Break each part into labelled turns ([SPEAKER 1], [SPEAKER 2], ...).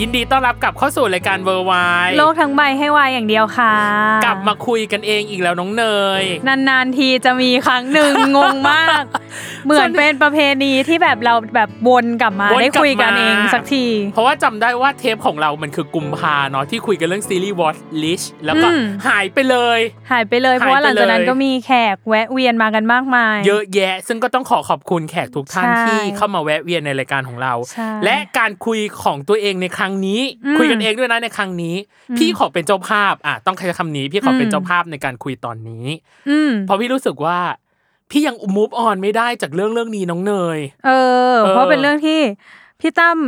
[SPEAKER 1] ยินดีต้อนรับกลับเข้าสู่รายการเวอร์ไว
[SPEAKER 2] โลกทั้งใบให้วายอย่างเดียวค่ะ
[SPEAKER 1] กลับมาคุยกันเองอีกแล้วน้องเนย
[SPEAKER 2] นานๆทีจะมีครั้งหนึ่ง งงมาก เหมือนเป็นประเพณีที่แบบเราแบบวนกลับมา
[SPEAKER 1] วนกลับมา
[SPEAKER 2] ได้คุยกันเองสักที
[SPEAKER 1] เพราะว่าจำได้ว่าเทปของเรามันคือกุมภาเนาะที่คุยกันเรื่องซีรีส์วอ l ลิชแล้วก็
[SPEAKER 2] อืม
[SPEAKER 1] หายไปเลย
[SPEAKER 2] หายไปเลยเพราะว่าหลังจากนั้นก็มีแขกแวะเวียนมากันมากมาย
[SPEAKER 1] เยอะแยะ ซึ่งก็ต้องขอขอบคุณแขกทุกท่าน
[SPEAKER 2] ใช่
[SPEAKER 1] ที่เข้ามาแวะเวียนในรายการของเรา
[SPEAKER 2] ใช่
[SPEAKER 1] และการคุยของตัวเองในครั้งนี้
[SPEAKER 2] อืม
[SPEAKER 1] คุยกันเองด้วยนะในครั้งนี้ พี่ขอเป็นเจ้าภาพอ่ะต้องใช้คำนี้พี่ขอเป็น
[SPEAKER 2] อืม
[SPEAKER 1] เจ้าภาพในการคุยตอนนี้
[SPEAKER 2] อืม
[SPEAKER 1] เพราะพี่รู้สึกว่า พี่ยังมูฟออนไม่ได้จากเรื่องเรื่องนี้น้องเนย
[SPEAKER 2] เออ เพราะเป็นเรื่องที่พี่ตั้ม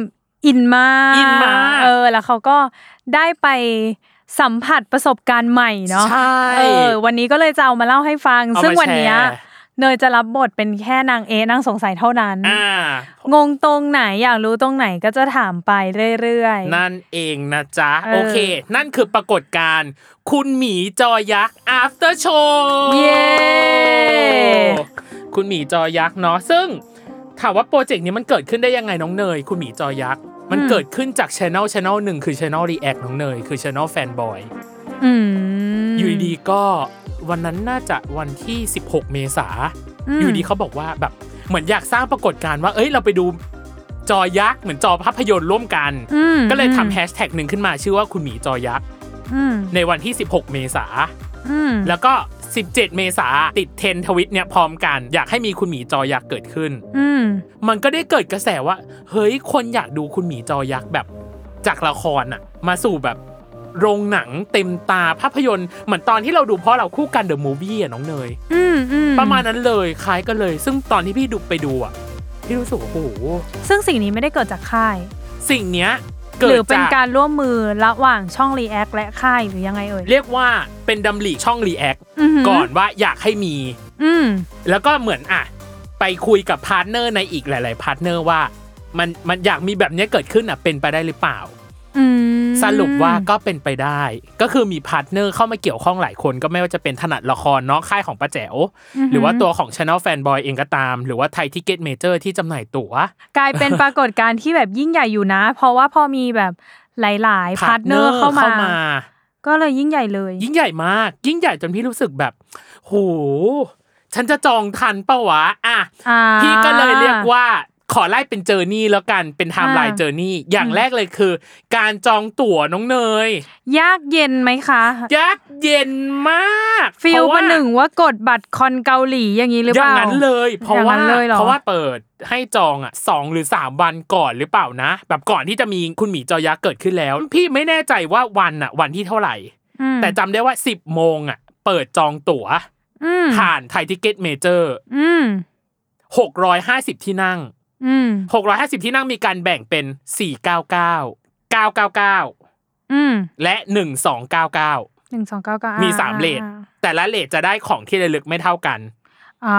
[SPEAKER 2] อินมาก
[SPEAKER 1] อินมาก
[SPEAKER 2] เออ แล้วเขาก็ได้ไปสัมผัสประสบการณ์ใหม่เนาะ
[SPEAKER 1] ใช่
[SPEAKER 2] เออ วันนี้ก็เลยจะเอามาเล่าให้ฟัง
[SPEAKER 1] เอามา
[SPEAKER 2] ซึ่งวันเนี้ย
[SPEAKER 1] แชร์
[SPEAKER 2] เนยจะรับบทเป็นแค่นางเอนางสงสัยเท่านั้น
[SPEAKER 1] อ่าง
[SPEAKER 2] งตรงไหนอยากรู้ตรงไหนก็จะถามไปเรื่อย
[SPEAKER 1] นั่นเองนะจ๊ะ
[SPEAKER 2] เออ
[SPEAKER 1] โอเค นั่นคือปรากฏการณ์ คุณหมีจอยักษ์ after show
[SPEAKER 2] เย้
[SPEAKER 1] คุณหมีจอยักษ์เนาะซึ่งถามว่าโปรเจกต์นี้มันเกิดขึ้นได้ยังไงน้องเนย คุณหมีจอยักษ์ มันเกิดขึ้นจากช anel ช anel หนึ่งคือ channel react น้องเนย คือ channel fanboy
[SPEAKER 2] อืม
[SPEAKER 1] อยู่ดีๆก็วันนั้นน่าจะวันที่ 16 เมษา
[SPEAKER 2] ม
[SPEAKER 1] อยู่ดีเขาบอกว่าแบบเหมือนอยากสร้างปรากฏการณ์ว่า เอ้ยเราไปดูจอยักษ์เหมือนจอภาพยนตร์ร่วมกัน
[SPEAKER 2] อืม
[SPEAKER 1] ก็เลยทำแฮชแท็กหนึ่งขึ้นมาชื่อว่าคุณหมีจอยักษ์
[SPEAKER 2] อืม
[SPEAKER 1] ในวันที่ 16 เมษา
[SPEAKER 2] อืม
[SPEAKER 1] แล้วก็ 17 เมษาติดเทรนด์ทวิตเนี่ยพร้อมกัน อยากให้มีคุณหมีจอยักษ์เกิดขึ้น
[SPEAKER 2] อืม
[SPEAKER 1] มันก็ได้เกิดกระแสว่า เฮ้ยคนอยากดูคุณหมีจอยักษ์แบบ จากละครอะมาสู่แบบโรงหนังเต็มตาภาพยนตร์เหมือนตอนที่เราดูเพราะเราคู่กันเดอะมูวี่อะน้องเนย
[SPEAKER 2] อืมอืม
[SPEAKER 1] ประมาณนั้นเลยคล้ายกันเลย ซึ่งตอนที่พี่ดูไปดูอ่ะพี่รู้สึกว่าโอ้โห
[SPEAKER 2] ซึ่งสิ่งนี้ไม่ได้เกิดจากค่าย
[SPEAKER 1] สิ่งเนี้ย
[SPEAKER 2] ห
[SPEAKER 1] เกิ
[SPEAKER 2] รื
[SPEAKER 1] ด
[SPEAKER 2] อเป็น
[SPEAKER 1] จาก
[SPEAKER 2] การร่วมมือระหว่างช่อง React และค่ายหรือยังไงเอ่ย
[SPEAKER 1] เรียกว่าเป็นดำริช่องรีแอค
[SPEAKER 2] อืม
[SPEAKER 1] ก่อนว่าอยากให้มี
[SPEAKER 2] อืม
[SPEAKER 1] แล้วก็เหมือนอ่ะ ไปคุยกับพาร์ทเนอร์ในอีกหลาย ๆ พาร์ทเนอร์ว่า มันมันอยากมีแบบเนี้ยเกิดขึ้นอ่ะเป็นไปได้หรือเปล่า
[SPEAKER 2] อืม
[SPEAKER 1] สรุปว่าก็เป็นไปได้ ก็คือมีพาร์ทเนอร์เข้ามาเกี่ยวข้องหลายคนก็ไม่ว่าจะเป็นถนัดละครเน้องค่ายของป้าแจ๋วหรือว่าตัวของ Channel Fanboy เองก็ตาม หรือว่าไทยทิเก็ตเมเจอร์ที่จำหน่ายตั๋ว
[SPEAKER 2] กลายเป็นปรากฏการณ์ที่แบบยิ่งใหญ่อยู่นะ เพราะว่าพอมีแบบหลาย ๆ พาร์ทเนอ
[SPEAKER 1] partner
[SPEAKER 2] ร์เข้ามา ก็เลยยิ่งใหญ่เลย
[SPEAKER 1] ยิ่งใหญ่มาก ยิ่งใหญ่จนพี่รู้สึกแบบโหฉันจะจองทันเปะวะอ่ะ
[SPEAKER 2] อ่า
[SPEAKER 1] พี่ก็เลยเรียกว่าขอไล่เป็นเจอร์นี่แล้วกันเป็นไทม์ไลน์
[SPEAKER 2] อ่า
[SPEAKER 1] เจอร์นี่อย่างแรกเลยคือ การจองตั๋วน้องเนย
[SPEAKER 2] ยากเย็นไหมคะ
[SPEAKER 1] ยากเย็นมาก
[SPEAKER 2] ฟิ
[SPEAKER 1] เพ
[SPEAKER 2] ล
[SPEAKER 1] ราะว่า
[SPEAKER 2] มาหนึ่งว่ากดบัตรคอนเกาหลีอย่างนี้หรือ
[SPEAKER 1] อ
[SPEAKER 2] เป
[SPEAKER 1] ย่าง
[SPEAKER 2] ล่า
[SPEAKER 1] นั้นเลยเพราะ
[SPEAKER 2] อย่าง
[SPEAKER 1] ว่า
[SPEAKER 2] นั้นเลยเหรอ
[SPEAKER 1] เพราะว่าเปิดให้จองอ่ะสองหรือสามวันก่อนหรือเปล่านะ แบบก่อนที่จะมีคุณหมีจอยักษ์เกิดขึ้นแล้ว พี่ไม่แน่ใจว่าวันอ่ะ วันที่เท่าไหร่
[SPEAKER 2] อืม
[SPEAKER 1] แต่จำได้ว่าสิบโมงอ่ะ เปิดจองตั๋ว
[SPEAKER 2] อืม
[SPEAKER 1] ผ่านไทยทิเก็ตเมเจอร์
[SPEAKER 2] อืม
[SPEAKER 1] 650 ที่นั่ง
[SPEAKER 2] อืม
[SPEAKER 1] 650 ที่นั่งมีการแบ่งเป็น 499 999
[SPEAKER 2] อืม
[SPEAKER 1] และ 1299
[SPEAKER 2] หนึ่งสองเก้าเก้า
[SPEAKER 1] มี
[SPEAKER 2] มี
[SPEAKER 1] 3 เลทแต่ละเลทจะได้ของที่ระลึกไม่เท่ากัน
[SPEAKER 2] อ่า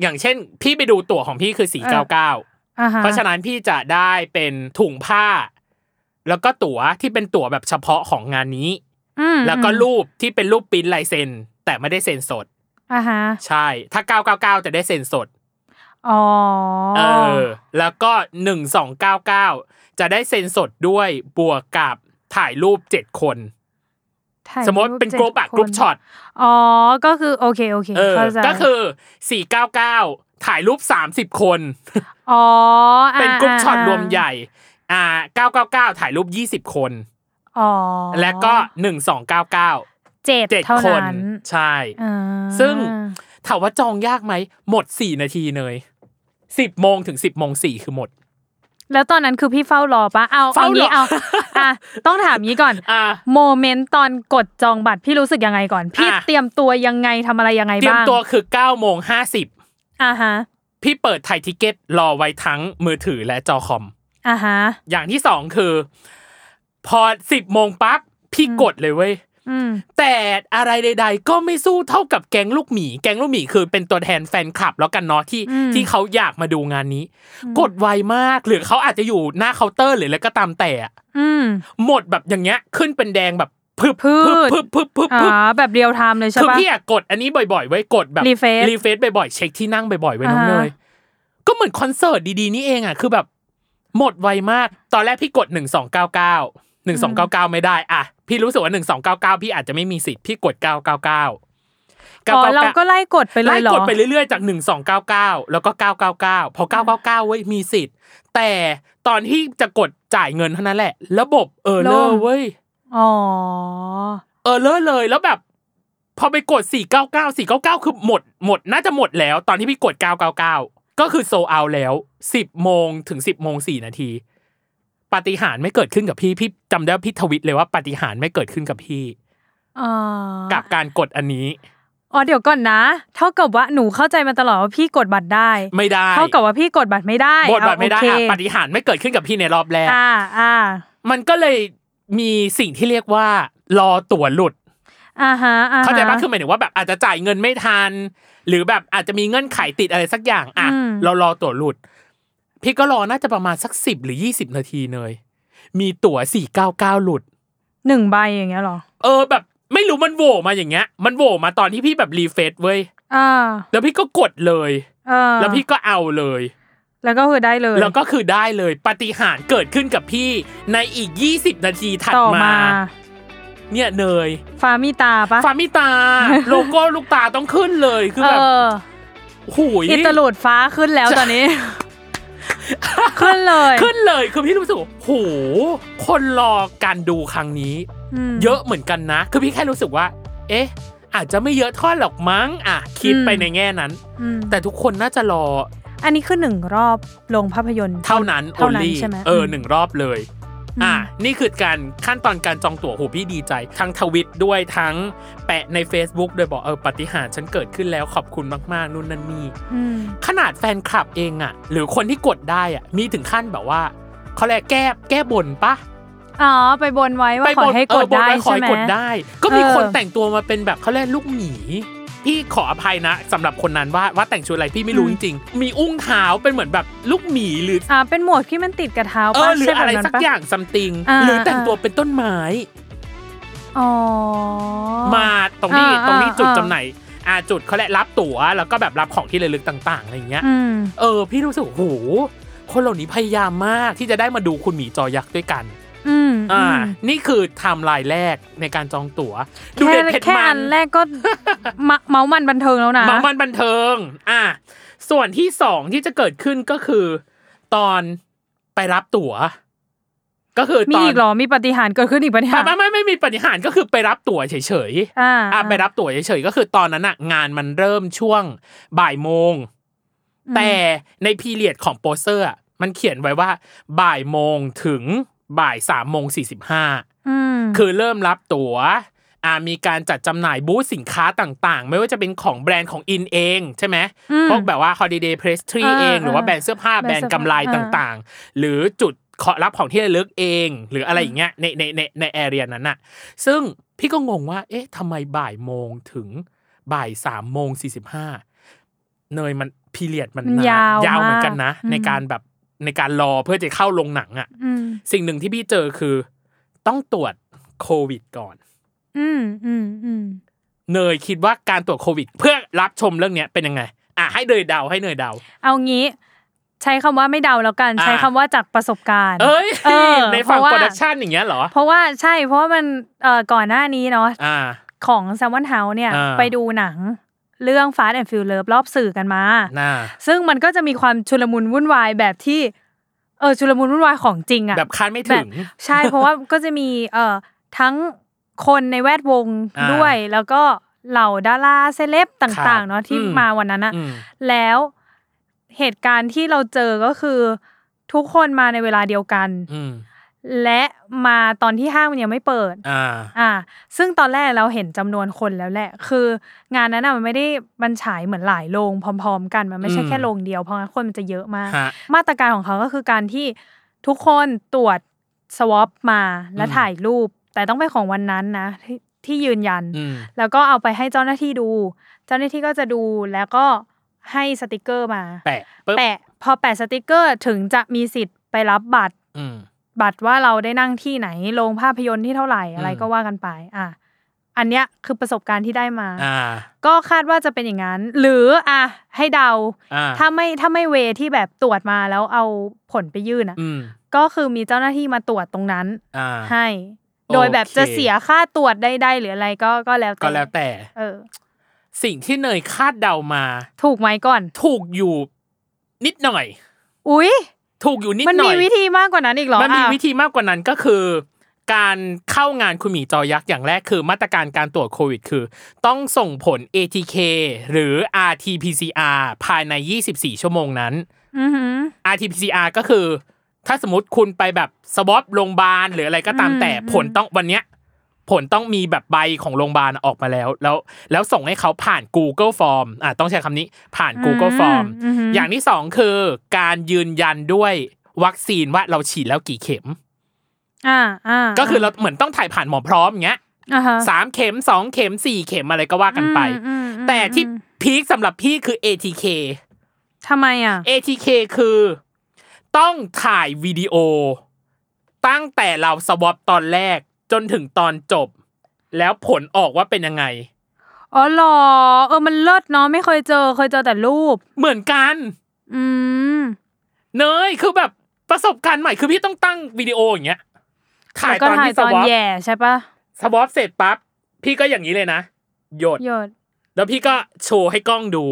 [SPEAKER 1] อย่างเช่น พี่ไปดูตั๋วของพี่คือ 499
[SPEAKER 2] อ่าฮ
[SPEAKER 1] เพราะฉะนั้นพี่จะได้เป็นถุงผ้า แล้วก็ตั๋วที่เป็นตั๋วแบบเฉพาะของงานนี้
[SPEAKER 2] อืม
[SPEAKER 1] แล้วก็รูปที่เป็นรูปปริ้นท์ลายเซ็นแต่ไม่ได้เซ็นสด
[SPEAKER 2] อ่าฮะ
[SPEAKER 1] ใช่ ถ้า 999 จะได้เซ็นสด
[SPEAKER 2] อ๋อ
[SPEAKER 1] เออ แล้วก็หนึ่งสองเก้าเก้าจะได้เซ็นสดด้วยบวกกับถ่ายรูปเจ็ดคน
[SPEAKER 2] ถ่าย
[SPEAKER 1] สมมติเป็นกรุ๊ปอะ
[SPEAKER 2] จ็ดค
[SPEAKER 1] กรุ๊ปช็อต
[SPEAKER 2] อ๋อ ก็คือโอเคโอเค
[SPEAKER 1] เออ
[SPEAKER 2] เข้าใจ
[SPEAKER 1] ก็คือสี่เก้าเก้าถ่ายรูปสามสิบคน
[SPEAKER 2] อ๋ออ่า
[SPEAKER 1] เป็นกรุ๊ปช็อต
[SPEAKER 2] าร
[SPEAKER 1] วมใหญ่ อ่าเก้าเก้าเก้าถ่ายรูปยี่สิบคน
[SPEAKER 2] อ๋อ
[SPEAKER 1] และก็หนึ่งสองเก้าเก้า
[SPEAKER 2] เจ็ด
[SPEAKER 1] เจ็ด
[SPEAKER 2] เท่า
[SPEAKER 1] คน
[SPEAKER 2] นั้น
[SPEAKER 1] ใช่
[SPEAKER 2] อ่า
[SPEAKER 1] ซึ่ง ถามว่าจองยากไหม หมดสี่นาทีเลยสิบโมงถึงสิบโมงสี่คือหมด
[SPEAKER 2] แล้วตอนนั้นคือพี่เฝ้ารอปะเอา
[SPEAKER 1] เฝ้า
[SPEAKER 2] เอา
[SPEAKER 1] รอ
[SPEAKER 2] งี้เอา อ่ะต้องถามงี้ก่อน
[SPEAKER 1] อ่า
[SPEAKER 2] โมเมนต์ตอนกดจองบัตรพี่รู้สึกยังไงก่อน พี่
[SPEAKER 1] อ่ะ
[SPEAKER 2] เตรียมตัวยังไงทำอะไรยังไง
[SPEAKER 1] เตรียม
[SPEAKER 2] บ้าง
[SPEAKER 1] ตัวคือเก้าโมงห้าสิบ
[SPEAKER 2] อ่าฮะ
[SPEAKER 1] พี่เปิดไทยทิเก็ตรอไว้ทั้งมือถือและจอคอม
[SPEAKER 2] อ่าฮะ
[SPEAKER 1] อย่างที่สองคือ พอสิบโมงปั๊บพี่กดเลยเว้ย
[SPEAKER 2] อืม
[SPEAKER 1] แต่อะไรใด ๆ ก็ไม่สู้เท่ากับแก๊งลูกหมี แก๊งลูกหมีคือเป็นตัวแทนแฟนคลับแล้วกันเนาะที่
[SPEAKER 2] อืม
[SPEAKER 1] ที่เขาอยากมาดูงานนี้ กดไวมากหรือเขาอาจจะอยู่หน้าเคาน์เตอร์หรืออะไรก็ตามแต่อะ
[SPEAKER 2] อืม
[SPEAKER 1] หมดแบบอย่างเงี้ย ขึ้นเป็นแดงแบบพึบ
[SPEAKER 2] พืช
[SPEAKER 1] พึบพึบพึบพึบ
[SPEAKER 2] อ่าแบบเรียลไทม์เลยใช่
[SPEAKER 1] คือ
[SPEAKER 2] ปะ
[SPEAKER 1] พี่อะกดอันนี้บ่อยๆไว้กดแบบ
[SPEAKER 2] Refresh
[SPEAKER 1] รีเฟซบ่อยๆเช็คที่นั่งบ่อยๆไว้น้อง
[SPEAKER 2] อ่า
[SPEAKER 1] เนยก็เหมือนคอนเสิร์ตดีๆนี่เองอะคือแบบ หมดไวมาก ตอนแรกพี่กดหนึ่งสองเก้าเก้าหนึ่งสองเก้าเก้าไม่ได้อะพี่รู้สึกว่าหนึ่งสองเก้าเก้าพี่อาจจะไม่มีสิทธิ์พี่กดเก้าเก้าเก้า
[SPEAKER 2] อ๋อเราก็ไล่กดไปเลยเหรอ
[SPEAKER 1] ไกดไปเรื่อยๆจาก 1299 แล้วก็ 999 พอ 999 เว้ย มีสิทธิ์ แต่ตอนที่จะกดจ่ายเงินเท่านั้นแหละ ระบบเออเลอ
[SPEAKER 2] ล่ม
[SPEAKER 1] เว้ย
[SPEAKER 2] อ๋อ
[SPEAKER 1] เออเลอเลยแล้วแบบ พอไปกด 499 499 คือหมดหมดน่าจะหมดแล้ว ตอนที่พี่กด 999 ก็คือโซเอาแล้ว 10โมงถึง 10โมง4นาที ปาฏิหาริย์ไม่เกิดขึ้นกับพี่ พี่จำได้ว่าพี่ทวิตเลยว่าปาฏิหาริย์ไม่เกิดขึ้นกับพี่
[SPEAKER 2] อ๋อ
[SPEAKER 1] กับการกดอันนี้
[SPEAKER 2] อ๋อเดี๋ยวก่อนนะ เท่ากับว่าหนูเข้าใจมาตลอดว่าพี่กดบัตรได้
[SPEAKER 1] ไม่ได้
[SPEAKER 2] เท่ากับว่าพี่กดบัตรไม่ได้
[SPEAKER 1] บทบาทไม่ได้อะ
[SPEAKER 2] อ่ะโอเค
[SPEAKER 1] ปาฏิหารย์ไม่เกิดขึ้นกับพี่ในรอบแรก
[SPEAKER 2] อ่าอ่า
[SPEAKER 1] มันก็เลยมีสิ่งที่เรียกว่ารอตั๋วหลุด
[SPEAKER 2] อ่าฮะอ่ฮ
[SPEAKER 1] เข้าใจปะคือหมายถึงว่าแบบอาจจะจ่ายเงินไม่ทัน หรือแบบอาจจะมีเงื่อนไขติดอะไรสักอย่างอ่ะ
[SPEAKER 2] อืม
[SPEAKER 1] เรารอตั๋วหลุด พี่ก็รอน่าจะประมาณสักสิบหรือยี่สิบนาทีเลย มีตั๋วสี่เก้าเก้าหลุด
[SPEAKER 2] หนึ่งใบอย่างเงี้ยเหรอ
[SPEAKER 1] เออแบบไม่รู้มันโหวมาอย่างเงี้ย มันโหวมาตอนที่พี่แบบรีเฟซเว้ย
[SPEAKER 2] อ่า
[SPEAKER 1] แล้วพี่ก็กดเลย
[SPEAKER 2] เออ
[SPEAKER 1] แล้วพี่ก็เอาเลย
[SPEAKER 2] แล้วก็คือได้เลย
[SPEAKER 1] แล้วก็คือได้เลยปาฏิหารย์เกิดขึ้นกับพี่ในอีก 20 นาทีถัด
[SPEAKER 2] ต่อมา
[SPEAKER 1] มา เนี่ยเนย
[SPEAKER 2] ฟามีตาปะ
[SPEAKER 1] ฟามิ ตา โลโก้ลูกตาต้องขึ้นเลยคือ
[SPEAKER 2] เอ
[SPEAKER 1] แบบ
[SPEAKER 2] อ
[SPEAKER 1] หูย
[SPEAKER 2] อิตาลูดฟ้าขึ้นแล้วตอน นี้ ขึ้นเลย
[SPEAKER 1] ขึ้นเลยคือพี่รู้สึกว่าโหคนรอการดูครั้งนี้
[SPEAKER 2] ม
[SPEAKER 1] เยอะเหมือนกันนะ คือพี่แค่รู้สึกว่า เอ๊ะ อาจจะไม่เยอะเท่าหรอกมั้งอ่ะคิด
[SPEAKER 2] อืม
[SPEAKER 1] ไปในแง่นั้น
[SPEAKER 2] อืม
[SPEAKER 1] แต่ทุกคนน่าจะรอ
[SPEAKER 2] อันนี้คือหนึ่งรอบลงภาพยนตร์
[SPEAKER 1] เท่านั้น
[SPEAKER 2] เท่านั้น
[SPEAKER 1] only
[SPEAKER 2] ใช่ไหม
[SPEAKER 1] เอออ
[SPEAKER 2] ม
[SPEAKER 1] หนึ่งรอบเลย อ่ะนี่คือการขั้นตอนการจองตั๋วโหพี่ดีใจ ทั้งทวิตด้วยทั้งแปะใน Facebook โดวยบอกเออปาฏิหารย์ฉันเกิดขึ้นแล้วขอบคุณมากๆนู่นนั่นนี่
[SPEAKER 2] อืม
[SPEAKER 1] ขนาดแฟนคลับเองอ่ะ หรือคนที่กดได้อ่ะ มีถึงขั้นแบบว่าเขาเรียกแก้แก้บนปะ
[SPEAKER 2] อ๋อไปบนไว้ว่าข
[SPEAKER 1] บ
[SPEAKER 2] อน ให้กด
[SPEAKER 1] เออบน
[SPEAKER 2] ได้
[SPEAKER 1] ว้ขอ
[SPEAKER 2] ใช่
[SPEAKER 1] ห้
[SPEAKER 2] ไหม
[SPEAKER 1] กดได้ ก็มี
[SPEAKER 2] เออ
[SPEAKER 1] คนแต่งตัวมาเป็นแบบเขาเรียกลูกหมี พี่ขออภัยนะสำหรับคนนั้นว่าว่าแต่งชุดอะไรพี่ไม่รู้จริงๆมีอุ้งเท้าเป็นเหมือนแบบลูกหมีหรือ
[SPEAKER 2] อ่าเป็นหมวกที่มันติดกับเท้า
[SPEAKER 1] เอ
[SPEAKER 2] ปะ
[SPEAKER 1] อหรือ
[SPEAKER 2] ใช่
[SPEAKER 1] อะไร
[SPEAKER 2] แบบนั้น
[SPEAKER 1] สัก
[SPEAKER 2] ปะ
[SPEAKER 1] อย่างซัมติง
[SPEAKER 2] อ่า
[SPEAKER 1] หรือแต่ง
[SPEAKER 2] อ่า
[SPEAKER 1] ตัวเป็นต้นไม้
[SPEAKER 2] อ๋อ
[SPEAKER 1] มาตรงนี้
[SPEAKER 2] อ่า
[SPEAKER 1] ตรงนี้
[SPEAKER 2] อ่า
[SPEAKER 1] จุด
[SPEAKER 2] อ่า
[SPEAKER 1] จำหน่ายอ่าจุดเขาแหละรับตั๋วแล้วก็แบบรับของที่ระลึกต่าง ๆอะไรอย่างเงี้ย
[SPEAKER 2] อืม
[SPEAKER 1] เออพี่รู้สึกโอ้โหคนเหล่านี้พยายามมากที่จะได้มาดูคุณหมีจอยักษ์ด้วยกัน
[SPEAKER 2] อืม
[SPEAKER 1] อ่า
[SPEAKER 2] อืม
[SPEAKER 1] นี่คือไทม์ไลน์แรกในการจองตั๋ว ดู
[SPEAKER 2] แค่
[SPEAKER 1] เด็ดเผ็ด
[SPEAKER 2] แค่
[SPEAKER 1] มั
[SPEAKER 2] อั
[SPEAKER 1] น
[SPEAKER 2] นแรกก็ มะเมามันบันเทิงแล้วนะ
[SPEAKER 1] หมามันบันเทิง อ่าส่วนที่สองที่จะเกิดขึ้นก็คือ ตอนไปรับตั๋ว ก็คือ
[SPEAKER 2] มี
[SPEAKER 1] ตอน
[SPEAKER 2] อีกเหรอ มีปาฏิหารย์เกิดขึ้นอีกปะเนี่ย
[SPEAKER 1] ไม่ไม่ไม่ไม่มีปฏิหารย์ก็คือไปรับตั๋วเฉยๆ
[SPEAKER 2] อ่า
[SPEAKER 1] อ่ะไปรับตั๋วเฉยๆก็คือตอนนั้นน่ะงานมันเริ่มช่วงบ่ายโมง แต่ในพีเรียดของโปสเตอร์อ่ะมันเขียนไว้ว่าบ่ายโมงถึงบ่ายสามโมงสี่สิบห้า
[SPEAKER 2] อืม
[SPEAKER 1] คือเริ่มรับตั๋วอ่ะมีการจัดจำหน่ายบูธสินค้าต่างๆ ไม่ว่าจะเป็นของแบรนด์ของอินเองใช่ไหม
[SPEAKER 2] อืม
[SPEAKER 1] พวกแบบว่า Holiday p r e s t r y
[SPEAKER 2] อ่า
[SPEAKER 1] เอง หรือว่า
[SPEAKER 2] อ่า
[SPEAKER 1] แบรนด์เสื้อผ้า
[SPEAKER 2] แบ
[SPEAKER 1] แบ
[SPEAKER 2] ร
[SPEAKER 1] ร
[SPEAKER 2] นด์
[SPEAKER 1] น
[SPEAKER 2] เสื้อผ้า
[SPEAKER 1] ด์ำ
[SPEAKER 2] ก
[SPEAKER 1] ไร
[SPEAKER 2] อ่า
[SPEAKER 1] ต่างๆ หรือจุดขอรับของที่ระลึกเอง หรืออะไรอย่างเงี้ยในในในในแอเรียนั้นน่ะ ซึ่งพี่ก็งงว่า เอ๊ะทำไมบ่ายโมงถึงบ่ายสามโมงสี่สิบห้าเนยมันพีเรียดมัน
[SPEAKER 2] มัน
[SPEAKER 1] นาน
[SPEAKER 2] ยาวย
[SPEAKER 1] าวเหมือนกัน
[SPEAKER 2] มาก
[SPEAKER 1] นะ
[SPEAKER 2] อืม
[SPEAKER 1] ในการแบบในการรอเพื่อจะเข้าลงหนังอะ่ะ
[SPEAKER 2] อืม
[SPEAKER 1] สิ่งหนึ่งที่พี่เจอคือ ต้องตรวจโควิดก่อน
[SPEAKER 2] อืมอืมอืม
[SPEAKER 1] เนยคิดว่าการตรวจโควิด เพื่อรับชมเรื่องเนี้ยเป็นยังไง อ่ะให้เนยเดาให้เนยเดา
[SPEAKER 2] เอางี้ ใช้คำว่าไม่เดาแล้วกัน
[SPEAKER 1] อ่า
[SPEAKER 2] ใช้คำว่าจากประสบการณ์
[SPEAKER 1] เอ้ย
[SPEAKER 2] เออ
[SPEAKER 1] ในฝั่ง
[SPEAKER 2] เพราะว่า
[SPEAKER 1] โปรดักชันอย่างเงี้ยเหรอ
[SPEAKER 2] เพราะว่าใช่เพราะว่ามันเอ่อก่อนหน้านี้เนาะ
[SPEAKER 1] อ่า
[SPEAKER 2] ของแซมมอนเฮาเนี่ย
[SPEAKER 1] อ่า
[SPEAKER 2] ไปดูหนังเรื่อง Fast and Furious รอบสื่อกันมา
[SPEAKER 1] น่า
[SPEAKER 2] ซึ่งมันก็จะมีความชุลมุนวุ่นวายแบบที่เออชุลมุนวุ่นวายของจริงอะ
[SPEAKER 1] แบบคาดไม่ถึง
[SPEAKER 2] ใช่เพราะว่าก็จะมีเอ่อทั้งคนในแวดวง
[SPEAKER 1] อ่า
[SPEAKER 2] ด้วย แล้วก็เหล่าดาราเซเลบต
[SPEAKER 1] ครั่
[SPEAKER 2] า
[SPEAKER 1] บ
[SPEAKER 2] งๆเนาะที่
[SPEAKER 1] อืม
[SPEAKER 2] มาวันนั้นอะ
[SPEAKER 1] อืม
[SPEAKER 2] แล้วเหตุการณ์ที่เราเจอก็คือ ทุกคนมาในเวลาเดียวกัน
[SPEAKER 1] อืม
[SPEAKER 2] และมาตอนที่ห้างมันยังไม่เปิด
[SPEAKER 1] อ่า
[SPEAKER 2] อ่า ซึ่งตอนแรกเราเห็นจำนวนคนแล้วแหละ คืองานนั้นอะมันไม่ได้มันฉายเหมือนหลายโรงพร้อม ๆ กันมันไม่ใช่
[SPEAKER 1] อืม
[SPEAKER 2] แค่โรงเดียวเพราะงั้นคนมันจะเยอะมาก
[SPEAKER 1] ฮะ
[SPEAKER 2] มาตรการของเขาก็คือการที่ทุกคนตรวจสวอปมาและ
[SPEAKER 1] อืม
[SPEAKER 2] ถ่ายรูป แต่ต้องเป็นของวันนั้นนะที่ที่ยืนยัน
[SPEAKER 1] อืม
[SPEAKER 2] แล้วก็เอาไปให้เจ้าหน้าที่ดู เจ้าหน้าที่ก็จะดูแล้วก็ให้สติกเกอร์มา
[SPEAKER 1] แปะปึ๊บ
[SPEAKER 2] แปะพอแปะสติกเกอร์ถึงจะมีสิทธิ์ไปรับบัตร
[SPEAKER 1] อืม
[SPEAKER 2] บัตรว่าเราได้นั่งที่ไหนโรงภาพยนตร์ที่เท่าไหร่อะไร
[SPEAKER 1] อืม
[SPEAKER 2] ก็ว่ากันไป อ่ะอันเนี้ยคือประสบการณ์ที่ได้มา
[SPEAKER 1] อ่า
[SPEAKER 2] ก็คาดว่าจะเป็นอย่างนั้น หรืออ่ะให้เดา
[SPEAKER 1] อ่า
[SPEAKER 2] ถ้าไม่ถ้าไม่เวที่แบบตรวจมาแล้วเอาผลไปยื่นอ่ะ
[SPEAKER 1] อืม
[SPEAKER 2] ก็คือมีเจ้าหน้าที่มาตรวจตรงนั้น
[SPEAKER 1] อ่า
[SPEAKER 2] ให้
[SPEAKER 1] โอเค
[SPEAKER 2] โดยแบบจะเสียค่าตรวจได้ได้หรืออะไรก็ก็แล้วแต่
[SPEAKER 1] ก็แล้วแต่
[SPEAKER 2] เออ
[SPEAKER 1] สิ่งที่เนยคาดเดามา
[SPEAKER 2] ถูกไหมก่อน
[SPEAKER 1] ถูกอยู่นิดหน่อย
[SPEAKER 2] อุ๊ย
[SPEAKER 1] ถูกอยู่นิดหน่
[SPEAKER 2] มั
[SPEAKER 1] อย
[SPEAKER 2] นมีวิธีมากกว่านั้นอีกเหรอ
[SPEAKER 1] มันมี
[SPEAKER 2] อ่ะ
[SPEAKER 1] วิธีมากกว่านั้นก็คือ การเข้างานคุณหมีจอยักษ์อย่างแรกคือมาตรการการตรวจโควิด คือ ต้องส่งผล ATK หรือ RT-PCR ภายใน 24 ชั่วโมงนั้น
[SPEAKER 2] อือหือ
[SPEAKER 1] RT-PCR ก็คือ ถ้าสมมติคุณไปแบบสวอปโรงพยาบาลหรืออะไรก็ตาม
[SPEAKER 2] อืม
[SPEAKER 1] แต่ผล
[SPEAKER 2] อืม
[SPEAKER 1] ต้องวันเนี้ยผลต้องมีแบบใบของโรงพยาบาลออกมาแล้ว แล้วแล้วส่งให้เขาผ่าน Google Form อ่ะต้องใช้คำนี้ผ่าน Google Form
[SPEAKER 2] หื
[SPEAKER 1] อย่างที่สองคือการยืนยันด้วยวัคซีนว่าเราฉีดแล้วกี่เข็ม
[SPEAKER 2] อ่าอ่า
[SPEAKER 1] ก็คือเราเหมือนต้องถ่ายผ่านหมอพร้อมอย่างเงี้ย
[SPEAKER 2] อ่าฮะ
[SPEAKER 1] สามเข็มสองเข็มสี่เข็มอะไรก็ว่ากันไป
[SPEAKER 2] อืมอืม
[SPEAKER 1] แต่ที่
[SPEAKER 2] อืม
[SPEAKER 1] พีคสำหรับพี่คือ ATK
[SPEAKER 2] ทำไมอ่ะ
[SPEAKER 1] ATK คือ ต้องถ่ายวิดีโอ ตั้งแต่เราสวอปตอนแรกจนถึงตอนจบ แล้วผลออกว่าเป็นยังไง
[SPEAKER 2] อ๋อเหรอเออมันเลิศเนาะไม่เคยเจอเคยเจอแต่รูป
[SPEAKER 1] เหมือนกัน
[SPEAKER 2] อืม
[SPEAKER 1] เนยคือแบบประสบการณ์ใหม่คือพี่ต้องตั้งวิดีโออย่างเงี้ยถ่าย
[SPEAKER 2] แล้วก็
[SPEAKER 1] ตอน
[SPEAKER 2] ถ่าย
[SPEAKER 1] ที่
[SPEAKER 2] ต
[SPEAKER 1] ส
[SPEAKER 2] อน
[SPEAKER 1] วอป
[SPEAKER 2] แย่ใช่ปะ
[SPEAKER 1] สวอปเสร็จปั๊บพี่ก็อย่างนี้เลยนะหยด
[SPEAKER 2] หยด
[SPEAKER 1] แล้วพี่ก็โชว์ให้กล้องดู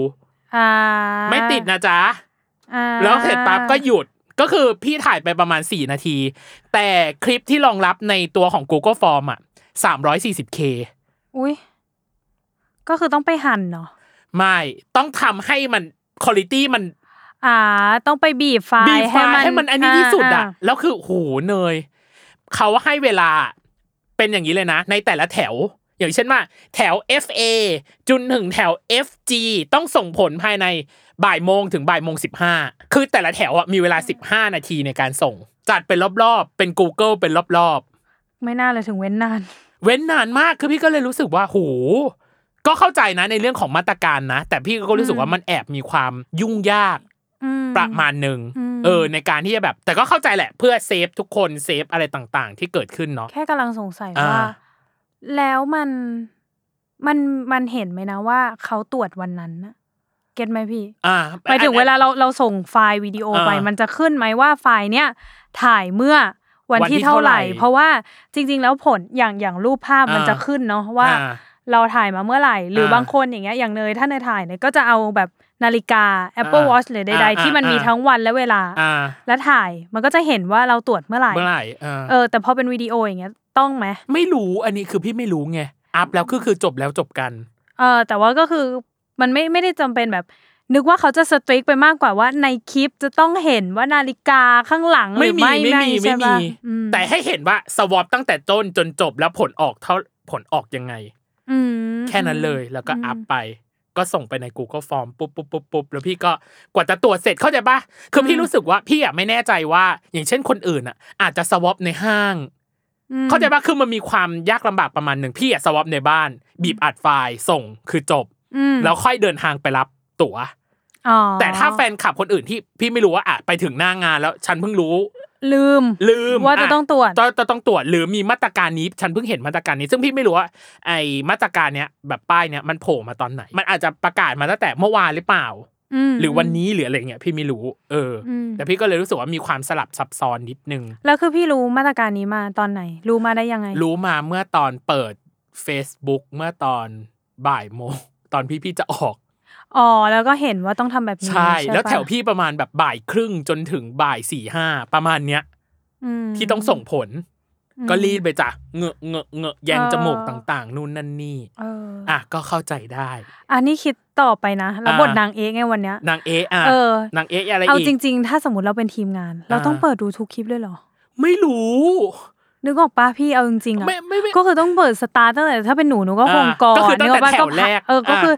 [SPEAKER 2] อ่า
[SPEAKER 1] ไม่ติดนะจ๊ะ
[SPEAKER 2] อ่า
[SPEAKER 1] แล้วเสร็จปั๊บก็หยุดก็คือพี่ถ่ายไปประมาณ 4 นาที แต่คลิปที่รองรับในตัวของ Google Form อ่ะ 340k
[SPEAKER 2] อุ้ย ก็คือต้องไปหั่นเนาะ
[SPEAKER 1] ไม่ต้องทำให้มันคุณ i t y มัน
[SPEAKER 2] อ่า ต้องไปบีบไฟล์
[SPEAKER 1] บีบไฟล์ให้มันอันนี้ที่สุดอ่ะ
[SPEAKER 2] า
[SPEAKER 1] แล้วคือโหเนยเขาให้เวลาเป็นอย่างนี้เลยนะ ในแต่ละแถว อย่างเช่นว่า แถว FA จุนถึงแถว FG ต้องส่งผลภายในบ่ายโมงถึงบ่ายโมงสิบห้าคือแต่ละแถวอ่ะมีเวลา 15 นาทีในการส่ง จัดเป็นรอบๆเป็น Google เป็นรอบๆ
[SPEAKER 2] ไม่น่าเลยถึงเว้นนาน
[SPEAKER 1] เว้นนานมากคือพี่ก็เลยรู้สึกว่าโหก็เข้าใจนะในเรื่องของมาตรการนะ แต่พี่ก็รู้สึกว่ามันแอบมีความยุ่งยาก
[SPEAKER 2] อืม
[SPEAKER 1] ประมาณหนึ่ง
[SPEAKER 2] อืม
[SPEAKER 1] เออ ในการที่จะแบบ แต่ก็เข้าใจแหละ เพื่อเซฟทุกคนเซฟอะไรต่างๆ ที่เกิดขึ้นเนาะ
[SPEAKER 2] แค่กำลังสงสัย
[SPEAKER 1] อ่า
[SPEAKER 2] ว่า แล้วมันมันมันเห็นไหมนะว่าเขาตรวจวันนั้นนะเก็ตไหมพี่
[SPEAKER 1] อ่า
[SPEAKER 2] หมายถึงเวลาเราเราส่งไฟล์วิดีโอไป
[SPEAKER 1] อ่ามั
[SPEAKER 2] มันจะขึ้นไหมว่าไฟล์เนี้ยถ่ายเมื่อวัน
[SPEAKER 1] วันที่
[SPEAKER 2] ที่เท่าไหร่
[SPEAKER 1] เท่าไหร่
[SPEAKER 2] เพราะว่าจริง ๆ แล้วผลอย่างอย่างรูปภาพมัน
[SPEAKER 1] อ่า
[SPEAKER 2] จะขึ้นเนาะว่า
[SPEAKER 1] อ่
[SPEAKER 2] เราถ่ายมาเมื่อไหร่ หรืออา บางคนอย่างเงี้ยอย่างเนยถ้าเนยถ่ายเนี่ยก็จะเอาแบบนาฬิกา Apple
[SPEAKER 1] อ่า
[SPEAKER 2] Watch หรือใด
[SPEAKER 1] อ่า
[SPEAKER 2] ๆที่มัน
[SPEAKER 1] อ่ามี
[SPEAKER 2] มีทั้งวันและเวลา
[SPEAKER 1] อ่า
[SPEAKER 2] แล้วถ่ายมันก็จะเห็นว่าเราตรวจเมื่อไหร่
[SPEAKER 1] เมื่อไหร่อ่า
[SPEAKER 2] เออแต่พอเป็นวิดีโออย่างเงี้ยต้องไหม
[SPEAKER 1] ไม่รู้อันนี้คือพี่ไม่รู้ไงอัพแล้วคือคือจบแล้วจบกัน
[SPEAKER 2] เออแต่ว่าก็คือมันไม่ไม่ได้จำเป็นแบบ นึกว่าเขาจะสตริกไปมากกว่าว่าในคลิปจะต้องเห็นว่านาฬิกาข้างหลังห
[SPEAKER 1] ไม่
[SPEAKER 2] รือ
[SPEAKER 1] มี
[SPEAKER 2] ไม่
[SPEAKER 1] ไม่มี
[SPEAKER 2] ใช่
[SPEAKER 1] ไม่มี
[SPEAKER 2] ปะอืม
[SPEAKER 1] แต่ให้เห็นว่าสวอปตั้งแต่ต้นจนจบแล้วผลออกเท่าผลออกยังไง
[SPEAKER 2] อืม
[SPEAKER 1] แค่นั้นเลยแล้วก็
[SPEAKER 2] อืม
[SPEAKER 1] อัพไป ก็ส่งไปใน Google Form ปุ๊บปุ๊บปุ๊บปุ๊บแล้วพี่ก็กว่าจะตรวจเสร็จเข้าใจปะคือพี่รู้สึกว่าพี่อะไม่แน่ใจว่า อย่างเช่นคนอื่นอ่ะ อาจจะสวอปในห้าง
[SPEAKER 2] อืม
[SPEAKER 1] เข้าใจปะคือมันมีความยากลำบากประมาณหนึ่งพี่อะสวอปในบ้าน บีบอัดไฟล์ส่งคือจบ
[SPEAKER 2] อืม
[SPEAKER 1] แล้วค่อยเดินทางไปรับตั๋ว
[SPEAKER 2] อ๋อ
[SPEAKER 1] แต่ถ้าแฟนคลับคนอื่นที่พี่ไม่รู้ว่าอะไปถึงหน้างานแล้วฉันเพิ่งรู้
[SPEAKER 2] ลืม
[SPEAKER 1] ลืม
[SPEAKER 2] ว่าจะต้องตรวจ
[SPEAKER 1] ต้องต้องตรวจหรือมีมาตรการนี้ ฉันเพิ่งเห็นมาตรการนี้ ซึ่งพี่ไม่รู้ว่า ไอมาตรการเนี้ยแบบป้ายเนี้ยมันโผล่มาตอนไหน มันอาจจะประกาศมาตั้งแต่เมื่อวานหรือเปล่า
[SPEAKER 2] ม
[SPEAKER 1] หรือวันนี้หรืออะไรเงี้ยพี่ไม่รู้เอออ
[SPEAKER 2] อืม
[SPEAKER 1] แต่พี่ก็เลยรู้สึกว่ามีความสลับซับซ้อนนิดนึง
[SPEAKER 2] แล้วคือพี่รู้มาตรการนี้มาตอนไหน รู้มาได้ยังไง
[SPEAKER 1] รู้มาเมื่อตอนเปิด Facebook เมื่อตอนบ่ายโมง ตอนพี่พี่ๆจะออก
[SPEAKER 2] อ๋อ แล้วก็เห็นว่าต้องทำแบบนี้
[SPEAKER 1] ใช่
[SPEAKER 2] ปะ
[SPEAKER 1] แล้วแถวพี่ประมาณแบบบ่ายครึ่งจนถึงบ่ายสี่ห้าประมาณเนี้ย
[SPEAKER 2] อืม
[SPEAKER 1] ที่ต้องส่งผล
[SPEAKER 2] อืม
[SPEAKER 1] ก็รีดไปจ้ะเงอะเงอะเงอะแยน
[SPEAKER 2] เออ
[SPEAKER 1] จมูกต่างๆ นู่นนั่นนี่
[SPEAKER 2] เอออ
[SPEAKER 1] อ่ะก็เข้าใจได้
[SPEAKER 2] อันนี้คิดต่อไปนะแล้ว
[SPEAKER 1] อ่า
[SPEAKER 2] บทนางเอกไงวันเนี้ย
[SPEAKER 1] นางเอะอ่ะ
[SPEAKER 2] เออ
[SPEAKER 1] นางเอะอะไร
[SPEAKER 2] เอา
[SPEAKER 1] อีก
[SPEAKER 2] จริง ๆ ถ้าสมมติเราเป็นทีมงาน เราต้อง
[SPEAKER 1] อ่า
[SPEAKER 2] เปิดดูทุกคลิปเลยเหรอ
[SPEAKER 1] ไม่รู้
[SPEAKER 2] นึกออกปะพี่เอาจริงๆอ่ะ
[SPEAKER 1] ไม่ไม่ไม่
[SPEAKER 2] ก็คือต้องเปิดสตาร์ทตั้งแต่ถ้าเป็นหนูหนูก็คงก่อน
[SPEAKER 1] อ่าก็คือตั้งแต่
[SPEAKER 2] นึว่า
[SPEAKER 1] แถวแรก
[SPEAKER 2] เออก็
[SPEAKER 1] อ่า
[SPEAKER 2] คือ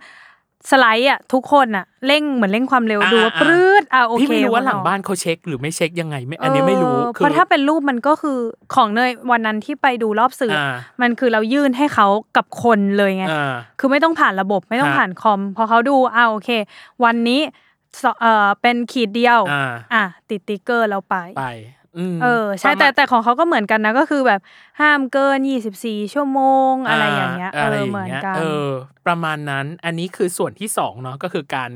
[SPEAKER 2] สไลด์อ่ะทุกคนอ่ะเร่งเหมือนเร่งความเร็ว
[SPEAKER 1] อ่า
[SPEAKER 2] ดูว่า
[SPEAKER 1] อ่า
[SPEAKER 2] ปรืดอ่ะโอเค
[SPEAKER 1] พี่ไม่รู้ว่าหลัง
[SPEAKER 2] ออก
[SPEAKER 1] บ้านเขาเช็คหรือไม่เช็คยังไงไม่อันนี้ไม่รู้
[SPEAKER 2] เออ
[SPEAKER 1] คือ
[SPEAKER 2] เพราะถ้าเป็นรูปมันก็คือของเนยวันนั้นที่ไปดูรอบสื่ออ่ะ
[SPEAKER 1] อ่า
[SPEAKER 2] มันคือเรายื่นให้เขากับคนเลยไง
[SPEAKER 1] อ่า
[SPEAKER 2] คือไม่ต้องผ่านระบบไม่ต้อง
[SPEAKER 1] ฮะ
[SPEAKER 2] ผ่านคอมพอเขาดูอ่าโอเค วันนี้สเออเป็นขีดเดียว
[SPEAKER 1] อ่า
[SPEAKER 2] อ่ะติดติ๊กเกอร์เราไป
[SPEAKER 1] ไปอืม
[SPEAKER 2] เออใช่
[SPEAKER 1] ประมาณ
[SPEAKER 2] แต่แต่ของเขาก็เหมือนกันนะก็คือแบบห้ามเกิน 24 ชั่วโมงอะไรอย่างเงี้ยเออ
[SPEAKER 1] ไรางงี้
[SPEAKER 2] เหมือนกัน
[SPEAKER 1] เออ ประมาณนั้นอันนี้คือส่วนที่สองเนาะก็คือการ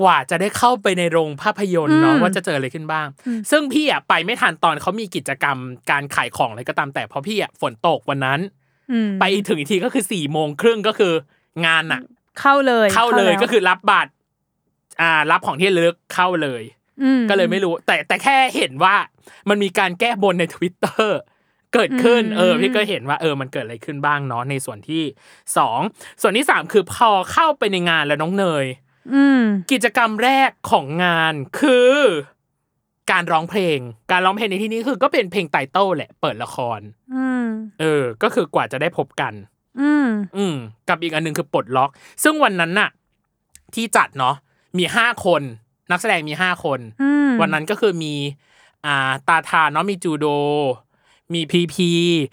[SPEAKER 1] กว่าจะได้เข้าไปในโรงภาพยนตร์เนาะ
[SPEAKER 2] อืม
[SPEAKER 1] ว่าจะเจออะไรขึ้นบ้าง
[SPEAKER 2] อืม
[SPEAKER 1] ซึ่งพี่อ่ะไปไม่ทันตอนเขามีกิจกรรมการขายของอะไรก็ตามแต่เพราะพี่อ่ะฝนตกวันนั้น
[SPEAKER 2] ม
[SPEAKER 1] ไปถึงอีกทีก็คือสี่โมงครึ่งก็คืองานอ่ะ
[SPEAKER 2] เข้าเลย
[SPEAKER 1] เข้าเลย
[SPEAKER 2] แว
[SPEAKER 1] ก็คือรับบัตรอ่า รับของที่ระลึกเข้าเลย
[SPEAKER 2] ม
[SPEAKER 1] ก็เลยไม่รู้ แต่แต่แค่เห็นว่ามันมีการแก้บนใน Twitter เกิดขึ้น เออพี่ก็เห็นว่าเออมันเกิดอะไรขึ้นบ้างเนาะในส่วนที่สองส่วนที่สามคือพอเข้าไปในงานแล้วน้องเนย
[SPEAKER 2] อืม
[SPEAKER 1] กิจกรรมแรกของงานคือ การร้องเพลง การร้องเพลงในที่นี้คือก็เป็นเพลงไตเติ้ลแหละเปิดละคร
[SPEAKER 2] อืม
[SPEAKER 1] เออ ก็คือกว่าจะได้พบกัน
[SPEAKER 2] อืม
[SPEAKER 1] อืมกับอีกอันหนึ่งคือปลดล็อก ซึ่งวันนั้นน่ะ ที่จัดเนาะมีห้าคน นักแสดงมีห้าคน
[SPEAKER 2] อืม
[SPEAKER 1] วันนั้นก็คือมีอ่าตาทานเนาะมีจูโด มีพีพี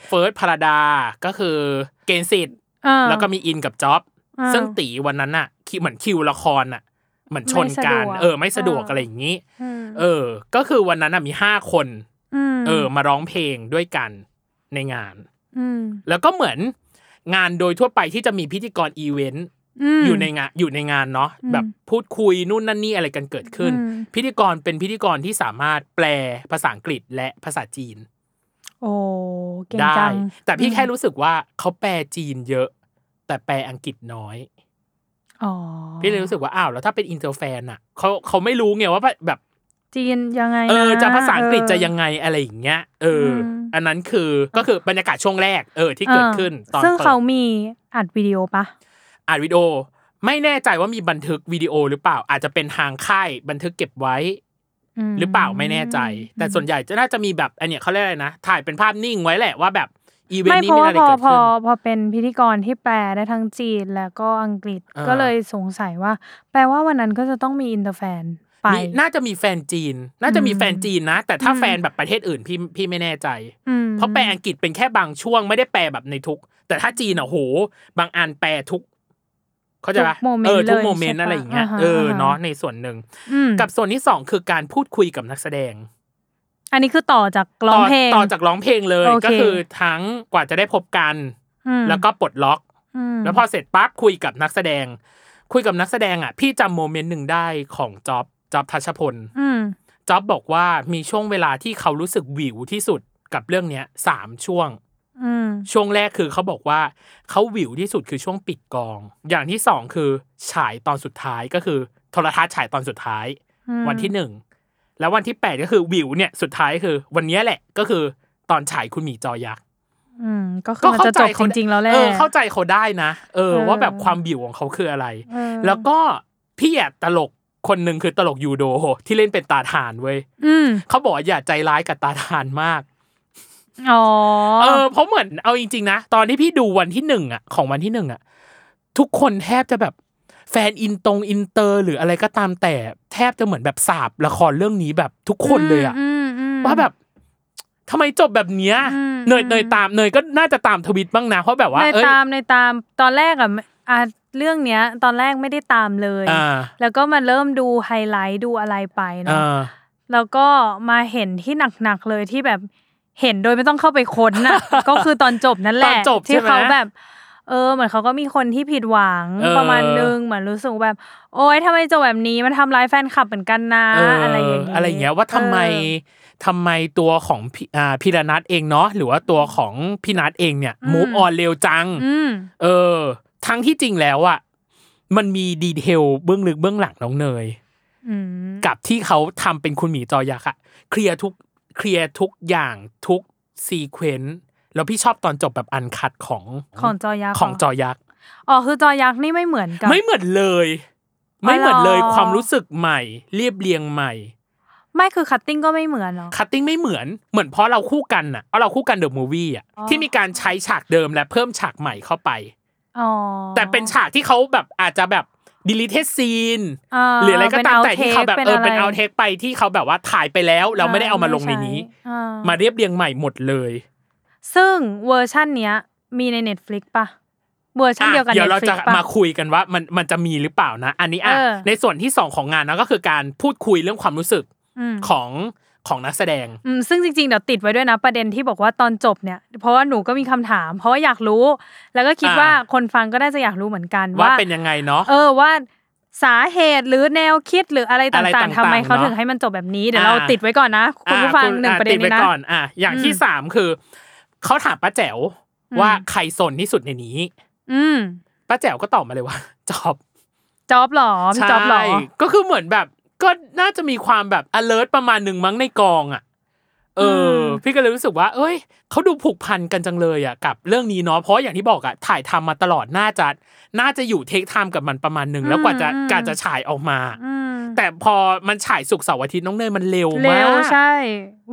[SPEAKER 1] เฟิร์สพาราดา ก็คือเกณฑ์สิทธิ์
[SPEAKER 2] อ่า
[SPEAKER 1] แล้วก็มีอินกับจ็อบ
[SPEAKER 2] อ่า
[SPEAKER 1] ซึ่งตีวันนั้นน่ะคิวเหมือนคิวละครน่ะเหมือนชนกัน
[SPEAKER 2] ไม่สะดวก
[SPEAKER 1] เออ ไม่สะดวก
[SPEAKER 2] อ่า
[SPEAKER 1] อะไรอย่างนี้
[SPEAKER 2] ม
[SPEAKER 1] เออ ก็คือวันนั้นน่ะมีห้าคน
[SPEAKER 2] ม
[SPEAKER 1] เออ มาร้องเพลงด้วยกันในงาน
[SPEAKER 2] อืม
[SPEAKER 1] แล้วก็เหมือนงานโดยทั่วไปที่จะมีพิธีกรอีเวนต์
[SPEAKER 2] ม
[SPEAKER 1] อยู่ในงานอยู่ในงานเนาะ
[SPEAKER 2] อืม
[SPEAKER 1] แบบพูดคุยนู่นนั่นนี่อะไรกันเกิดขึ้น
[SPEAKER 2] อืม
[SPEAKER 1] พิธีกรเป็นพิธีกรที่สามารถแปลภาษาอังกฤษและภาษาจีน
[SPEAKER 2] โอ้เก่ง
[SPEAKER 1] ได้
[SPEAKER 2] จัง
[SPEAKER 1] แต่พี่แค่รู้สึกว่าเขาแปลจีนเยอะ แต่แปลอังกฤษน้อย
[SPEAKER 2] อ๋อ
[SPEAKER 1] พี่เลยรู้สึกว่าอ้าวแล้วถ้าเป็นอินเตอร์แฟนอ่ะเขาเขาไม่รู้ไงว่าแบบ
[SPEAKER 2] จีนยังไงน
[SPEAKER 1] เออจะภาษาอังกฤษจะยัง
[SPEAKER 2] เอ
[SPEAKER 1] ไงอะไรอย่างเงี้ยเอออ
[SPEAKER 2] ม
[SPEAKER 1] อันนั้นคือก็คือบรรยากาศช่วงแรกเออ
[SPEAKER 2] อ
[SPEAKER 1] ที่เกิดขึ้นตอน
[SPEAKER 2] ซึ่ง
[SPEAKER 1] ปิด
[SPEAKER 2] เขามีอัดวิดีโอปะ
[SPEAKER 1] อัดวิดีโอไม่แน่ใจว่ามีบันทึกวิดีโอหรือเปล่า อาจจะเป็นทางค่ายบันทึกเก็บไว้
[SPEAKER 2] ม
[SPEAKER 1] หรือเปล่าไม่แน่ใจ แต่ส่วนใหญ่จะน่าจะมีแบบอันเนี้ยเขาเรียกอะไรนะ ถ่ายเป็นภาพนิ่งไว้แหละว่าแบบอีเวน
[SPEAKER 2] ไม่
[SPEAKER 1] ต์นี้
[SPEAKER 2] เพราะ
[SPEAKER 1] มี
[SPEAKER 2] ว่า
[SPEAKER 1] อะไร
[SPEAKER 2] พอ
[SPEAKER 1] เกิด
[SPEAKER 2] พอ
[SPEAKER 1] ขึ้น
[SPEAKER 2] พอเป็นพิธีกรที่แปลได้ทั้งจีนแล้วก็อังกฤษ
[SPEAKER 1] อ่า
[SPEAKER 2] ก็เลยสงสัยว่า แปลว่าวันนั้นก็จะต้องมีอินเตอร์แฟนไป
[SPEAKER 1] มีน่าจะมีแฟนจีน น่าจะมีแฟนจีนนะ แต่ถ้า
[SPEAKER 2] อืม
[SPEAKER 1] แฟนแบบประเทศอื่นพี่พี่ไม่แน่ใจ
[SPEAKER 2] อืม
[SPEAKER 1] เพราะแปลอังกฤษเป็นแค่บางช่วงไม่ได้แปลแบบในทุก แต่ถ้าจีนอ่ะโห บางอันแปลทุก เขาใจปะ
[SPEAKER 2] ทุกโมเมน
[SPEAKER 1] เอ
[SPEAKER 2] ต์
[SPEAKER 1] อ
[SPEAKER 2] เลย
[SPEAKER 1] ทุกโมเมนต์
[SPEAKER 2] ใช่ป
[SPEAKER 1] อะไรอย่างเงี้ย
[SPEAKER 2] าฮะ
[SPEAKER 1] เออ
[SPEAKER 2] ฮ
[SPEAKER 1] เนาะในส่วนหนึ่ง
[SPEAKER 2] อืม
[SPEAKER 1] กับส่วนที่สองคือการพูดคุยกับนักแสดง
[SPEAKER 2] อันนี้คือต่อจากร้องเพลง
[SPEAKER 1] ต่ต่อจากร้องเพลงเลย
[SPEAKER 2] โอเค
[SPEAKER 1] ก็คือทั้งกว่าจะได้พบกัน
[SPEAKER 2] อืม
[SPEAKER 1] แล้วก็ปลดล็อก
[SPEAKER 2] ม
[SPEAKER 1] แล้วพอเสร็จปั๊บคุยกับนักแสดง คุยกับนักแสดงอ่ะพี่จำโมเมนต์หนึ่งได้ของจ๊อบจ๊อบทัชพล
[SPEAKER 2] อืม
[SPEAKER 1] จ๊อบบอกว่ามีช่วงเวลาที่เขารู้สึกหวิวที่สุดกับเรื่องเนี้ยสามช่วง
[SPEAKER 2] อืม
[SPEAKER 1] ช่วงแรกคือเขาบอกว่าเขาหวิวที่สุดคือช่วงปิดกอง อย่างที่สองคือฉายตอนสุดท้ายก็คือโทรทัศน์ฉายตอนสุดท้าย
[SPEAKER 2] อืม
[SPEAKER 1] วันที่หนึ่งแล้ววันที่แปดก็คือวิวเนี่ยสุดท้ายคือ วันเนี้ยแหละก็คือตอนฉายคุณหมีจอยักษ์
[SPEAKER 2] อืมก็คือมันจะจบจริงๆแล้วแหละ
[SPEAKER 1] เออเข้าใจเขาได้นะเออ
[SPEAKER 2] เออ
[SPEAKER 1] ว่าแบบความวิวของเขาคืออะไร
[SPEAKER 2] เออ
[SPEAKER 1] แล้วก็พี่อะตลกคนหนึ่งคือตลกยูโดที่เล่นเป็นตาทานเว้ย
[SPEAKER 2] อืม
[SPEAKER 1] เขาบอกว่าอย่าใจร้ายกับตาทานมาก
[SPEAKER 2] อ๋อ
[SPEAKER 1] เออเพราะเหมือนเอาจริงๆนะ ตอนที่พี่ดูวันที่หนึ่งอะของวันที่หนึ่งอะทุกคนแทบจะแบบแฟนอินตรงอินเตอร์หรืออะไรก็ตามแต่แทบจะเหมือนแบบสาบละครเรื่องนี้แบบทุกคนเลยอะ
[SPEAKER 2] มอืม
[SPEAKER 1] ว่าแบบทำไมจบแบบเนี้ย
[SPEAKER 2] อืม
[SPEAKER 1] เนย
[SPEAKER 2] อืม
[SPEAKER 1] เนยตามเนยก็น่าจะตามทวิตบ้างนะเพราะแบบว่า
[SPEAKER 2] ใน
[SPEAKER 1] เอ้ย
[SPEAKER 2] ตามในตามตอนแรกอะไม่อ่ะเรื่องเนี้ย ตอนแรกไม่ได้ตามเลย
[SPEAKER 1] อ่า
[SPEAKER 2] แล้วก็มาเริ่มดูไฮไลท์ดูอะไรไป
[SPEAKER 1] อ่
[SPEAKER 2] เนาะ
[SPEAKER 1] า
[SPEAKER 2] แล้วก็มาเห็นที่หนักๆเลย ที่แบบเห็นโดยไม่ต้องเข้าไปค้นน่ะ ก็คือตอนจบนั่นแห
[SPEAKER 1] ตอ
[SPEAKER 2] ละ
[SPEAKER 1] นจบ
[SPEAKER 2] ที่
[SPEAKER 1] ใช่ไหม
[SPEAKER 2] เขาแบบ เ เออเหมือนเขาก็มีคนที่ผิดหวัง
[SPEAKER 1] เออ
[SPEAKER 2] ประมาณนึงเหมือนรู้สึกแบบ โอ๊ยทำไมจบแบบนี้มันทำร้ายแฟนคลับเหมือนกันนะ
[SPEAKER 1] เ
[SPEAKER 2] อะไรอย่าง
[SPEAKER 1] อะไรอย่างเงี้ยว่าทำไม
[SPEAKER 2] เออ
[SPEAKER 1] ทำไมตัวของพี่อ่าพี่ระนัทเองเนาะหรือว่าตัวของพี่นัทเองเนี่ย
[SPEAKER 2] อืม
[SPEAKER 1] มูฟออนเร็วจัง
[SPEAKER 2] อืม
[SPEAKER 1] เออ ทั้งที่จริงแล้วอะมันมีดีเทลเบื้องลึกเบื้องหลังน้องเนย
[SPEAKER 2] อืม
[SPEAKER 1] กับที่เขาทำเป็นคุณหมีจอยักษ์อะเคลียร์ทุกเคลียร์ทุกอย่างทุกซีเควนต์แล้วพี่ชอบตอนจบแบบอันคัดของ
[SPEAKER 2] ของจอยักษ์
[SPEAKER 1] ของ
[SPEAKER 2] เหรอ
[SPEAKER 1] จอยักษ์
[SPEAKER 2] อ๋อคือจอยักษ์นี่ไม่เหมือนกับ
[SPEAKER 1] ไม่เหมือนเลย
[SPEAKER 2] อ๋อเหรอ
[SPEAKER 1] ไม่เหมือนเลยความรู้สึกใหม่ เรียบเรียงใหม่
[SPEAKER 2] ไม่คือคัตติ้งก็ไม่เหมือนหรอ
[SPEAKER 1] คัตติ้งไม่เหมือนเหมือนเพราะเราคู่กันน่ะเพราะเราคู่กันเดอะมูวี่อ่ะ
[SPEAKER 2] อ๋อ
[SPEAKER 1] ที่มีการใช้ฉากเดิมและเพิ่มฉากใหม่เข้าไป
[SPEAKER 2] อ๋อ
[SPEAKER 1] แต่เป็นฉากที่เขาแบบอาจจะแบบดิลิเทสซีน
[SPEAKER 2] า
[SPEAKER 1] หรืออะไรก็
[SPEAKER 2] เป็น
[SPEAKER 1] ตามแต่
[SPEAKER 2] outtake
[SPEAKER 1] ที่เขาแบบเออเป็น
[SPEAKER 2] นะไร
[SPEAKER 1] เอาเทคไปที่เขาแบบว่าถ่ายไปแล้ว เราไม่ได้เอามาลงในนี้
[SPEAKER 2] ช่อ่
[SPEAKER 1] มาเรียบเรียงใหม่หมดเลย
[SPEAKER 2] ซึ่งเวอร์ชันเนี้ย มีใน Netflix ปะเวอร์ชันเดียวกัน
[SPEAKER 1] อ่ะเดี๋ยวเรา
[SPEAKER 2] Netflix
[SPEAKER 1] จะ
[SPEAKER 2] ปะ
[SPEAKER 1] มาคุยกันว่ามันมันจะมีหรือเปล่านะ อันนี้อ่ะ
[SPEAKER 2] เออ
[SPEAKER 1] ในส่วนที่สองของงานนะก็คือการพูดคุยเรื่องความรู้สึก
[SPEAKER 2] อืม
[SPEAKER 1] ของของนักแสดง
[SPEAKER 2] อืมซึ่งจริงๆ เดี๋ยวติดไว้ด้วยนะ ประเด็นที่บอกว่าตอนจบเนี่ย เพราะว่าหนูก็มีคำถาม เพราะว่าอยากรู้ แล้วก็คิด
[SPEAKER 1] อ่า
[SPEAKER 2] ว่าคนฟังก็น่าจะอยากรู้เหมือนกัน
[SPEAKER 1] ว่า
[SPEAKER 2] ว่า
[SPEAKER 1] เป็นยังไงเนาะ
[SPEAKER 2] เออว่าสาเหตุหรือแนวคิดหรืออะไร
[SPEAKER 1] อะไร
[SPEAKER 2] ต่า
[SPEAKER 1] ต่าง งๆ
[SPEAKER 2] ๆทำไมเขา
[SPEAKER 1] เนอะ
[SPEAKER 2] ถึงให้มันจบแบบนี้เดี๋ยวเรา
[SPEAKER 1] อ่า
[SPEAKER 2] ติดไว้ก่อนนะ คุณผู้ฟัง
[SPEAKER 1] อ่
[SPEAKER 2] หนึ่ง
[SPEAKER 1] อ่
[SPEAKER 2] ประเด็น
[SPEAKER 1] ติ
[SPEAKER 2] นี้
[SPEAKER 1] ไว้
[SPEAKER 2] นะ
[SPEAKER 1] ก่อนอ่ะอย่างที่
[SPEAKER 2] อืม
[SPEAKER 1] สามคือเขาถามป้าแจ๋ว
[SPEAKER 2] อืม
[SPEAKER 1] ว่าใครสนที่สุดในนี้
[SPEAKER 2] อืม
[SPEAKER 1] ป้าแจ๋วก็ตอบมาเลยว่า จอบ
[SPEAKER 2] จอบหรอพี่จอบหรอ
[SPEAKER 1] ใช่ก็คือเหมือนแบบ ก็น่าจะมีความแบบ alert ประมาณหนึ่งมั้งในกองอ่ะเอออ
[SPEAKER 2] ม
[SPEAKER 1] พี่ก็เลยรู้สึกว่า เอ้ยเขาดูผูกพันกันจังเลยอ่ะกับเรื่องนี้เนาะเพราะอย่างที่บอกอ่ะถ่ายทำมาตลอดน่าจะน่าจะอยู่เทคไทม์กับมันประมาณหนึ่งแล้วกว่าจะการจะฉายออกมา
[SPEAKER 2] อืม
[SPEAKER 1] แต่พอมันฉายสุกร์เสาร์อาทิตย์น้องเนยมันเร็ว
[SPEAKER 2] เร็
[SPEAKER 1] มาก
[SPEAKER 2] วใช่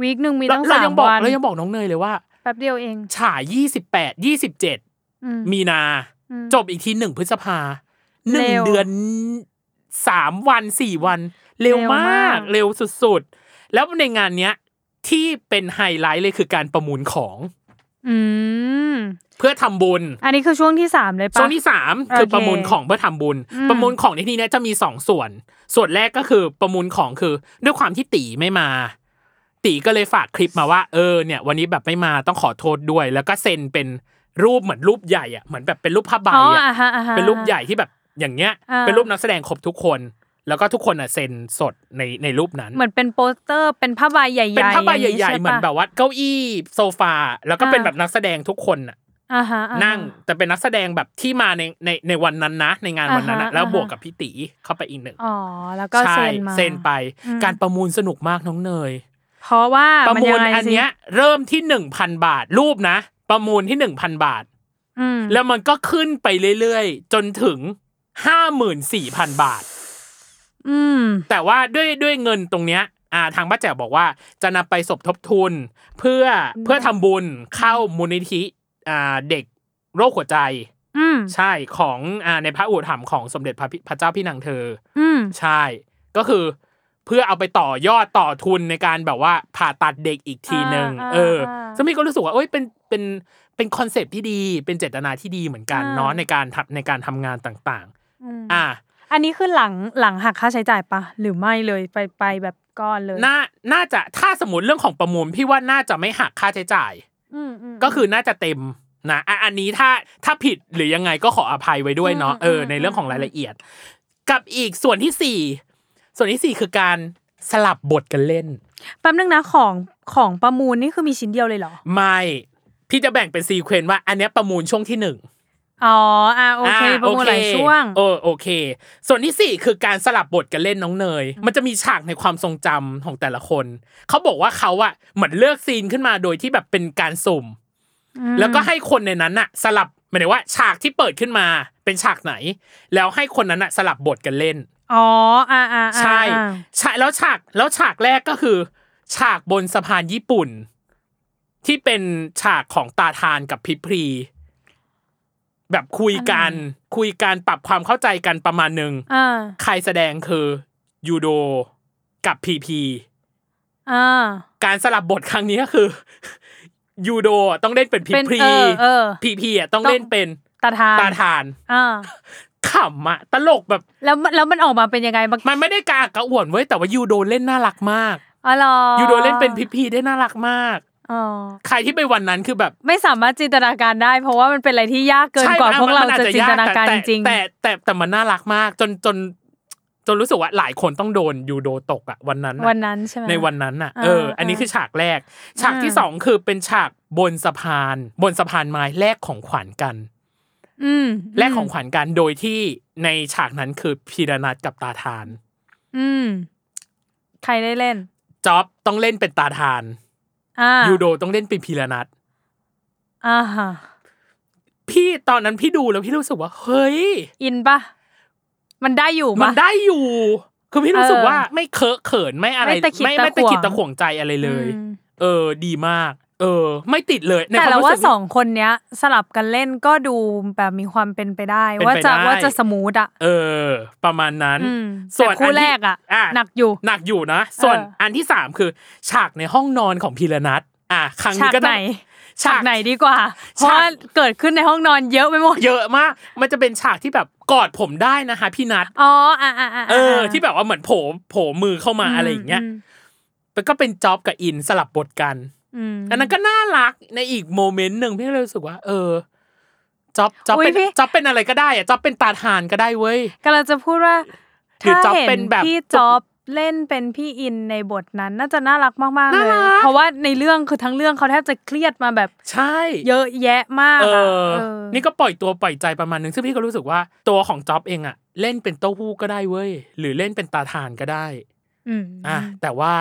[SPEAKER 2] วีคหนึ่งมีตั้ง
[SPEAKER 1] เรา
[SPEAKER 2] สา
[SPEAKER 1] ยั
[SPEAKER 2] ม
[SPEAKER 1] บอก
[SPEAKER 2] วัน
[SPEAKER 1] เรายังบอกน้องเนยเลยว่า
[SPEAKER 2] แป๊บเดียวเอง
[SPEAKER 1] ฉายยี่สิบแปดยี่สิบเจ็ด
[SPEAKER 2] อืม
[SPEAKER 1] มีนา
[SPEAKER 2] อืม
[SPEAKER 1] จบอีกทีหนึ่งพฤษภาหนึ่ง
[SPEAKER 2] เร็ว
[SPEAKER 1] เดือนสามวันสี่วัน เร็ว
[SPEAKER 2] เร็ว
[SPEAKER 1] มาม
[SPEAKER 2] าก ก
[SPEAKER 1] เร็วสุดๆ แล้วในงานเนี้ย ที่เป็นไฮไลท์เลยคือการประมูลของ
[SPEAKER 2] อืม
[SPEAKER 1] เพื่อทำบุญ
[SPEAKER 2] อันนี้คือช่วงที่สามเลยปะ
[SPEAKER 1] ช่วงที่สาม
[SPEAKER 2] โอเค
[SPEAKER 1] คือประมูลของเพื่อทำบุญ
[SPEAKER 2] อืม
[SPEAKER 1] ประมูลของในที่เนี้ยจะมีสองส่วน ส่วนแรกก็คือประมูลของคือ ด้วยความที่ตีไม่มา ตีก็เลยฝากคลิปมาว่า เออเนี่ย วันนี้แบบไม่มาต้องขอโทษด้วย แล้วก็เซ็นเป็นรูปเหมือนรูปใหญ่อะเหมือนแบบเป็นรูปผ้าใบ
[SPEAKER 2] อ๋อ
[SPEAKER 1] อะ
[SPEAKER 2] อ่าฮะอ่าฮะ
[SPEAKER 1] เป็นรูปใหญ่ที่แบบอย่างเงี้ย
[SPEAKER 2] อ่า
[SPEAKER 1] เป็นรูปนักแสดงครบทุกคน แล้วก็ทุกคนอ่ะเซ็นสดในในรูปนั้น
[SPEAKER 2] เหมือนเป็นโปสเตอร์เป็นผ้าใบใหญ่ๆ
[SPEAKER 1] เป็นผ้าใบ
[SPEAKER 2] อย่ง
[SPEAKER 1] ใหญ่ ๆ
[SPEAKER 2] ช่ปะ
[SPEAKER 1] เหมือนแบบว่าเก้าอี้โซฟา แล้วก็
[SPEAKER 2] อ่า
[SPEAKER 1] เป็นแบบนักแสดงทุกคนน่ะ
[SPEAKER 2] อ่าฮะอ่าฮะ
[SPEAKER 1] นั่งแต่เป็นนักแสดงแบบที่มาในในในวันนั้นนะ ในงานวันนั้นนะ
[SPEAKER 2] อ่าฮะ
[SPEAKER 1] แล้วบวก
[SPEAKER 2] อ่าฮะ
[SPEAKER 1] กับพี่ตีเข้าไปอีกหนึ่ง
[SPEAKER 2] อ๋อแล้วก็
[SPEAKER 1] ใช่
[SPEAKER 2] เซ็นมา
[SPEAKER 1] เซ็นไป
[SPEAKER 2] อืม
[SPEAKER 1] การประมูลสนุกมากน้องเนย
[SPEAKER 2] เพราะว่า
[SPEAKER 1] ประ
[SPEAKER 2] มัน
[SPEAKER 1] มู
[SPEAKER 2] ยั
[SPEAKER 1] ล
[SPEAKER 2] งไง
[SPEAKER 1] อัน
[SPEAKER 2] สิ
[SPEAKER 1] เนี้ยเริ่มที่หนึ่งพันบาทรูปนะ ประมูลที่หนึ่งพันบาท
[SPEAKER 2] อืม
[SPEAKER 1] แล้วมันก็ขึ้นไปเรื่อยๆ จนถึงห้าหมื่นสี่พันบาท
[SPEAKER 2] อืม
[SPEAKER 1] แต่ว่าด้วยด้วยเงินตรงเนี้ยอ่าทางป้าแจ๋วบอกว่าจะนำไปสมทบทุน เพื่อ
[SPEAKER 2] อืม
[SPEAKER 1] เพื่อทำบุญเข้ามูลนิธิอ่าเด็กโรคหัวใจ
[SPEAKER 2] อืม
[SPEAKER 1] ใช่ของอ่าในพระอุปถัมภ์ของสมเด็จพระพิพระเจ้าพี่นางเธอ
[SPEAKER 2] อืม
[SPEAKER 1] ใช่ ก็คือเพื่อเอาไปต่อยอดต่อทุนในการแบบว่าผ่าตัดเด็กอีกทีหนึ่ง
[SPEAKER 2] อ่า
[SPEAKER 1] เออ
[SPEAKER 2] อ่า
[SPEAKER 1] ซึ่งพี่ก็รู้สึกว่าเอ้ยเป็นเป็นเป็นคอนเซปต์ที่ดีเป็นเจตนาที่ดีเหมือนกัน
[SPEAKER 2] อ่า
[SPEAKER 1] เนาะในการทำในการทำงานต่าง
[SPEAKER 2] อืม
[SPEAKER 1] ๆ อ่า
[SPEAKER 2] อันนี้คือหลังหลังหักค่าใช้จ่ายปะหรือไม่เลยไปไปแบบก้อนเลย
[SPEAKER 1] น่า น่าจะ ถ้าสมมติเรื่องของประมูล พี่ว่าน่าจะไม่หักค่าใช้จ่าย
[SPEAKER 2] อืมม
[SPEAKER 1] ก็คือน่าจะเต็มนะอ่ะอันนี้ถ้า ถ้าผิดหรือยังไงก็ขออภัยไว้ด้วยเนาะ
[SPEAKER 2] อืม
[SPEAKER 1] เออ
[SPEAKER 2] อืม
[SPEAKER 1] ในเรื่องของรายละเอียด กับอีกส่วนที่สี่ส่วนที่สี่คือการสลับบทกันเล่น
[SPEAKER 2] แป๊บนึงนะของของประมูลนี่คือมีชิ้นเดียวเลยเหรอ
[SPEAKER 1] ไม่ พี่จะแบ่งเป็นซีเควนต์ว่า อันเนี้ยประมูลช่วงที่หนึ่ง
[SPEAKER 2] อ๋ออ่ะโอเค
[SPEAKER 1] อ่
[SPEAKER 2] ประมูลหลายช่วง
[SPEAKER 1] โอโอเค ส่วนที่สี่คือการสลับบทกันเล่นน้องเนย มันจะมีฉากในความทรงจำของแต่ละคน เขาบอกว่าเขาอะเหมือนเลือกซีนขึ้นมาโดยที่แบบเป็นการสุ่ม แล้วก็ให้คนในนั้นอะสลับหมายถึงว่าฉากที่เปิดขึ้นมาเป็นฉากไหน แล้วให้คนนั้นอะสลับบทกันเล่น
[SPEAKER 2] อ๋ออ่าอ่า
[SPEAKER 1] ใช่ใช่แล้วฉากแล้วฉากแรกก็คือ ฉากบนสะพานญี่ปุ่น ที่เป็นฉากของตาทานกับพิพรี แบบคุยกันคุยกันปรับความเข้าใจกันประมาณหนึ่ง
[SPEAKER 2] อ่า
[SPEAKER 1] ใครแสดงคือยูโดกับพีพี
[SPEAKER 2] อ่า
[SPEAKER 1] การสลับบทครั้งนี้ก็คือ ยูโดต้องเล่นเป็นพิ
[SPEAKER 2] เป็น
[SPEAKER 1] พรี
[SPEAKER 2] เออเออ
[SPEAKER 1] พีพีอ่ะต้อง
[SPEAKER 2] ต้อง
[SPEAKER 1] เล่นเป็น
[SPEAKER 2] ตาทาน
[SPEAKER 1] ตาทาน
[SPEAKER 2] อ่า
[SPEAKER 1] ขำอะตลกแบบ
[SPEAKER 2] แล้วมันแล้วมันออกมาเป็นยังไงบ้าง
[SPEAKER 1] มันไม่ได้กากระอ่วนเว้ยแต่ว่ายูโดเล่นน่ารักมาก
[SPEAKER 2] อ๋อเหรอ
[SPEAKER 1] ยูโดเล่นเป็นพิพีได้น่ารักมาก
[SPEAKER 2] อ๋อ
[SPEAKER 1] ใครที่ไปวันนั้นคือแบบ
[SPEAKER 2] ไม่สามารถจินตนาการได้ เพราะว่ามันเป็นอะไรที่ยากเกิน
[SPEAKER 1] ใช่
[SPEAKER 2] กว่า
[SPEAKER 1] อ่
[SPEAKER 2] พวกเรา
[SPEAKER 1] มัอ
[SPEAKER 2] จะจินตนาการ
[SPEAKER 1] แต่
[SPEAKER 2] จริงๆ
[SPEAKER 1] แต่แต่แต่แต่มันน่ารักมากจนจน จนรู้สึกว่าหลายคนต้องโดนยูโดตกอะวันนั้นอะ
[SPEAKER 2] วันนั้นใช่ไหม
[SPEAKER 1] ในวันนั้นอะ
[SPEAKER 2] อ่า
[SPEAKER 1] เออ อันนี้
[SPEAKER 2] อ่า
[SPEAKER 1] คือฉากแรก ฉากที่
[SPEAKER 2] อ่า
[SPEAKER 1] สองคือเป็นฉากบนสะพาน บนสะพานไม้แลกของขวัญกัน
[SPEAKER 2] อืม
[SPEAKER 1] แลกของขวัญกันโดยที่ในฉากนั้นคือพีระนัทกับตาทาน
[SPEAKER 2] อืม ใครได้เล่น
[SPEAKER 1] จ๊อบต้องเล่นเป็นตาทาน
[SPEAKER 2] อ่า
[SPEAKER 1] ยู
[SPEAKER 2] ยู
[SPEAKER 1] โดต้องเล่นเป็นพีระนัท
[SPEAKER 2] อ่าฮะ
[SPEAKER 1] พี่ตอนนั้นพี่ดูแล้วพี่รู้สึกว่า เฮ้ย
[SPEAKER 2] อินปะมันได้อยู่ปะ
[SPEAKER 1] มันได้อยู่ คือพี่รู้สึกว่า
[SPEAKER 2] เออ
[SPEAKER 1] ไม่เคอะเขินไม่อะไร
[SPEAKER 2] ไม่ตะขิด
[SPEAKER 1] ไม่ไม่ตะ
[SPEAKER 2] ตะขวง
[SPEAKER 1] ขิดตะขวงใจอะไรเลย
[SPEAKER 2] อืม
[SPEAKER 1] เออ ดีมาก เออ ไม่ติดเลยในค
[SPEAKER 2] แต่
[SPEAKER 1] วาม
[SPEAKER 2] เรา
[SPEAKER 1] รู้
[SPEAKER 2] ว่า
[SPEAKER 1] สึก
[SPEAKER 2] สองคนเนี้ย สลับกันเล่นก็ดูแบบมีความเป็นไปได้
[SPEAKER 1] เป็นไป
[SPEAKER 2] ว่าจะ
[SPEAKER 1] ได้
[SPEAKER 2] ว่าจะสมูทอ่ะ
[SPEAKER 1] เออ ประมาณนั้น
[SPEAKER 2] อืม
[SPEAKER 1] ส่วน
[SPEAKER 2] แต่คู่
[SPEAKER 1] อันที่
[SPEAKER 2] แรกอ่ะ
[SPEAKER 1] อ่ะ
[SPEAKER 2] หนักอยู่
[SPEAKER 1] หนักอยู่นะ ส่วน
[SPEAKER 2] เอออั
[SPEAKER 1] อันที่สามคือ ฉากในห้องนอนของพีระนัทอ่ะครั้ง
[SPEAKER 2] ฉา
[SPEAKER 1] นี้
[SPEAKER 2] ก
[SPEAKER 1] ก็ต้
[SPEAKER 2] ไห
[SPEAKER 1] อน ง
[SPEAKER 2] ฉากไหนดีกว่า เพราะ
[SPEAKER 1] ฉาก
[SPEAKER 2] ว่าเกิดขึ้นในห้องนอนเยอะไปหมด
[SPEAKER 1] เยอะมาก มันจะเป็นฉากที่แบบกอดผมได้นะคะพี่นัท
[SPEAKER 2] อ๋ออ่าอ่าอ่า
[SPEAKER 1] เออ ที่แบบว่าเหมือนโผล่โผล่มือเข้ามาอะไรอย่างเงี้ย แล้วก็เป็นจ็อบกับอินสลับบทกัน อันนั้นก็น่ารักในอีกโมเมนต์หนึ่งพี่เลยรู้สึกว่า เออจ็อบจ็อบ
[SPEAKER 2] อุ๊ย
[SPEAKER 1] เป็น
[SPEAKER 2] พี่
[SPEAKER 1] จ็อบเป็นอะไรก็ได้อะจ็อบเป็นตาทานก็ได้เว้ย
[SPEAKER 2] กำลังจะพูดว่า
[SPEAKER 1] หรือ
[SPEAKER 2] ถ้า
[SPEAKER 1] จ๊อบ
[SPEAKER 2] เห็
[SPEAKER 1] เป็น นแบบ
[SPEAKER 2] พี่จ๊อบเล่นเป็นพี่อินในบทนั้น น่าจะน่ารักมากๆเล
[SPEAKER 1] น่าย รัก
[SPEAKER 2] เพราะว่าในเรื่องคือทั้งเรื่องเขาแทบจะเครียดมาแบบ
[SPEAKER 1] ใช่
[SPEAKER 2] เยอะแยะมาก
[SPEAKER 1] เอ
[SPEAKER 2] อะ
[SPEAKER 1] อ
[SPEAKER 2] เออ
[SPEAKER 1] นี่ก็ปล่อยตัวปล่อยใจประมาณนึงซึ่งพี่ก็รู้สึกว่าตัวของจ็อบเองอะเล่นเป็นเต้าหู้ก็ได้เว้ย หรือเล่นเป็นตาทานก็ได้
[SPEAKER 2] อืม
[SPEAKER 1] อ่ะแต่ว่า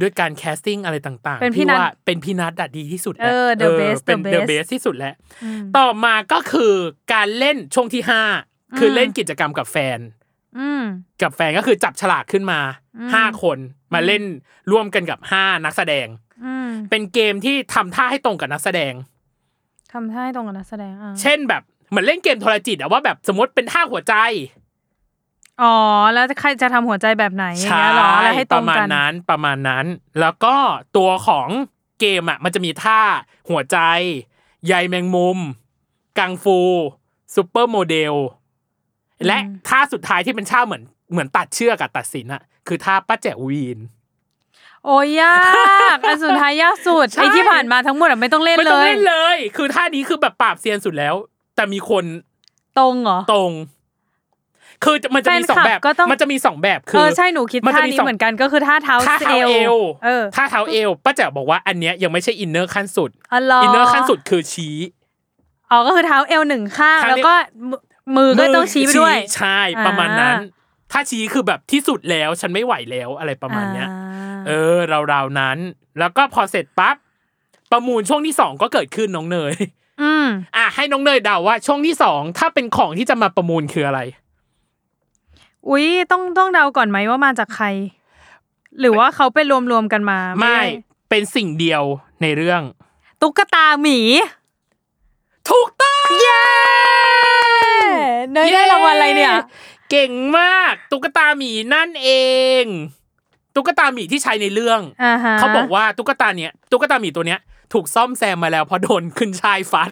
[SPEAKER 1] ด้วยการแคสติ้งอะไรต่างๆ
[SPEAKER 2] เป็นพี่
[SPEAKER 1] พี่
[SPEAKER 2] นัท
[SPEAKER 1] ว่าเป็นพี่นัทอะดีที่สุดแล้ว
[SPEAKER 2] เออ the best the
[SPEAKER 1] เป็น the
[SPEAKER 2] best
[SPEAKER 1] best ที่สุดแล้ว
[SPEAKER 2] อืม
[SPEAKER 1] ต่อมาก็คือการเล่นช่วงที่ห้าคืออ
[SPEAKER 2] ม
[SPEAKER 1] เล่นกิจกรรมกับแฟน
[SPEAKER 2] อืม
[SPEAKER 1] กับแฟนก็คือจับฉลากขึ้นมา
[SPEAKER 2] อืม
[SPEAKER 1] ห้าคนมาเล่นร่วมกันกับห้านักแสดง
[SPEAKER 2] อืม
[SPEAKER 1] เป็นเกมที่ทำท่าให้ตรงกับนักแสดง
[SPEAKER 2] ทำท่าให้ตรงกับนักแสดงอ่ะ
[SPEAKER 1] เช่นแบบเหมือนเล่นเกมโทรจิตอะว่าแบบสมมติเป็นท่าหัวใจ
[SPEAKER 2] อ๋อ แล้วใครจะทำหัวใจแบบไหนอย่างเงี้ยเหรอแล้วให้
[SPEAKER 1] ป
[SPEAKER 2] ตร
[SPEAKER 1] ระ
[SPEAKER 2] ง
[SPEAKER 1] มาณ
[SPEAKER 2] กัน
[SPEAKER 1] นั้นประมาณนั้น แล้วก็ตัวของเกมอะมันจะมีท่าหัวใจ ใยแมงมุม กังฟูซูเปอร์โมเดล และ
[SPEAKER 2] อืม
[SPEAKER 1] ท่าสุดท้ายที่เป็นท่าเหมือนเหมือนตัดเชือกอะตัดสินอะคือท่าป้าแจ๋ววีน
[SPEAKER 2] โอ้ยยากอันสุดท้ายยากสุด
[SPEAKER 1] ใช่
[SPEAKER 2] ไอ้ที่ผ่านมาทั้งหมดอะไม่ต้องเล่น
[SPEAKER 1] ไม่
[SPEAKER 2] เล
[SPEAKER 1] ต้อง
[SPEAKER 2] ย
[SPEAKER 1] เล่นเลย คือท่านี้คือแบบปราบเซียนสุดแล้ว แต่มีคน
[SPEAKER 2] ตรงเหรอ
[SPEAKER 1] ตรง คือมันจะมีสองแบบ
[SPEAKER 2] แฟนคลับก็ต้อง
[SPEAKER 1] มันจะมีสองแบบคื
[SPEAKER 2] เอ
[SPEAKER 1] อ
[SPEAKER 2] อใช่หนูคิด
[SPEAKER 1] มันจะ
[SPEAKER 2] ท่า
[SPEAKER 1] มี
[SPEAKER 2] นี้
[SPEAKER 1] สอง
[SPEAKER 2] เหมือนกันก็คือท่าเท้า
[SPEAKER 1] ท่าเท้าเอว
[SPEAKER 2] เออ
[SPEAKER 1] ท่าเท้าเอวป้าแจ๋วบอกว่าอันเนี้ยยังไม่ใช่อินเนอร์ขั้นสุด
[SPEAKER 2] อ๋อ
[SPEAKER 1] อิ
[SPEAKER 2] อิ
[SPEAKER 1] นเนอร์ขั้นสุดคือชี้
[SPEAKER 2] อ๋อก็คือเท้าเอวหนึ่งข้าง
[SPEAKER 1] ข้าง
[SPEAKER 2] แล้วก็มือมือก็ต้องชี้ไปด้วย
[SPEAKER 1] ใช่ประมาณนั้น
[SPEAKER 2] อ่
[SPEAKER 1] ถ้าชี้คือแบบที่สุดแล้วฉันไม่ไหวแล้วอะไรประมาณเนี้ย เอ
[SPEAKER 2] อ
[SPEAKER 1] อราวๆนั้น แล้วก็พอเสร็จปั๊บประมูลช่วงที่สองก็เกิดขึ้นน้องเนย
[SPEAKER 2] อืม
[SPEAKER 1] อ่ะให้น้องเนยเดาว่าช่วงที่สองถ้าเป็นของที่จะมาประมูลคืออะไร
[SPEAKER 2] อุ้ยต้องต้องเดาก่อนไหมว่ามาจากใคร หรือว่าเขาไปรวมรวมๆกันมา
[SPEAKER 1] ไม่
[SPEAKER 2] ด้
[SPEAKER 1] เป็นสิ่งเดียวในเรื่อง
[SPEAKER 2] ตุ๊กตาหมี
[SPEAKER 1] ถูกต้องเย้
[SPEAKER 2] เนยได้รางวัลอะไรเนี่ย
[SPEAKER 1] เก่งมากตุ๊กตาหมีนั่นเอง ตุ๊กตาหมีที่ใช้ในเรื่อง
[SPEAKER 2] อ่าฮะ
[SPEAKER 1] เขาบอกว่าตุ๊กตาเนี้ยตุ๊กตาหมีตัวเนี้ยถูกซ่อมแซมมาแล้วเพราะโดนขึ้นชายฟัด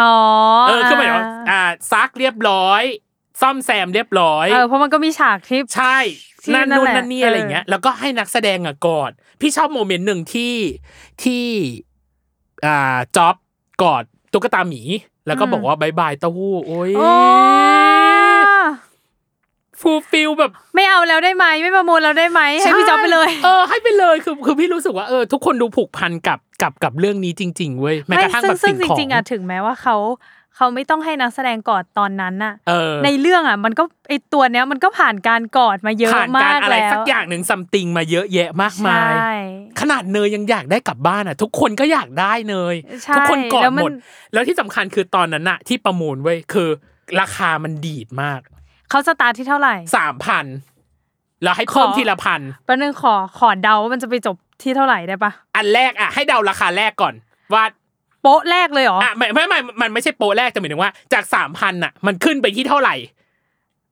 [SPEAKER 2] อ๋อ
[SPEAKER 1] เออคือหมายถึงว่าอ่าซักเรียบร้อย ซ่อมแซมเรียบร้อย
[SPEAKER 2] เออเพราะมันก็มีฉากที่
[SPEAKER 1] ใช่
[SPEAKER 2] ที่
[SPEAKER 1] นั่น
[SPEAKER 2] นั่น
[SPEAKER 1] นู่น
[SPEAKER 2] แหละ
[SPEAKER 1] นั่นนี่อะไรอย่างเงี้ย แล้วก็ให้นักแสดงอะกอด พี่ชอบโมเมนต์หนึ่งที่ที่อ่าจ็อบกอดตุ๊กตาหมี แล้วก็
[SPEAKER 2] อืม
[SPEAKER 1] บอกว่าบายบายเต้าหู้โอ้ย
[SPEAKER 2] โอ้
[SPEAKER 1] ฟูลฟิลแบบ
[SPEAKER 2] ไม่เอาแล้วได้ไหมไม่ประมูลแล้วได้ไหมให้พี่จ๊อบไปเลย
[SPEAKER 1] เออให้ไปเลยคือคือพี่รู้สึกว่าเออทุกคนดูผูกพันกับกับกับเรื่องนี้จริง ๆเว้ยแม้กระทั่งแบบ
[SPEAKER 2] ซึ่
[SPEAKER 1] สิ่
[SPEAKER 2] ง
[SPEAKER 1] ง
[SPEAKER 2] ซึ่ง
[SPEAKER 1] ของ
[SPEAKER 2] จริงๆอะถึงแม้ว่าเขาเขาไม่ต้องให้นักแสดงกอดตอนนั้นน่ะ
[SPEAKER 1] เออ
[SPEAKER 2] ในเรื่องอะมันก็ไอตัวเนี้ยมันก็ผ่านการกอดมาเยอะ
[SPEAKER 1] ผ่านกาม
[SPEAKER 2] าร ก
[SPEAKER 1] อะไร
[SPEAKER 2] แล้ว
[SPEAKER 1] สักอย่างหนึ่งซัมติงมาเยอะแยะมาก
[SPEAKER 2] ใช
[SPEAKER 1] มาย
[SPEAKER 2] ่
[SPEAKER 1] ขนาดเนยยังอยากได้กลับบ้านอ่ะ ทุกคนก็อยากได้เนย
[SPEAKER 2] ใช่
[SPEAKER 1] ทุกคนกอด
[SPEAKER 2] แล้วมั
[SPEAKER 1] ห
[SPEAKER 2] น
[SPEAKER 1] มด แล้วที่สำคัญคือตอนนั้นอะที่ประมูลเว้ยคือราคามันดีดมาก
[SPEAKER 2] เขาสตาร์ทที่เท่าไหร่
[SPEAKER 1] สามพันแล้วให้เพิ่ม
[SPEAKER 2] ขอ
[SPEAKER 1] ทีละพัน
[SPEAKER 2] ประเด็นงขอขอเดาว่ามันจะไปจบที่เท่าไหร่ได้ปะ
[SPEAKER 1] อันแรกอะให้เดาราคาแรกก่อนว่า
[SPEAKER 2] โป๊ะแรกเลยเหรอ
[SPEAKER 1] อ่ะไม่ไม่ไม่มันไม่ใช่โปรแรกแต่หมายถึงว่าจากสามพันอะมันขึ้นไปที่เท่าไหร่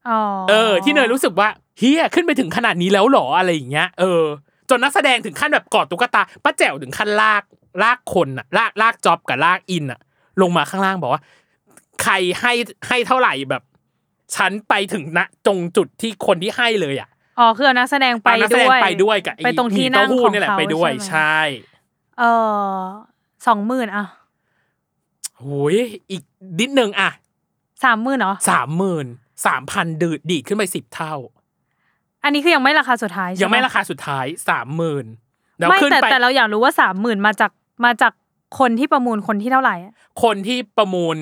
[SPEAKER 2] อ๋อ
[SPEAKER 1] เออ ที่เนยรู้สึกว่าเฮียขึ้นไปถึงขนาดนี้แล้วเหรออะไรอย่างเงี้ยเออ จนนักแสดงถึงขั้นแบบกอดตุ๊กตาป้าแจ๋วถึงขั้นลากลากคนอะลากลากจ็อบกับลากอินอะลงมาข้างล่างบอกว่า ใครให้ให้เท่าไหร่แบบ ฉันไปถึงณตรงจุดที่คนที่ให้เลยอะ
[SPEAKER 2] อ๋อคือเอานักแสดงไป
[SPEAKER 1] เอานักแส
[SPEAKER 2] ด้
[SPEAKER 1] ดง
[SPEAKER 2] วย
[SPEAKER 1] ไปด้วยกับอ้
[SPEAKER 2] ไปตรงที่นั่ง
[SPEAKER 1] หมีเต้า
[SPEAKER 2] ของ
[SPEAKER 1] หู้นี่แหละ
[SPEAKER 2] เขา
[SPEAKER 1] ไปด้วย
[SPEAKER 2] ใช่ไหม
[SPEAKER 1] ใช่
[SPEAKER 2] เออสองหมื่นอ่ะ
[SPEAKER 1] โอ้ยอีกนิดหนึ่งอ่ะ
[SPEAKER 2] สามหมื่นเหรอ
[SPEAKER 1] สามหมื่นสามพันดืดดีดขึ้นไปสิบเท่า
[SPEAKER 2] อันนี้คือยังไม่ราคาสุดท้ายใช่ห
[SPEAKER 1] ยังไม่ราคาสุดท้ายสามหมื่นแล้ว
[SPEAKER 2] ไม่
[SPEAKER 1] ขึ้น
[SPEAKER 2] แต่
[SPEAKER 1] ไป
[SPEAKER 2] แต่เราอยากรู้ว่าสามหมื่นมาจากมาจากคนที่ประมูลคนที่เท่าไหร่อะ
[SPEAKER 1] คนที่ประมูล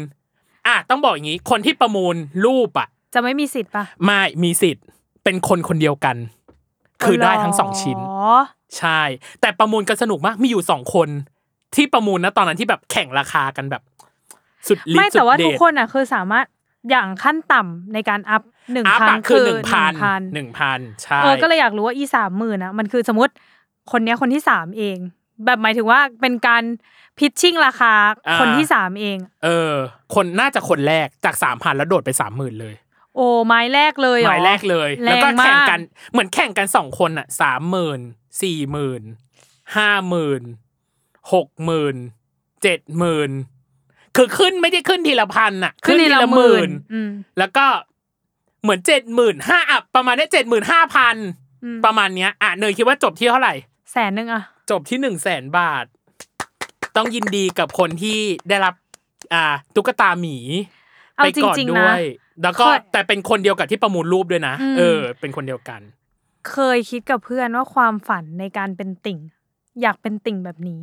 [SPEAKER 1] อ่ะต้องบอกอย่างนี้ คนที่ประมูลรูปอ่ะ
[SPEAKER 2] จะไม่มีสิทธิ์ปะ
[SPEAKER 1] ไม่มีสิทธิ์เป็นคนคนเดียวกัน คือได้ทั้งสองชิ้น
[SPEAKER 2] อ๋อ
[SPEAKER 1] ใช่ แต่ประมูลกันสนุกมากมีอยู่สองคน ที่ประมูลนะตอนนั้นที่แบบแข่งราคากันแบบ สุดลิ
[SPEAKER 2] ไม่
[SPEAKER 1] สุ
[SPEAKER 2] แต่
[SPEAKER 1] ด
[SPEAKER 2] ว่า
[SPEAKER 1] เด
[SPEAKER 2] ทุกคนอ่ะคือสามารถอย่างขั้นต่ำในการอัพหนึ่ง
[SPEAKER 1] อัพ
[SPEAKER 2] พัน
[SPEAKER 1] อะคือหนึ่งพัน
[SPEAKER 2] ห
[SPEAKER 1] ห
[SPEAKER 2] นึ่ง
[SPEAKER 1] นึ่งพันใช่
[SPEAKER 2] เออก็เลยอยากรู้ว่าอีสามหมื่นอ่ะมันคือสมมติคนเนี้ยคนที่สามเอง แบบหมายถึงว่าเป็นการพิชชิ่งราคาคนที่สามเอง
[SPEAKER 1] เออ คนน่าจะคนแรกจากสามพันแล้วโดดไปสามหมื่นเลย
[SPEAKER 2] โอ้ไม้แรกเลยเห
[SPEAKER 1] ห
[SPEAKER 2] รอ
[SPEAKER 1] มายแรกเลย
[SPEAKER 2] ร
[SPEAKER 1] แล้วก็แข่ง
[SPEAKER 2] มา
[SPEAKER 1] กันเหมือนแข่งกันสองคนอ่ะสามหมื่นสี่หมื่นห้าหมื่นหกหมื่นเจ็ดหมื่นคือขึ้นไม่ได้ขึ้นทีละพันอ่ะ
[SPEAKER 2] ขึ้นทีละหมื่นอืม
[SPEAKER 1] แล้วก็เหมือนเจ็ดหมื่นห้าอับประมาณเนี้เจ็ดหมื่นห้าพัน
[SPEAKER 2] อืม
[SPEAKER 1] ประมาณเนี้ยอ่ะเนยคิดว่าจบที่เท่าไหร่
[SPEAKER 2] แสนหนึ่งอะ
[SPEAKER 1] จบที่หนึ่งแสนบาท ต้องยินดีกับคนที่ได้รับ อ่า ตุ๊กตาหมี
[SPEAKER 2] เอา
[SPEAKER 1] ไป
[SPEAKER 2] จ
[SPEAKER 1] ก่อน
[SPEAKER 2] ริง ๆ
[SPEAKER 1] ด้
[SPEAKER 2] นะ
[SPEAKER 1] วย แล้วก็
[SPEAKER 2] เคย
[SPEAKER 1] แต่เป็นคนเดียวกับที่ประมูลรูปด้วยนะ
[SPEAKER 2] อืม
[SPEAKER 1] เออ เป็นคนเดียวกัน
[SPEAKER 2] เคยคิดกับเพื่อนว่าความฝันในการเป็นติ่ง อยากเป็นติ่งแบบนี้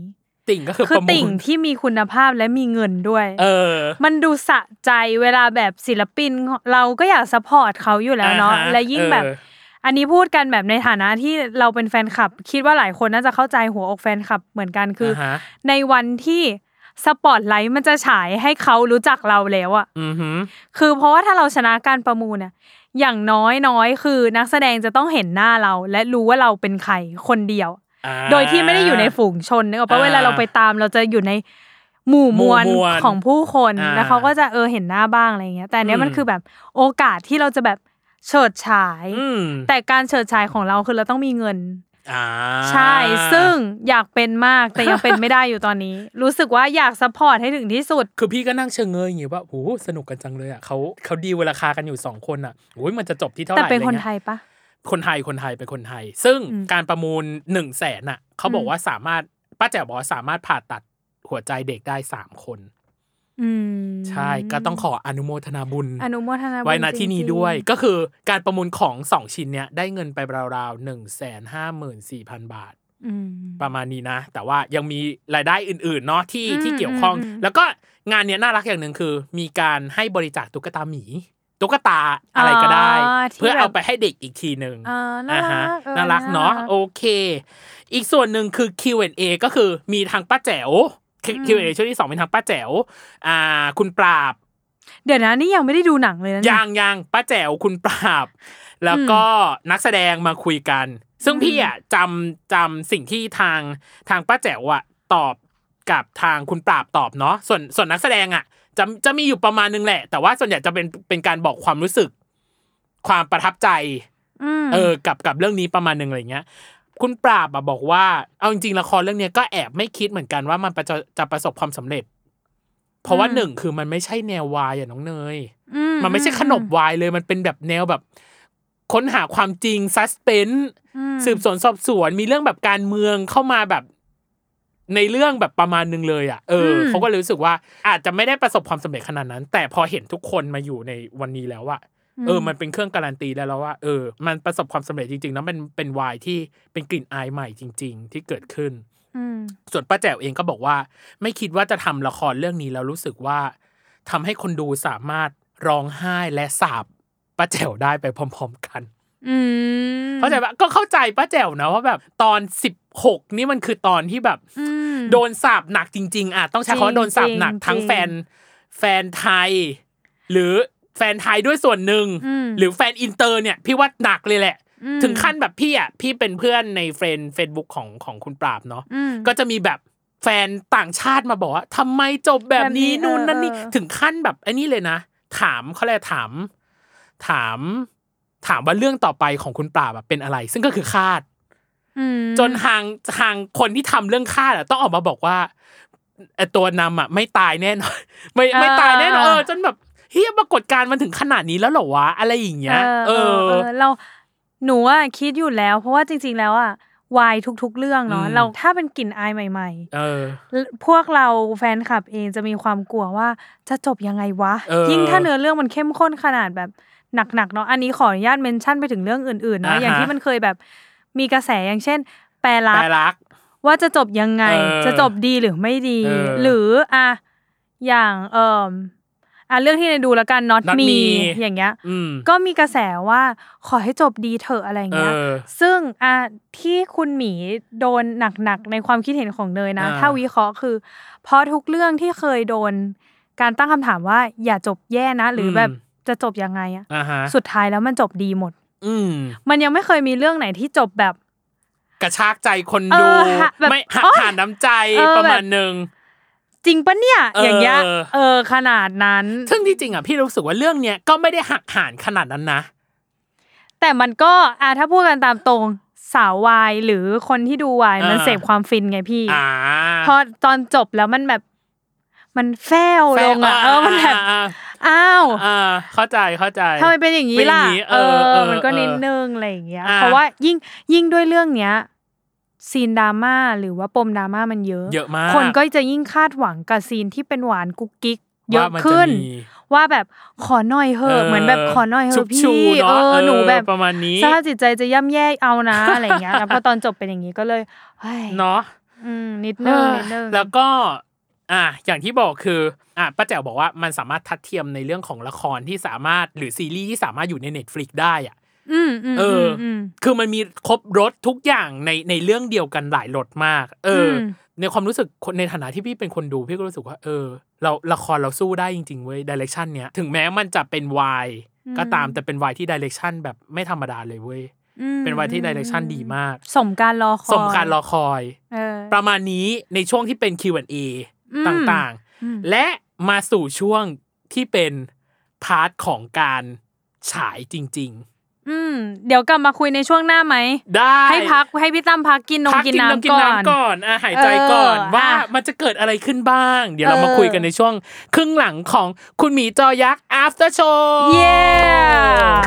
[SPEAKER 1] ติ่งก็คือป
[SPEAKER 2] คือ
[SPEAKER 1] ระมู
[SPEAKER 2] ติ่ง
[SPEAKER 1] ล
[SPEAKER 2] ที่มีคุณภาพและมีเงินด้วย
[SPEAKER 1] เออ
[SPEAKER 2] มันดูสะใจเวลาแบบศิลปิน เราก็อยากสปอร์ตเขาอยู่แล้วเนาะ
[SPEAKER 1] อ่าฮะ
[SPEAKER 2] และยิ่งแบบ
[SPEAKER 1] เออ
[SPEAKER 2] อันนี้พูดกันแบบในฐานะที่เราเป็นแฟนคลับ คิดว่าหลายคนน่าจะเข้าใจหัวอกแฟนคลับเหมือนกันคือ
[SPEAKER 1] าฮะ
[SPEAKER 2] ในวันที่สปอตไลท์มันจะฉายให้เขารู้จักเราแล้วอะ
[SPEAKER 1] อือหือ
[SPEAKER 2] คือเพราะว่าถ้าเราชนะการประมูลน่ะอย่างน้อยน้อยคือนักแสดงจะต้องเห็นหน้าเรา และรู้ว่าเราเป็นใครคนเดียว
[SPEAKER 1] อ่า
[SPEAKER 2] โดยที่ไม่ได้อยู่ในฝูงชนนึกออกปะ
[SPEAKER 1] อ่า
[SPEAKER 2] เวลาเราไปตามเราจะอยู่ในหมู่มวล
[SPEAKER 1] หมู่มวล
[SPEAKER 2] ของผู้คน
[SPEAKER 1] อ่า
[SPEAKER 2] แล้วเขาก็จะเออเห็นหน้าบ้างอะไรเงี้ย แต่อันเนี้ย
[SPEAKER 1] อืม
[SPEAKER 2] มันคือแบบโอกาสที่เราจะแบบเฉิดฉาย
[SPEAKER 1] อืม
[SPEAKER 2] แต่การเฉิดฉายของเราคือเราต้องมีเงิน
[SPEAKER 1] อ่า
[SPEAKER 2] ใช่ ซึ่งอยากเป็นมากแต่ยังเป็นไม่ได้อยู่ตอนนี้ รู้สึกว่าอยากซัพพอร์ตให้ถึงที่สุด
[SPEAKER 1] คือพี่ก็นั่งเชิงเงยอย่างงี้ว่าโอ้โหสนุกกันจังเลยอ่ะเขาเขาดีลราคากันอยู่สองคนอ่ะโอ้ยมันจะจบที่เท่าไห
[SPEAKER 2] แต่
[SPEAKER 1] ร่
[SPEAKER 2] เป็นคน
[SPEAKER 1] อะรงี้
[SPEAKER 2] ไทยปะ
[SPEAKER 1] คนไทยคนไทยเป็นคนไทย ซึ่ง
[SPEAKER 2] อืม
[SPEAKER 1] การประมูลหนึ่งแสนอ่ะเขาบอ
[SPEAKER 2] อื
[SPEAKER 1] ก
[SPEAKER 2] ม
[SPEAKER 1] ว่าสามารถป้าแจ๋วบอกว่าสามารถผ่าตัดหัวใจเด็กได้สามคน
[SPEAKER 2] อืม
[SPEAKER 1] ใช่ก็ต้องขออนุโมทนาบุญ
[SPEAKER 2] อนุโมทนาบุญ
[SPEAKER 1] ไว้นะที่นี้
[SPEAKER 2] จริงๆ
[SPEAKER 1] ด้วยก็คือการประมูลของสองชิ้นเนี้ยได้เงินไปราวๆหนึ่งแสนห้าหมื่นสี่พันบาท
[SPEAKER 2] อืม
[SPEAKER 1] ประมาณนี้นะ แต่ว่ายังมีรายได้อื่นๆเนาะที่
[SPEAKER 2] อืม
[SPEAKER 1] ที่เกี่ยวข้อง
[SPEAKER 2] อืมอืม
[SPEAKER 1] แล้วก็งานเนี้ยน่ารักอย่างหนึ่งคือ มีการให้บริจาคตุ๊กตาหมี ตุ๊กตาอะไรก็ได้
[SPEAKER 2] ที่
[SPEAKER 1] เพื่อ
[SPEAKER 2] แบบ
[SPEAKER 1] เอาไปให้เด็กอีกทีหนึ่ง
[SPEAKER 2] อ่าน่ารั
[SPEAKER 1] ฮะ
[SPEAKER 2] กเออ
[SPEAKER 1] น่ารักเนาะโอเค อีกส่วนหนึ่งคือ Q&A ก็คือมีทางป้าแจ๋ว Q-
[SPEAKER 2] อืม
[SPEAKER 1] Q&A ช่วงที่สองเป็นทางป้าแจ๋วอ่าคุณปราบ
[SPEAKER 2] เดี๋ยวนะนี่ยังไม่ได้ดูหนังเลยนะเนี่ย
[SPEAKER 1] ยังยังป้าแจ๋วคุณปราบ แล้วก็นักแสดงมาคุยกัน ซึ่ง
[SPEAKER 2] อืม
[SPEAKER 1] พี่อ่ะจำจำสิ่งที่ทางทางป้าแจ๋วอ่ะตอบกับทางคุณปราบตอบเนาะส่วนส่วนนักแสดงอ่ะจะจะมีอยู่ประมาณนึงแหละ แต่ว่าส่วนใหญ่จะเป็นเป็นการบอกความรู้สึก ความประทับใจ
[SPEAKER 2] ม
[SPEAKER 1] เออกับกับเรื่องนี้ประมาณหนึ่งอะไรเงี้ย คุณปราบอะบอกว่า เอาจริงๆละครเรื่องเนี้ยก็แอบไม่คิดเหมือนกันว่ามันจะจะประสบความสำเร็จ เพราะว่าหนึ่งคือมันไม่ใช่แนววายอ่ะน้องเนย มันไม่ใช่ขนมวายเลย มันเป็นแบบแนวแบบ ค้นหาความจริงซัสเพน
[SPEAKER 2] อืม
[SPEAKER 1] สืบสวนสอบสวน มีเรื่องแบบการเมืองเข้ามาแบบ ในเรื่องแบบประมาณนึงเลยอ่ะ เอออ
[SPEAKER 2] ม
[SPEAKER 1] เขาก็เลยรู้สึกว่า อาจจะไม่ได้ประสบความสำเร็จขนาดนั้น แต่พอเห็นทุกคนมาอยู่ในวันนี้แล้วอะเออ มันเป็นเครื่องการันตีแล้วแล้วว่า เออ มันประสบความสำเร็จจริงๆแล้วมันเป็นวายที่เป็นกลิ่นอายใหม่จริง ๆ ที่เกิดขึ้น
[SPEAKER 2] อืม
[SPEAKER 1] ส่วนป้าแจ๋วเองก็บอกว่า ไม่คิดว่าจะทำละครเรื่องนี้แล้วรู้สึกว่าทำให้คนดูสามารถร้องไห้และสาบป้าแจ๋วได้ไปพร้อม ๆ กัน
[SPEAKER 2] อืม
[SPEAKER 1] เข้าใจปะก็เข้าใจป้าแจ๋วนะว่าแบบตอน 16 นี่มันคือตอนที่แบบ
[SPEAKER 2] อืม
[SPEAKER 1] โดนสาบหนักจริง ๆอ่ะต้องใช้คำว่าโดนสาบหนัก
[SPEAKER 2] จริงๆ
[SPEAKER 1] ทั้ง
[SPEAKER 2] จริง
[SPEAKER 1] แฟนแฟนไทย หรือแฟนไทยด้วยส่วนหนึ่ง
[SPEAKER 2] อืม
[SPEAKER 1] หรือแฟนอินเตอร์เนี่ยพี่ว่าหนักเลยแหละ
[SPEAKER 2] อืม
[SPEAKER 1] ถึงขั้นแบบพี่อ่ะพี่เป็นเพื่อนในเฟรนเฟซบุ๊กของของคุณปราบเนาะ
[SPEAKER 2] อืม
[SPEAKER 1] ก็จะมีแบบแฟนต่างชาติมาบอกว่าทำไมจบแบบนี้
[SPEAKER 2] แบบนี้
[SPEAKER 1] นู่นนั่นนี่
[SPEAKER 2] เออเออ
[SPEAKER 1] ถึงขั้นแบบไอันนี้เลยนะ ถามเขาเลยกถาม ถาม ถามว่าเรื่องต่อไปของคุณปราบอะเป็นอะไร ซึ่งก็คือคาด
[SPEAKER 2] อืม
[SPEAKER 1] จนทางทางคนที่ทำเรื่องคาดอะต้องออกมาบอกว่าไอ้ตัวนำอะไม่ตายแน่นอน ไม่ไม่ตายแน่นอนเออจนแบบเฮียปรากฏการณ์มันถึงขนาดนี้แล้วเหรอวะอะไรอย่างเงี้ย
[SPEAKER 2] เออเออเออเราหนูอ่ะคิดอยู่แล้ว เพราะว่าจริง ๆ แล้วอ่ะ วายทุกๆ เรื่องเนาะ
[SPEAKER 1] อืม
[SPEAKER 2] เราถ้าเป็นกลิ่นอายใหม่ ๆ
[SPEAKER 1] เออ
[SPEAKER 2] พวกเราแฟนคลับเองจะมีความกลัวว่าจะจบยังไงวะ
[SPEAKER 1] เออ
[SPEAKER 2] ยิ่งถ้าเนื้อเรื่องมันเข้มข้นขนาดแบบหนักๆเนาะอันนี้ขออนุญาตเมนชั่นไปถึงเรื่องอื่นๆเนาะ
[SPEAKER 1] อ่าฮะ
[SPEAKER 2] อย่างที่มันเคยแบบมีกระแสอย่างเช่น แปลรัก
[SPEAKER 1] แปลรัก
[SPEAKER 2] ว่าจะจบยังไง
[SPEAKER 1] เออ
[SPEAKER 2] จะจบดีหรือไม่ดี
[SPEAKER 1] เออ
[SPEAKER 2] หรืออ่ะอย่างเอ่ออ่ะเรื่องที่ในดูแล้วกัน not,
[SPEAKER 1] Not
[SPEAKER 2] me,
[SPEAKER 1] Me
[SPEAKER 2] อย่างเงี้ย
[SPEAKER 1] อืม
[SPEAKER 2] ก็มีกระแสว่าขอให้จบดีเถอะอะไรอย่าง
[SPEAKER 1] เอ
[SPEAKER 2] เงี้ย
[SPEAKER 1] อ
[SPEAKER 2] ซึ่งอ่ะที่คุณหมีโดนหนักๆในความคิดเห็นของเนยนะ
[SPEAKER 1] อ่า
[SPEAKER 2] ถ้าวิเคราะห์คือ เพราะทุกเรื่องที่เคยโดน การตั้งคำถามว่าอย่าจบแย่นะ หรือแบบจะจบยังไงอะ
[SPEAKER 1] อ่าฮะ
[SPEAKER 2] สุดท้ายแล้วมันจบดีหมด
[SPEAKER 1] อืม
[SPEAKER 2] มันยังไม่เคยมีเรื่องไหนที่จบแบบ
[SPEAKER 1] กระชากใจคน
[SPEAKER 2] เอ
[SPEAKER 1] ดู
[SPEAKER 2] อฮะแบบ
[SPEAKER 1] ไม่หัก
[SPEAKER 2] โอ๊ย
[SPEAKER 1] ผ่านน้ำใจ
[SPEAKER 2] เออ
[SPEAKER 1] ประมาณหนึ่ง
[SPEAKER 2] จริงปะเนี่ย
[SPEAKER 1] เออ
[SPEAKER 2] อ
[SPEAKER 1] อ
[SPEAKER 2] ย่างเงี้ยเออขนาดนั้น
[SPEAKER 1] ซึ่งที่จริงอ่ะพี่รู้สึกว่าเรื่องเนี้ยก็ไม่ได้หักหานขนาดนั้นนะ
[SPEAKER 2] แต่มันก็อ่ะถ้าพูดกันตามตรงสาววายหรือคนที่ดูวายมัน
[SPEAKER 1] อ่า
[SPEAKER 2] เสพความฟินไงพี่
[SPEAKER 1] อ่า
[SPEAKER 2] พอตอนจบแล้วมันแบบ มันแฟวลงอ่ะ
[SPEAKER 1] แฟน
[SPEAKER 2] เออมันแบบ
[SPEAKER 1] อ่า
[SPEAKER 2] อ้าว
[SPEAKER 1] อ่าอ่าเข้าใจเข้าใจ
[SPEAKER 2] ทำไมเป็นอย่างนี้ล่ะ
[SPEAKER 1] เป็นอย่างนี้เอ
[SPEAKER 2] เอ
[SPEAKER 1] อเอ
[SPEAKER 2] อ
[SPEAKER 1] อ
[SPEAKER 2] มันก็
[SPEAKER 1] เออ
[SPEAKER 2] นิดนึงอะไรอย่างเงี้ย
[SPEAKER 1] อ่า
[SPEAKER 2] เพราะว่ายิ่งยิ่งด้วยเรื่องเนี้ยซีนดราม่าหรือว่าปมดราม่ามันเยอะ
[SPEAKER 1] เยอะมาก
[SPEAKER 2] คนก็จะยิ่งคาดหวังกับซีนที่เป็นหวานกุ๊กกิ๊กเย
[SPEAKER 1] ว่า
[SPEAKER 2] อะ
[SPEAKER 1] มัจ
[SPEAKER 2] ขึ้น
[SPEAKER 1] มี
[SPEAKER 2] ว่าแบบขอหน่อยเหอะเหมือนแบบขอหน่อยเห
[SPEAKER 1] ชุ
[SPEAKER 2] อะ
[SPEAKER 1] บชู
[SPEAKER 2] พี่
[SPEAKER 1] เนาะ
[SPEAKER 2] เออหนูแบบ
[SPEAKER 1] ประมาณนี้
[SPEAKER 2] สภาพจิตใจจะย่ำแย่เอานะ อะไรอย่างเงี้ยแล้วพอตอนจบเป็นอย่างนี้ก็เลยเฮ้ย
[SPEAKER 1] เนาะ
[SPEAKER 2] อืมนิดนึงนิดนึง
[SPEAKER 1] แล้วก็อ่ะอย่างที่บอกคืออ่ะป้าแจ๋วบอกว่ามันสามารถทัดเทียมในเรื่องของละครที่สามารถหรือซีรีส์ที่สามารถอยู่ใน Netflix ได้อ่ะ
[SPEAKER 2] อืมอืม
[SPEAKER 1] เอออื
[SPEAKER 2] ม
[SPEAKER 1] คือมันมีครบรถทุกอย่างในในเรื่องเดียวกันหลายรถมาก เอออ
[SPEAKER 2] ม
[SPEAKER 1] ในความรู้สึกคนในฐานะที่พี่เป็นคนดูพี่ก็รู้สึกว่า เออ เราละครเราสู้ได้จริงๆเว้ยดิเรกชันเนี้ยถึงแม้มันจะเป็นวายก็ตามแต่เป็นวายที่ดิเรกชันแบบไม่ธรรมดาเลยเว้ย
[SPEAKER 2] อืม
[SPEAKER 1] เป็นวายที่ดิเรกชัน
[SPEAKER 2] อื
[SPEAKER 1] ดีมาก
[SPEAKER 2] สมการรอคอย
[SPEAKER 1] สมการรอคอย
[SPEAKER 2] เออ
[SPEAKER 1] ประมาณนี้ในช่วงที่เป็น Q&A
[SPEAKER 2] อืม
[SPEAKER 1] ต่าง
[SPEAKER 2] อืม
[SPEAKER 1] ๆ และมาสู่ช่วงที่เป็นพาร์ทของการฉายจริง
[SPEAKER 2] อืม เดี๋ยวกลับมาคุยในช่วงหน้าไหม
[SPEAKER 1] ๆ ได้
[SPEAKER 2] ให้พักให้พี่ตั้มพักกินนม
[SPEAKER 1] พัก
[SPEAKER 2] กิน
[SPEAKER 1] กิน
[SPEAKER 2] น้ำ
[SPEAKER 1] น้ำกิน
[SPEAKER 2] ก่อน
[SPEAKER 1] น้ำก่อนอ่ะหายใจก่อน
[SPEAKER 2] เออ
[SPEAKER 1] ว่า
[SPEAKER 2] อ่ะ
[SPEAKER 1] มันจะเกิดอะไรขึ้นบ้าง เดี๋ยวเรา
[SPEAKER 2] เออ
[SPEAKER 1] มาคุยกันในช่วง ครึ่งหลังของคุณหมีจอยักษ์ after show
[SPEAKER 2] เย้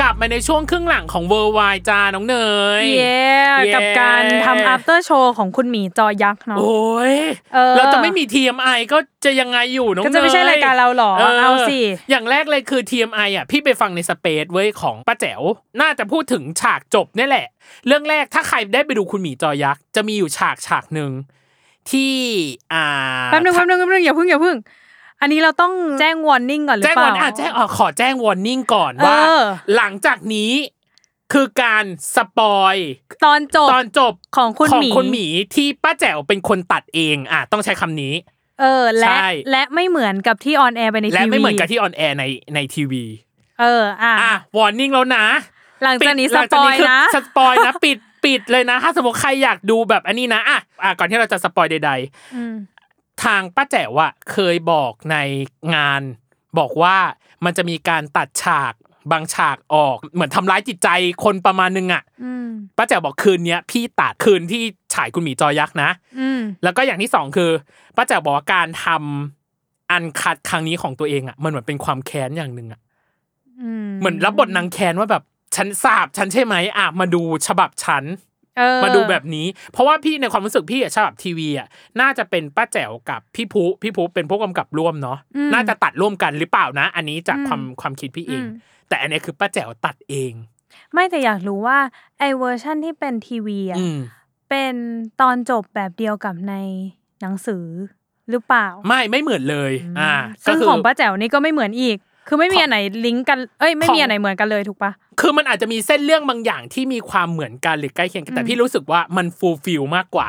[SPEAKER 1] กลับมาในช่วงครึ่งหลังของเวอร์ไวจ้าน้องเนย
[SPEAKER 2] เย้
[SPEAKER 1] เย้
[SPEAKER 2] กับการทำ after show ของคุณหมีจอยักษ์เนาะ
[SPEAKER 1] โอ้ย
[SPEAKER 2] เออ
[SPEAKER 1] เราจะไม่มี TMI ก็จะยังไงอยู่น้อง
[SPEAKER 2] ก็จะไม่ใช่
[SPEAKER 1] น
[SPEAKER 2] รายการเราหรอเอาสิ
[SPEAKER 1] อย่างแรกเลยคือ TMI อ่ะพี่ไปฟังในสเปซเว้ยของป้าแจ๋ว น่าจะพูดถึงฉากจบเนี่ยแหละ เรื่องแรกถ้าใครได้ไปดูคุณหมีจอยักษ์ จะมีอยู่ฉากฉากหนึ่งที่อ่า
[SPEAKER 2] แป๊บนึงแป๊บนึงแป๊บนึงอย่าเพึ่งอย่าเพึ่ง อันนี้เราต้องแจ้ง warning ก่อนหรือ
[SPEAKER 1] แจ้ง
[SPEAKER 2] เป
[SPEAKER 1] วอ
[SPEAKER 2] ล่า
[SPEAKER 1] ร์นอ่ะแจ้งอ่ะขอแจ้งวอร์นิ่งก่อนว่า
[SPEAKER 2] เออ
[SPEAKER 1] หลังจากนี้คือการสปอย
[SPEAKER 2] ตอนจบ
[SPEAKER 1] ตอนจบ
[SPEAKER 2] ของคุณหมี
[SPEAKER 1] คุณหมีที่ป้าแจ๋วเป็นคนตัดเองอ่ะต้องใช้คำนี้
[SPEAKER 2] เออและ
[SPEAKER 1] ใช่
[SPEAKER 2] และไม่เหมือนกับที่ออนแอร์ไปในทีวี
[SPEAKER 1] และไม่เหมือนกับที่ออนแอร์ในในทีวี
[SPEAKER 2] เอออ่ะ
[SPEAKER 1] อ่ะวอร์นิ่งแล้วนะ
[SPEAKER 2] หลังจากนี้
[SPEAKER 1] ปิด
[SPEAKER 2] สปอย
[SPEAKER 1] หลังจากคือ
[SPEAKER 2] นะ
[SPEAKER 1] สปอยนะ ปิดปิดเลยนะ ถ้าสมมติใครอยากดูแบบอันนี้นะอ่ะอ่ะก่อนที่เราจะสปอยใด
[SPEAKER 2] อืม
[SPEAKER 1] ๆ ทางป้าแจ๋วอะเคยบอกในงาน บอกว่ามันจะมีการตัดฉากบางฉากออก เหมือนทำร้ายจิตใจคนประมาณนึงอะ
[SPEAKER 2] อืม
[SPEAKER 1] ป้าแจ๋วบอกคืนเนี้ยพี่ตัดคืนที่ฉายคุณหมีจอยักษ์นะ
[SPEAKER 2] อืม
[SPEAKER 1] แล้วก็อย่างที่สองคือป้าแจ๋วบอกว่าการทำอันคัดครั้งนี้ของตัวเองอะมันเหมือนเป็นความแค้นอย่างหนึ่งอะ เหมือนรับบทนางแคนว่าแบบฉันสาบฉันใช่ไหมอ่ะมาดูฉบับฉัน
[SPEAKER 2] เออ
[SPEAKER 1] มาดูแบบนี้ เพราะว่าพี่ในความรู้สึกพี่อะฉบับทีวีอ่ะน่าจะเป็นป้าแจ๋วกับพี่พุพี่พุเป็นผู้กำกับร่วมเนาะ
[SPEAKER 2] อืม
[SPEAKER 1] น่าจะตัดร่วมกันหรือเปล่านะ อันนี้จาก
[SPEAKER 2] อืม
[SPEAKER 1] ความความคิดพี่เอง
[SPEAKER 2] อืม
[SPEAKER 1] แต่อันเนี้ยคือป้าแจ๋วตัดเอง
[SPEAKER 2] ไม่แต่อยากรู้ว่าไอเวอร์ชั่นที่เป็นทีวีอ่ะ
[SPEAKER 1] อืม
[SPEAKER 2] เป็นตอนจบแบบเดียวกับในหนังสือหรือเปล่า
[SPEAKER 1] ไม่ไม่เหมือนเลย อ่า
[SPEAKER 2] ซึ่ง
[SPEAKER 1] ก็คื
[SPEAKER 2] ของป้าแจ๋วนี่ก็ไม่เหมือนอีก คือไม่มีอันไหนลิงก์กัน เอ้ยไม่มีอันไหนเหมือนกันเลยถูกปะ
[SPEAKER 1] คือมันอาจจะมีเส้นเรื่องบางอย่างที่มีความเหมือนกันหรือใกล้เคียงกันแต่
[SPEAKER 2] อืม
[SPEAKER 1] พี่รู้สึกว่ามันฟูลฟิลมากกว่า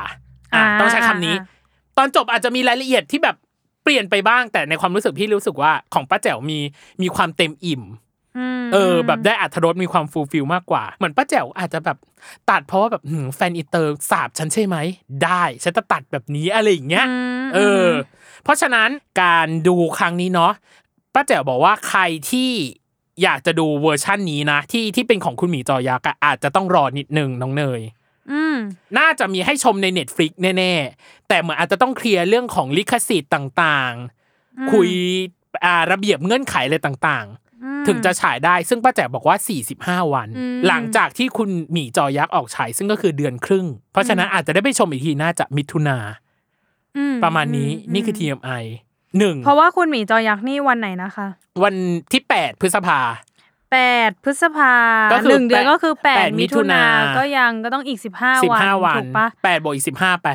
[SPEAKER 1] อ่ะ
[SPEAKER 2] อ่า
[SPEAKER 1] ต้องใช้คำนี้
[SPEAKER 2] อ่า
[SPEAKER 1] ตอนจบอาจจะมีรายละเอียดที่แบบเปลี่ยนไปบ้าง แต่ในความรู้สึกพี่รู้สึกว่าของป้าแจ๋วมีมีความเต็มอิ่ม
[SPEAKER 2] ม
[SPEAKER 1] เออ แบบได้อัธรสมีความฟูลฟิลมากกว่า เหมือนป้าแจ๋วอาจจะแบบตัดเพราะว่าแบบหืมแฟนอินเตอร์สาบฉันใช่ไหม ได้ฉันจะตัดแบบนี้อะไรอย่างเงี้ย
[SPEAKER 2] ม
[SPEAKER 1] เออ เพราะฉะนั้นการดูครั้งนี้เนาะป้าแจ๋วบอกว่าใครที่อยากจะดูเวอร์ชั่นนี้นะ ที่ที่เป็นของคุณหมีจอยักษ์อะอาจจะต้องรอนิดนึงน้องเนย
[SPEAKER 2] อืม
[SPEAKER 1] น่าจะมีให้ชมใน Netflix แน่ ๆ แต่เหมือนอาจจะต้องเคลียร์เรื่องของลิขสิทธิ์ต่าง
[SPEAKER 2] อืม
[SPEAKER 1] ๆ คุยอ่าระเบียบเงื่อนไขอะไรต่าง
[SPEAKER 2] อืม
[SPEAKER 1] ๆ ถึงจะฉายได้ซึ่งป้าแจ๋วบอกว่า 45 วัน
[SPEAKER 2] อืม
[SPEAKER 1] หลังจากที่คุณหมีจอยักษ์ออกฉายซึ่งก็คือเดือนครึ่ง เพราะฉะนั้นอาจจะได้ไปชมอีกทีน่าจะมิถุนา
[SPEAKER 2] อื
[SPEAKER 1] ประมาณนี้
[SPEAKER 2] ม
[SPEAKER 1] นี่คือ TMI หนึ่ง
[SPEAKER 2] เพราะว่าคุณหมีจอยักษ์นี่วันไหนนะคะ
[SPEAKER 1] วันที่ 8 พฤษภา
[SPEAKER 2] แปดพฤษภา
[SPEAKER 1] ก็คือ
[SPEAKER 2] หนึ่งเดือน
[SPEAKER 1] แปด
[SPEAKER 2] ก็คือแป
[SPEAKER 1] แป
[SPEAKER 2] ด
[SPEAKER 1] ดมิ
[SPEAKER 2] มิ
[SPEAKER 1] ถุ
[SPEAKER 2] ถุนา
[SPEAKER 1] นา
[SPEAKER 2] ก็ยังก็ต้องอีกสิบห้า
[SPEAKER 1] สิบ
[SPEAKER 2] วัน
[SPEAKER 1] ห้าวัน
[SPEAKER 2] ถูกปะ
[SPEAKER 1] แปดบวกอีกสิบห้าไป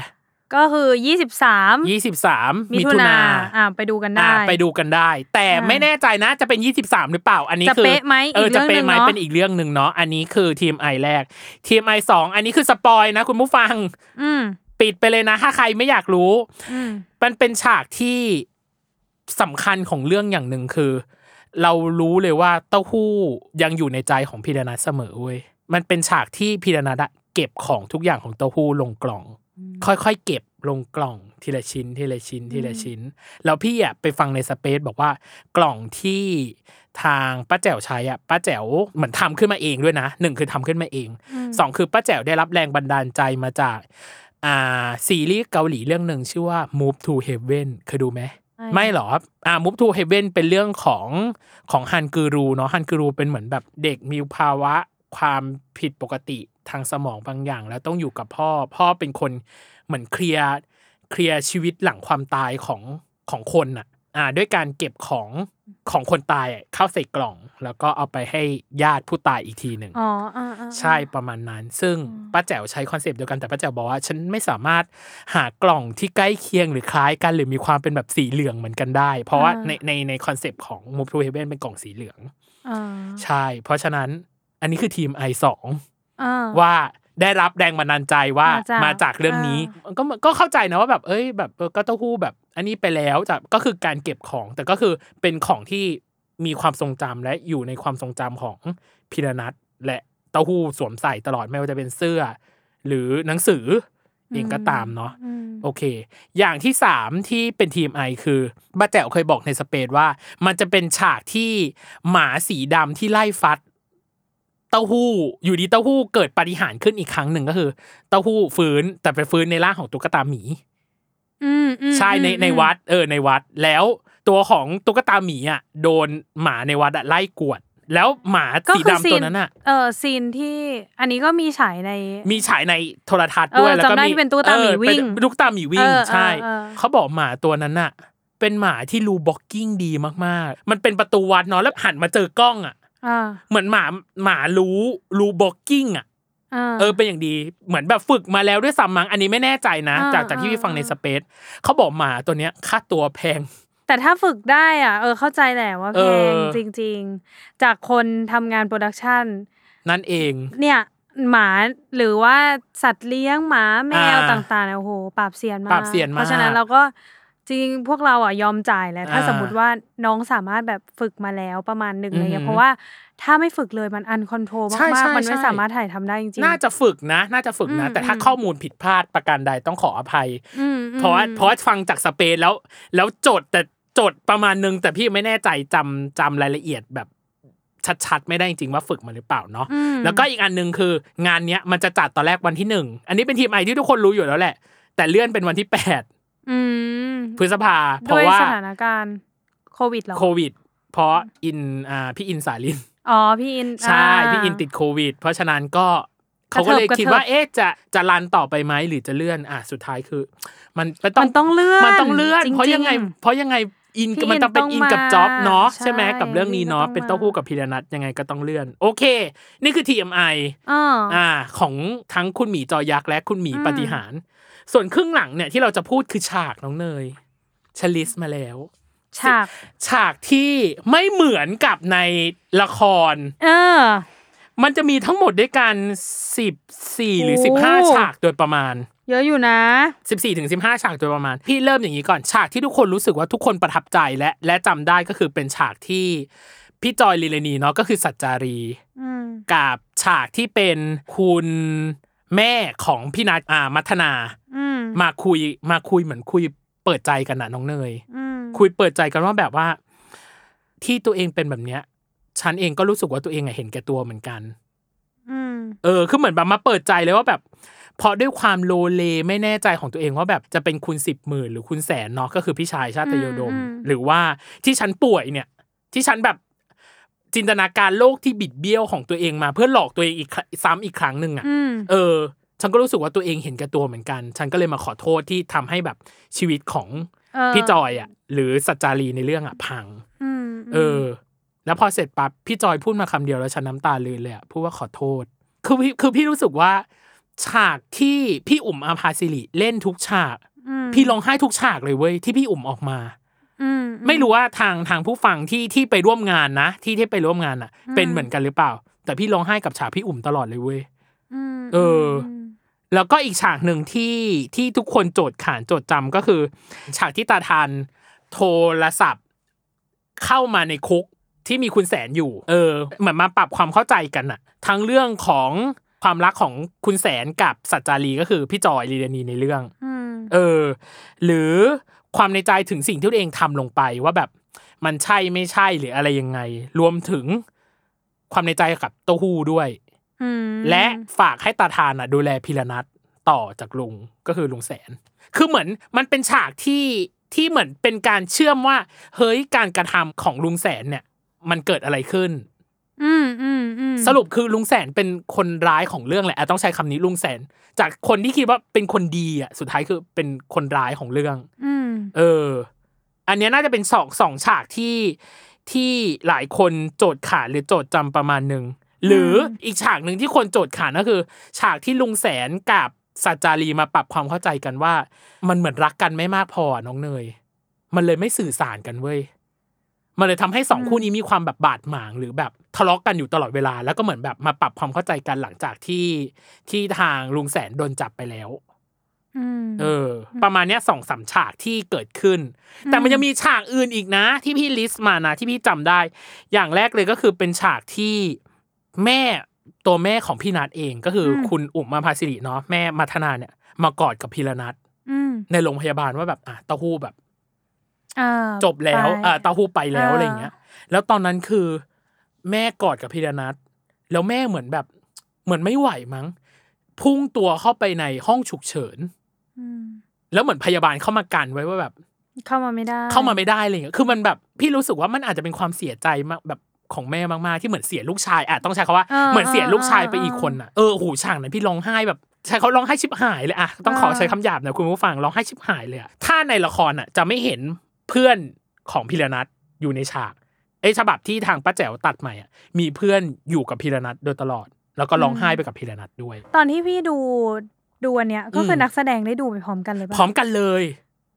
[SPEAKER 2] ก็คือยี่สิบสาม
[SPEAKER 1] ยี่สิบสาม
[SPEAKER 2] มิ
[SPEAKER 1] มิ
[SPEAKER 2] ถุ
[SPEAKER 1] ถุ
[SPEAKER 2] นา
[SPEAKER 1] นา
[SPEAKER 2] อ่าไปดูกันได้
[SPEAKER 1] อ่าไปดูกันได้ แต่
[SPEAKER 2] อ่า
[SPEAKER 1] ไม่แน่ใจนะจะเป็น 23 หรือเปล่า อันนี้
[SPEAKER 2] จะ
[SPEAKER 1] คือ
[SPEAKER 2] เป๊ะไหม
[SPEAKER 1] เออ
[SPEAKER 2] อีกเรื่
[SPEAKER 1] จะ
[SPEAKER 2] อง
[SPEAKER 1] เป๊ะไหม
[SPEAKER 2] หนึ่งเนอะ
[SPEAKER 1] เป็นอีกเรื่องหนึ่งเนาะอันนี้คือ TMI แรก TMI 2 อันนี้คือสปอยนะคุณผู้ฟัง
[SPEAKER 2] อืม
[SPEAKER 1] ปิดไปเลยนะ ถ้าใครไม่อยากรู้
[SPEAKER 2] อืม
[SPEAKER 1] มันเป็นฉากที่สำคัญของเรื่องอย่างหนึ่งคือ เรารู้เลยว่าเต้าหู้ยังอยู่ในใจของพีระนัทเสมอเว้ยมันเป็นฉากที่พีระนัทอะเก็บของทุกอย่างของเต้าหู้ลงกล่อง ค่อยๆเก็บลงกล่องทีละชิ้น ทีละชิ้น ทีละชิ้น แล้วพี่อะไปฟังในสเปซบอกว่ากล่องที่ทางป้าแจ๋วใช้อะป้าแจ๋วเหมือนทำขึ้นมาเองด้วยนะหนึ่งคือทำขึ้นมาเองสองคือป้าแจ๋วได้รับแรงบันดาลใจมาจาก อ่าซีรีส์เกาหลีเรื่องหนึ่งชื่อว่า Move to Heaven เคยดูไหม
[SPEAKER 2] ไม่
[SPEAKER 1] ไม่หรอครับอ่า Move to Heaven เป็นเรื่องของของฮันกูรูเนาะฮันกูรูเป็นเหมือนแบบเด็กมีภาวะความผิดปกติทางสมองบางอย่าง แล้วต้องอยู่กับพ่อ พ่อเป็นคนเหมือนเคลียร์เคลียร์ชีวิตหลังความตายของของคนน่ะอ่าด้วยการเก็บของของคนตายอะเข้าใส่กล่อง แล้วก็เอาไปให้ญาติผู้ตายอีกทีหนึ่ง
[SPEAKER 2] อ๋ออ่าอ่า
[SPEAKER 1] ใช่ประมาณนั้น ซึ่งป้าแจ๋วใช้คอนเซปต์เดียวกันแต่ป้าแจ๋วบอกว่า ฉันไม่สามารถหากล่องที่ใกล้เคียงหรือคล้ายกัน หรือมีความเป็นแบบสีเหลืองเหมือนกันได้ เพราะว่า
[SPEAKER 2] อ่า
[SPEAKER 1] ในในในคอนเซปต์ของ Move to Heaven เป็นกล่องสีเหลือง
[SPEAKER 2] อ่า
[SPEAKER 1] ใช่ เพราะฉะนั้นอันนี้คือทีม i 2
[SPEAKER 2] อ่า
[SPEAKER 1] ว่าได้รับแรงบันดาลใจว่า
[SPEAKER 2] มาจาก
[SPEAKER 1] มาจากเรื่องนี้ก็ก็เข้าใจนะว่าแบบเอ้ยแบบเออก็เต้าหู้แบบ อันนี้ไปแล้วจากก็คือการเก็บของ แต่ก็คือเป็นของที่มีความทรงจำและอยู่ในความทรงจำของ พิรนัทและเต้าหู้สวมใส่ตลอดไม่ว่าจะเป็นเสื้อ หรือหนังสือเองก็ตามเนาะ
[SPEAKER 2] อืม
[SPEAKER 1] โอเค อย่างที่สามที่เป็นทีมไอคือบ้าแจ๋วเคยบอกในสเปซว่า มันจะเป็นฉากที่หมาสีดำที่ไล่ฟัด เต้าหู้อยู่ดีเต้าหู้เกิดปาฏิหารย์ขึ้นอีกครั้งหนึ่งก็คือ เต้าหู้ฟื้นแต่ไปฟื้นในร่างของตุ๊กตาหมี
[SPEAKER 2] อืมอืม
[SPEAKER 1] ใช่ใน
[SPEAKER 2] อืม
[SPEAKER 1] ในวัดเออในวัดแล้วตัวของตุ๊กตาหมีอ่ะโดนหมาในวัดอะไล่กวด แล้วหมา
[SPEAKER 2] ก็
[SPEAKER 1] สี
[SPEAKER 2] คือ
[SPEAKER 1] ดำตัวนั้นอ่ะ
[SPEAKER 2] ซีเออซีนที่อันนี้ก็มีฉายใน
[SPEAKER 1] มีฉายในโทรทัศน์ด้วย
[SPEAKER 2] เออ
[SPEAKER 1] แล้วก็
[SPEAKER 2] จำได้
[SPEAKER 1] มี
[SPEAKER 2] ที่เป็นตุ๊กตาหมี
[SPEAKER 1] ออ
[SPEAKER 2] วิ่ง
[SPEAKER 1] เป็นตุ๊กตาหมีวิ่ง
[SPEAKER 2] เออ
[SPEAKER 1] ใช่
[SPEAKER 2] เออเออ
[SPEAKER 1] เขาบอกหมาตัวนั้นน่ะ เป็นหมาที่รูบ็อกกิ้งดีมากๆ มันเป็นประตูวัดเนาะแล้วหันมาเจอกล้องอ่ะ
[SPEAKER 2] อ่า
[SPEAKER 1] เหมือนหมาหมารู้รูบ็อกกิ้งอ่ะ
[SPEAKER 2] อ่า
[SPEAKER 1] เออเป็นอย่างดีเหมือนแบบฝึกมาแล้วด้วยซ้ำมั้งอันนี้ไม่แน่ใจนะ
[SPEAKER 2] อ่า
[SPEAKER 1] จากจากที่
[SPEAKER 2] อ่า
[SPEAKER 1] พี่ฟังในสเปซเขาบอกหมาตัวเนี้ยค่าตัวแพง
[SPEAKER 2] แต่ถ้าฝึกได้อ่ะเออเข้าใจแหละว่า
[SPEAKER 1] เอ
[SPEAKER 2] แพง
[SPEAKER 1] อ
[SPEAKER 2] จริง ๆ จากคนทำงานโปรดักชัน
[SPEAKER 1] นั่นเอง
[SPEAKER 2] เนี่ยหมาหรือว่าสัตว์เลี้ยงหมาแมว
[SPEAKER 1] อ่า
[SPEAKER 2] ต่างๆเนี่ยโอ้โหปราบเซียนมาก
[SPEAKER 1] ปราบเซียนมาก
[SPEAKER 2] ราะฉะนั้นเราก็จริงๆพวกเราอ่ะยอมจ่ายแหละถ้า
[SPEAKER 1] อ่า
[SPEAKER 2] สมมติว่าน้องสามารถแบบฝึกมาแล้วประมาณหนึ่งอะไร
[SPEAKER 1] อือหื
[SPEAKER 2] เงี้ย
[SPEAKER 1] อ
[SPEAKER 2] เพราะว่าถ้าไม่ฝึกเลยมันอันคอนโทรล
[SPEAKER 1] ใช่
[SPEAKER 2] มาก
[SPEAKER 1] ใช่
[SPEAKER 2] ๆมันไม่
[SPEAKER 1] ใช่
[SPEAKER 2] สามารถถ่ายทำได้จริง
[SPEAKER 1] น่าจะฝึกนะ น่าจะฝึกนะ
[SPEAKER 2] อืม
[SPEAKER 1] แต่ถ้า
[SPEAKER 2] อืม
[SPEAKER 1] ข้อมูลผิดพลาดประการใดต้องขออภัย
[SPEAKER 2] ๆอืมอืม
[SPEAKER 1] เพราะว่าเพราะว่าฟังจากสเปนแล้ว แล้วจดแต่จดประมาณนึง แต่พี่ไม่แน่ใจจำจำรายละเอียดแบบชัดๆ ไม่ได้จริงๆว่าฝึกมาหรือเปล่าเนาะ
[SPEAKER 2] อืม
[SPEAKER 1] แล้วก็อีกอันหนึ่งคืองานเนี้ยมันจะจัดตอนแรกวันที่หนึ่งอันนี้เป็นทีมไอที่ทุกคนรู้อยู่แล้วแหละ แต่เลื่อนเป็นวันที่
[SPEAKER 2] อืม
[SPEAKER 1] 8 พฤษภาเพ
[SPEAKER 2] ด้ว
[SPEAKER 1] ราะ
[SPEAKER 2] ย
[SPEAKER 1] ว่า
[SPEAKER 2] สถานการณ์โควิดเหรอ
[SPEAKER 1] โควิด เพราะอินอ่าพี่อินสาลิน
[SPEAKER 2] อ๋อพี่อิน
[SPEAKER 1] ใช่
[SPEAKER 2] า
[SPEAKER 1] พี่อินติดโควิด เพราะฉะนั้นก็เขาก็เลย
[SPEAKER 2] กระเถิบ
[SPEAKER 1] คิด
[SPEAKER 2] กระเถิบ
[SPEAKER 1] ว่าเอ๊ะจะจะรันต่อไปไหมหรือจะเลื่อนอ่ะสุดท้ายคือ มันมันต้อง
[SPEAKER 2] มันต้องเลื่อน
[SPEAKER 1] มันต้องเลื่อน
[SPEAKER 2] จริง
[SPEAKER 1] เพ
[SPEAKER 2] ๆ
[SPEAKER 1] ราะยังไง เพราะยังไงอิน
[SPEAKER 2] พี่
[SPEAKER 1] มันต้องเป็น
[SPEAKER 2] อิ
[SPEAKER 1] อิ
[SPEAKER 2] น
[SPEAKER 1] น
[SPEAKER 2] ต้อง
[SPEAKER 1] กับจ็อบ
[SPEAKER 2] มา
[SPEAKER 1] เนาะ
[SPEAKER 2] ใช่
[SPEAKER 1] ใช่ไหมกับเรื่องนี้เนาะ
[SPEAKER 2] พี่อิ
[SPEAKER 1] เป็น
[SPEAKER 2] นก็ต้อง
[SPEAKER 1] เต้า
[SPEAKER 2] มา
[SPEAKER 1] หู้กับพิรนัทยังไงก็ต้องเลื่อน โอเค นี่คือ TMI
[SPEAKER 2] อ่า
[SPEAKER 1] อ่า ของทั้งคุณหมีจอยักษ์และคุณหมี
[SPEAKER 2] อืม
[SPEAKER 1] ปฏิหาร ส่วนครึ่งหลังเนี่ยที่เราจะพูดคือฉากน้องเนยชลิสมาแล้ว
[SPEAKER 2] ฉาก
[SPEAKER 1] ฉากที่ไม่เหมือนกับในละคร
[SPEAKER 2] เออ
[SPEAKER 1] มันจะมีทั้งหมดด้วยกัน14 หรือ
[SPEAKER 2] โอ้
[SPEAKER 1] 15 ฉากโดยประมาณ
[SPEAKER 2] เยอะอยู่นะ
[SPEAKER 1] 14ถึง15 ฉากโดยประมาณ พี่เริ่มอย่างนี้ก่อนฉากที่ทุกคนรู้สึกว่าทุกคนประทับใจและและจำได้ก็คือเป็นฉากที่พี่จอยลีเลนีเนาะก็คือสัจจารี
[SPEAKER 2] อืม
[SPEAKER 1] กับฉากที่เป็นคุณแม่ของพี่นัทอ่ามัทนา
[SPEAKER 2] อืม
[SPEAKER 1] มาคุยมาคุยเหมือนคุยเปิดใจกันนะน้องเนย
[SPEAKER 2] อืม
[SPEAKER 1] คุยเปิดใจกันว่าแบบว่า ที่ตัวเองเป็นแบบเนี้ย ฉันเองก็รู้สึกว่าตัวเองอะเห็นแก่ตัวเหมือนกัน
[SPEAKER 2] อืม
[SPEAKER 1] เออคือเหมือนแบบมาเปิดใจเลยว่าแบบเพราะด้วยความโลเลไม่แน่ใจของตัวเองว่าแบบจะเป็นคุณสิบหมื่นหรือคุณแสนเนาะก็คือพี่ชายชาติโยดม
[SPEAKER 2] อืมอืม
[SPEAKER 1] หรือว่าที่ฉันป่วยเนี่ย ที่ฉันแบบจินตนาการโลกที่บิดเบี้ยวของตัวเองมา เพื่อหลอกตัวเองอีกครั้งซ้ำอีกครั้งหนึ่งอะ
[SPEAKER 2] อืม
[SPEAKER 1] เออ ฉันก็รู้สึกว่าตัวเองเห็นแก่ตัวเหมือนกัน ฉันก็เลยมาขอโทษที่ทำให้แบบชีวิตของ
[SPEAKER 2] เออ
[SPEAKER 1] พี่จอยอ่ะ หรือสัจจารีในเรื่องอ่ะพัง
[SPEAKER 2] อืม
[SPEAKER 1] เออ แล้วพอเสร็จปั๊บพี่จอยพูดมาคำเดียวแล้วฉันน้ำตาลืนเลยอ่ะพูดว่าขอโทษ คือพี่คือพี่รู้สึกว่า ฉากที่พี่อุ่มอาภาสิริเล่นทุกฉาก
[SPEAKER 2] ม
[SPEAKER 1] พี่ร้องไห้ทุกฉากเลยเว้ยที่พี่อุ่มออกมา
[SPEAKER 2] อืม
[SPEAKER 1] ไม่รู้ว่าทางทางผู้ฟังที่ที่ไปร่วมงานนะ ที่ที่ไปร่วมงานอ่ะ เป็นเหมือนกันหรือเปล่า แต่พี่ร้องไห้กับฉากพี่อุ่มตลอดเลยเว้ย
[SPEAKER 2] ม
[SPEAKER 1] เอออื
[SPEAKER 2] ม
[SPEAKER 1] แล้วก็อีกฉากหนึ่งที่ที่ทุกคนโจทย์ขานโจทย์จำก็คือ ฉากที่ตาทานโทรศัพท์ เข้ามาในคุกที่มีคุณแสนอยู่ เออ เหมือนมาปรับความเข้าใจกันอะทั้งเรื่องของความรักของคุณแสนกับสัจจารีก็คือพี่จอยลีเดนีในเรื่อง
[SPEAKER 2] อืม
[SPEAKER 1] เออ หรือความในใจถึงสิ่งที่ตัวเองทำลงไปว่าแบบมันใช่ไม่ใช่หรืออะไรยังไง รวมถึงความในใจกับเต้าหู้ด้วย
[SPEAKER 2] อืม
[SPEAKER 1] และฝากให้ตาทานน่ะดูแลพิระนัทต่อจากลุงก็คือลุงแสน คือเหมือนมันเป็นฉากที่ที่เหมือนเป็นการเชื่อมว่า เฮ้ยการกระทำของลุงแสนเนี่ย มันเกิดอะไรขึ้น
[SPEAKER 2] อืมอืมอืม
[SPEAKER 1] สรุปคือลุงแสนเป็นคนร้ายของเรื่องแหละอ่ะต้องใช้คำนี้ลุงแสน จากคนที่คิดว่าเป็นคนดีอ่ะสุดท้ายคือเป็นคนร้ายของเรื่อง
[SPEAKER 2] อืม
[SPEAKER 1] เออ อันเนี้ยน่าจะเป็นสองสองฉากที่ที่หลายคนโจทย์ขานหรือโจทย์จำประมาณหนึ่งหรือออีกฉากหนึ่งที่คนโจทย์ขานก็คือ ฉากที่ลุงแสนกับสัจจารีมาปรับความเข้าใจกันว่า มันเหมือนรักกันไม่มากพอน้องเนย มันเลยไม่สื่อสารกันเว้ยมันเลยทำให้สองคู่นี้มีความแบบบาดหมางหรือแบบทะเลาะกันอยู่ตลอดเวลา แล้วก็เหมือนแบบมาปรับความเข้าใจกันหลังจากที่ที่ทางลุงแสนโดนจับไปแล้ว
[SPEAKER 2] อืม
[SPEAKER 1] เออ ประมาณเนี้ยสองสามฉากที่เกิดขึ้น แต่มันยังมีฉากอื่นอีกนะ ที่พี่ลิสต์มานะ ที่พี่จำได้ อย่างแรกเลยก็คือเป็นฉากที่แม่ตัวแม่ของพี่นัทเองก็คืออ
[SPEAKER 2] ม
[SPEAKER 1] คุณอุ๋มมาภาสิริเนาะแม่มัทนาเนี่ย มากอดกับพีระนัท
[SPEAKER 2] อืม
[SPEAKER 1] ในโรงพยาบาลว่าแบบอ่ะเต้าหู้แบบ
[SPEAKER 2] เออ
[SPEAKER 1] จบแล้ว
[SPEAKER 2] ไป
[SPEAKER 1] เออเต้าหู้ไปแล้ว
[SPEAKER 2] เอออ
[SPEAKER 1] อะไรอย่างเงี้ย แล้วตอนนั้นคือ แม่กอดกับพีระนัทแล้วแม่เหมือนแบบ เหมือนไม่ไหวมั้ง พุ่งตัวเข้าไปในห้องฉุกเฉิน
[SPEAKER 2] ม
[SPEAKER 1] แล้วเหมือนพยาบาลเข้ามากันไว้ว่าแบบ
[SPEAKER 2] เข้ามาไม่ได้
[SPEAKER 1] เข้ามาไม่ได้อะไรอย่างเงี้ย คือมันแบบพี่รู้สึกว่ามันอาจจะเป็นความเสียใจมากแบบของแม่มากๆที่เหมือนเสียลูกชายอ่ะต้องใช้คำว่าเหมือนเสียลูกชายไปอีกคนอ่ะ เออโอ้โหูฉากนั้นพี่ร้องไห้แบบใช้เขาร้องไห้ชิบหายเลยอ่ะต้องขอใช้คำหยาบหนะคุณผู้ฟังร้องไห้ชิบหายเลยอะถ้าในละครอ่ะจะไม่เห็นเพื่อนของพีระนัทอยู่ในฉากไอ้ฉบับที่ทางป้าแจ๋วตัดใหม่อ่ะมีเพื่อนอยู่กับพีระนัทโดยตลอด แล้วก็ร้องไห้ไปกับพีระนัทด้วย
[SPEAKER 2] ตอนที่พี่ดูดูอันเนี้ยก็คืออ
[SPEAKER 1] ม
[SPEAKER 2] นักแสดงได้ดูไปพร้อมกันเลยปะ
[SPEAKER 1] พร้อมกันเลย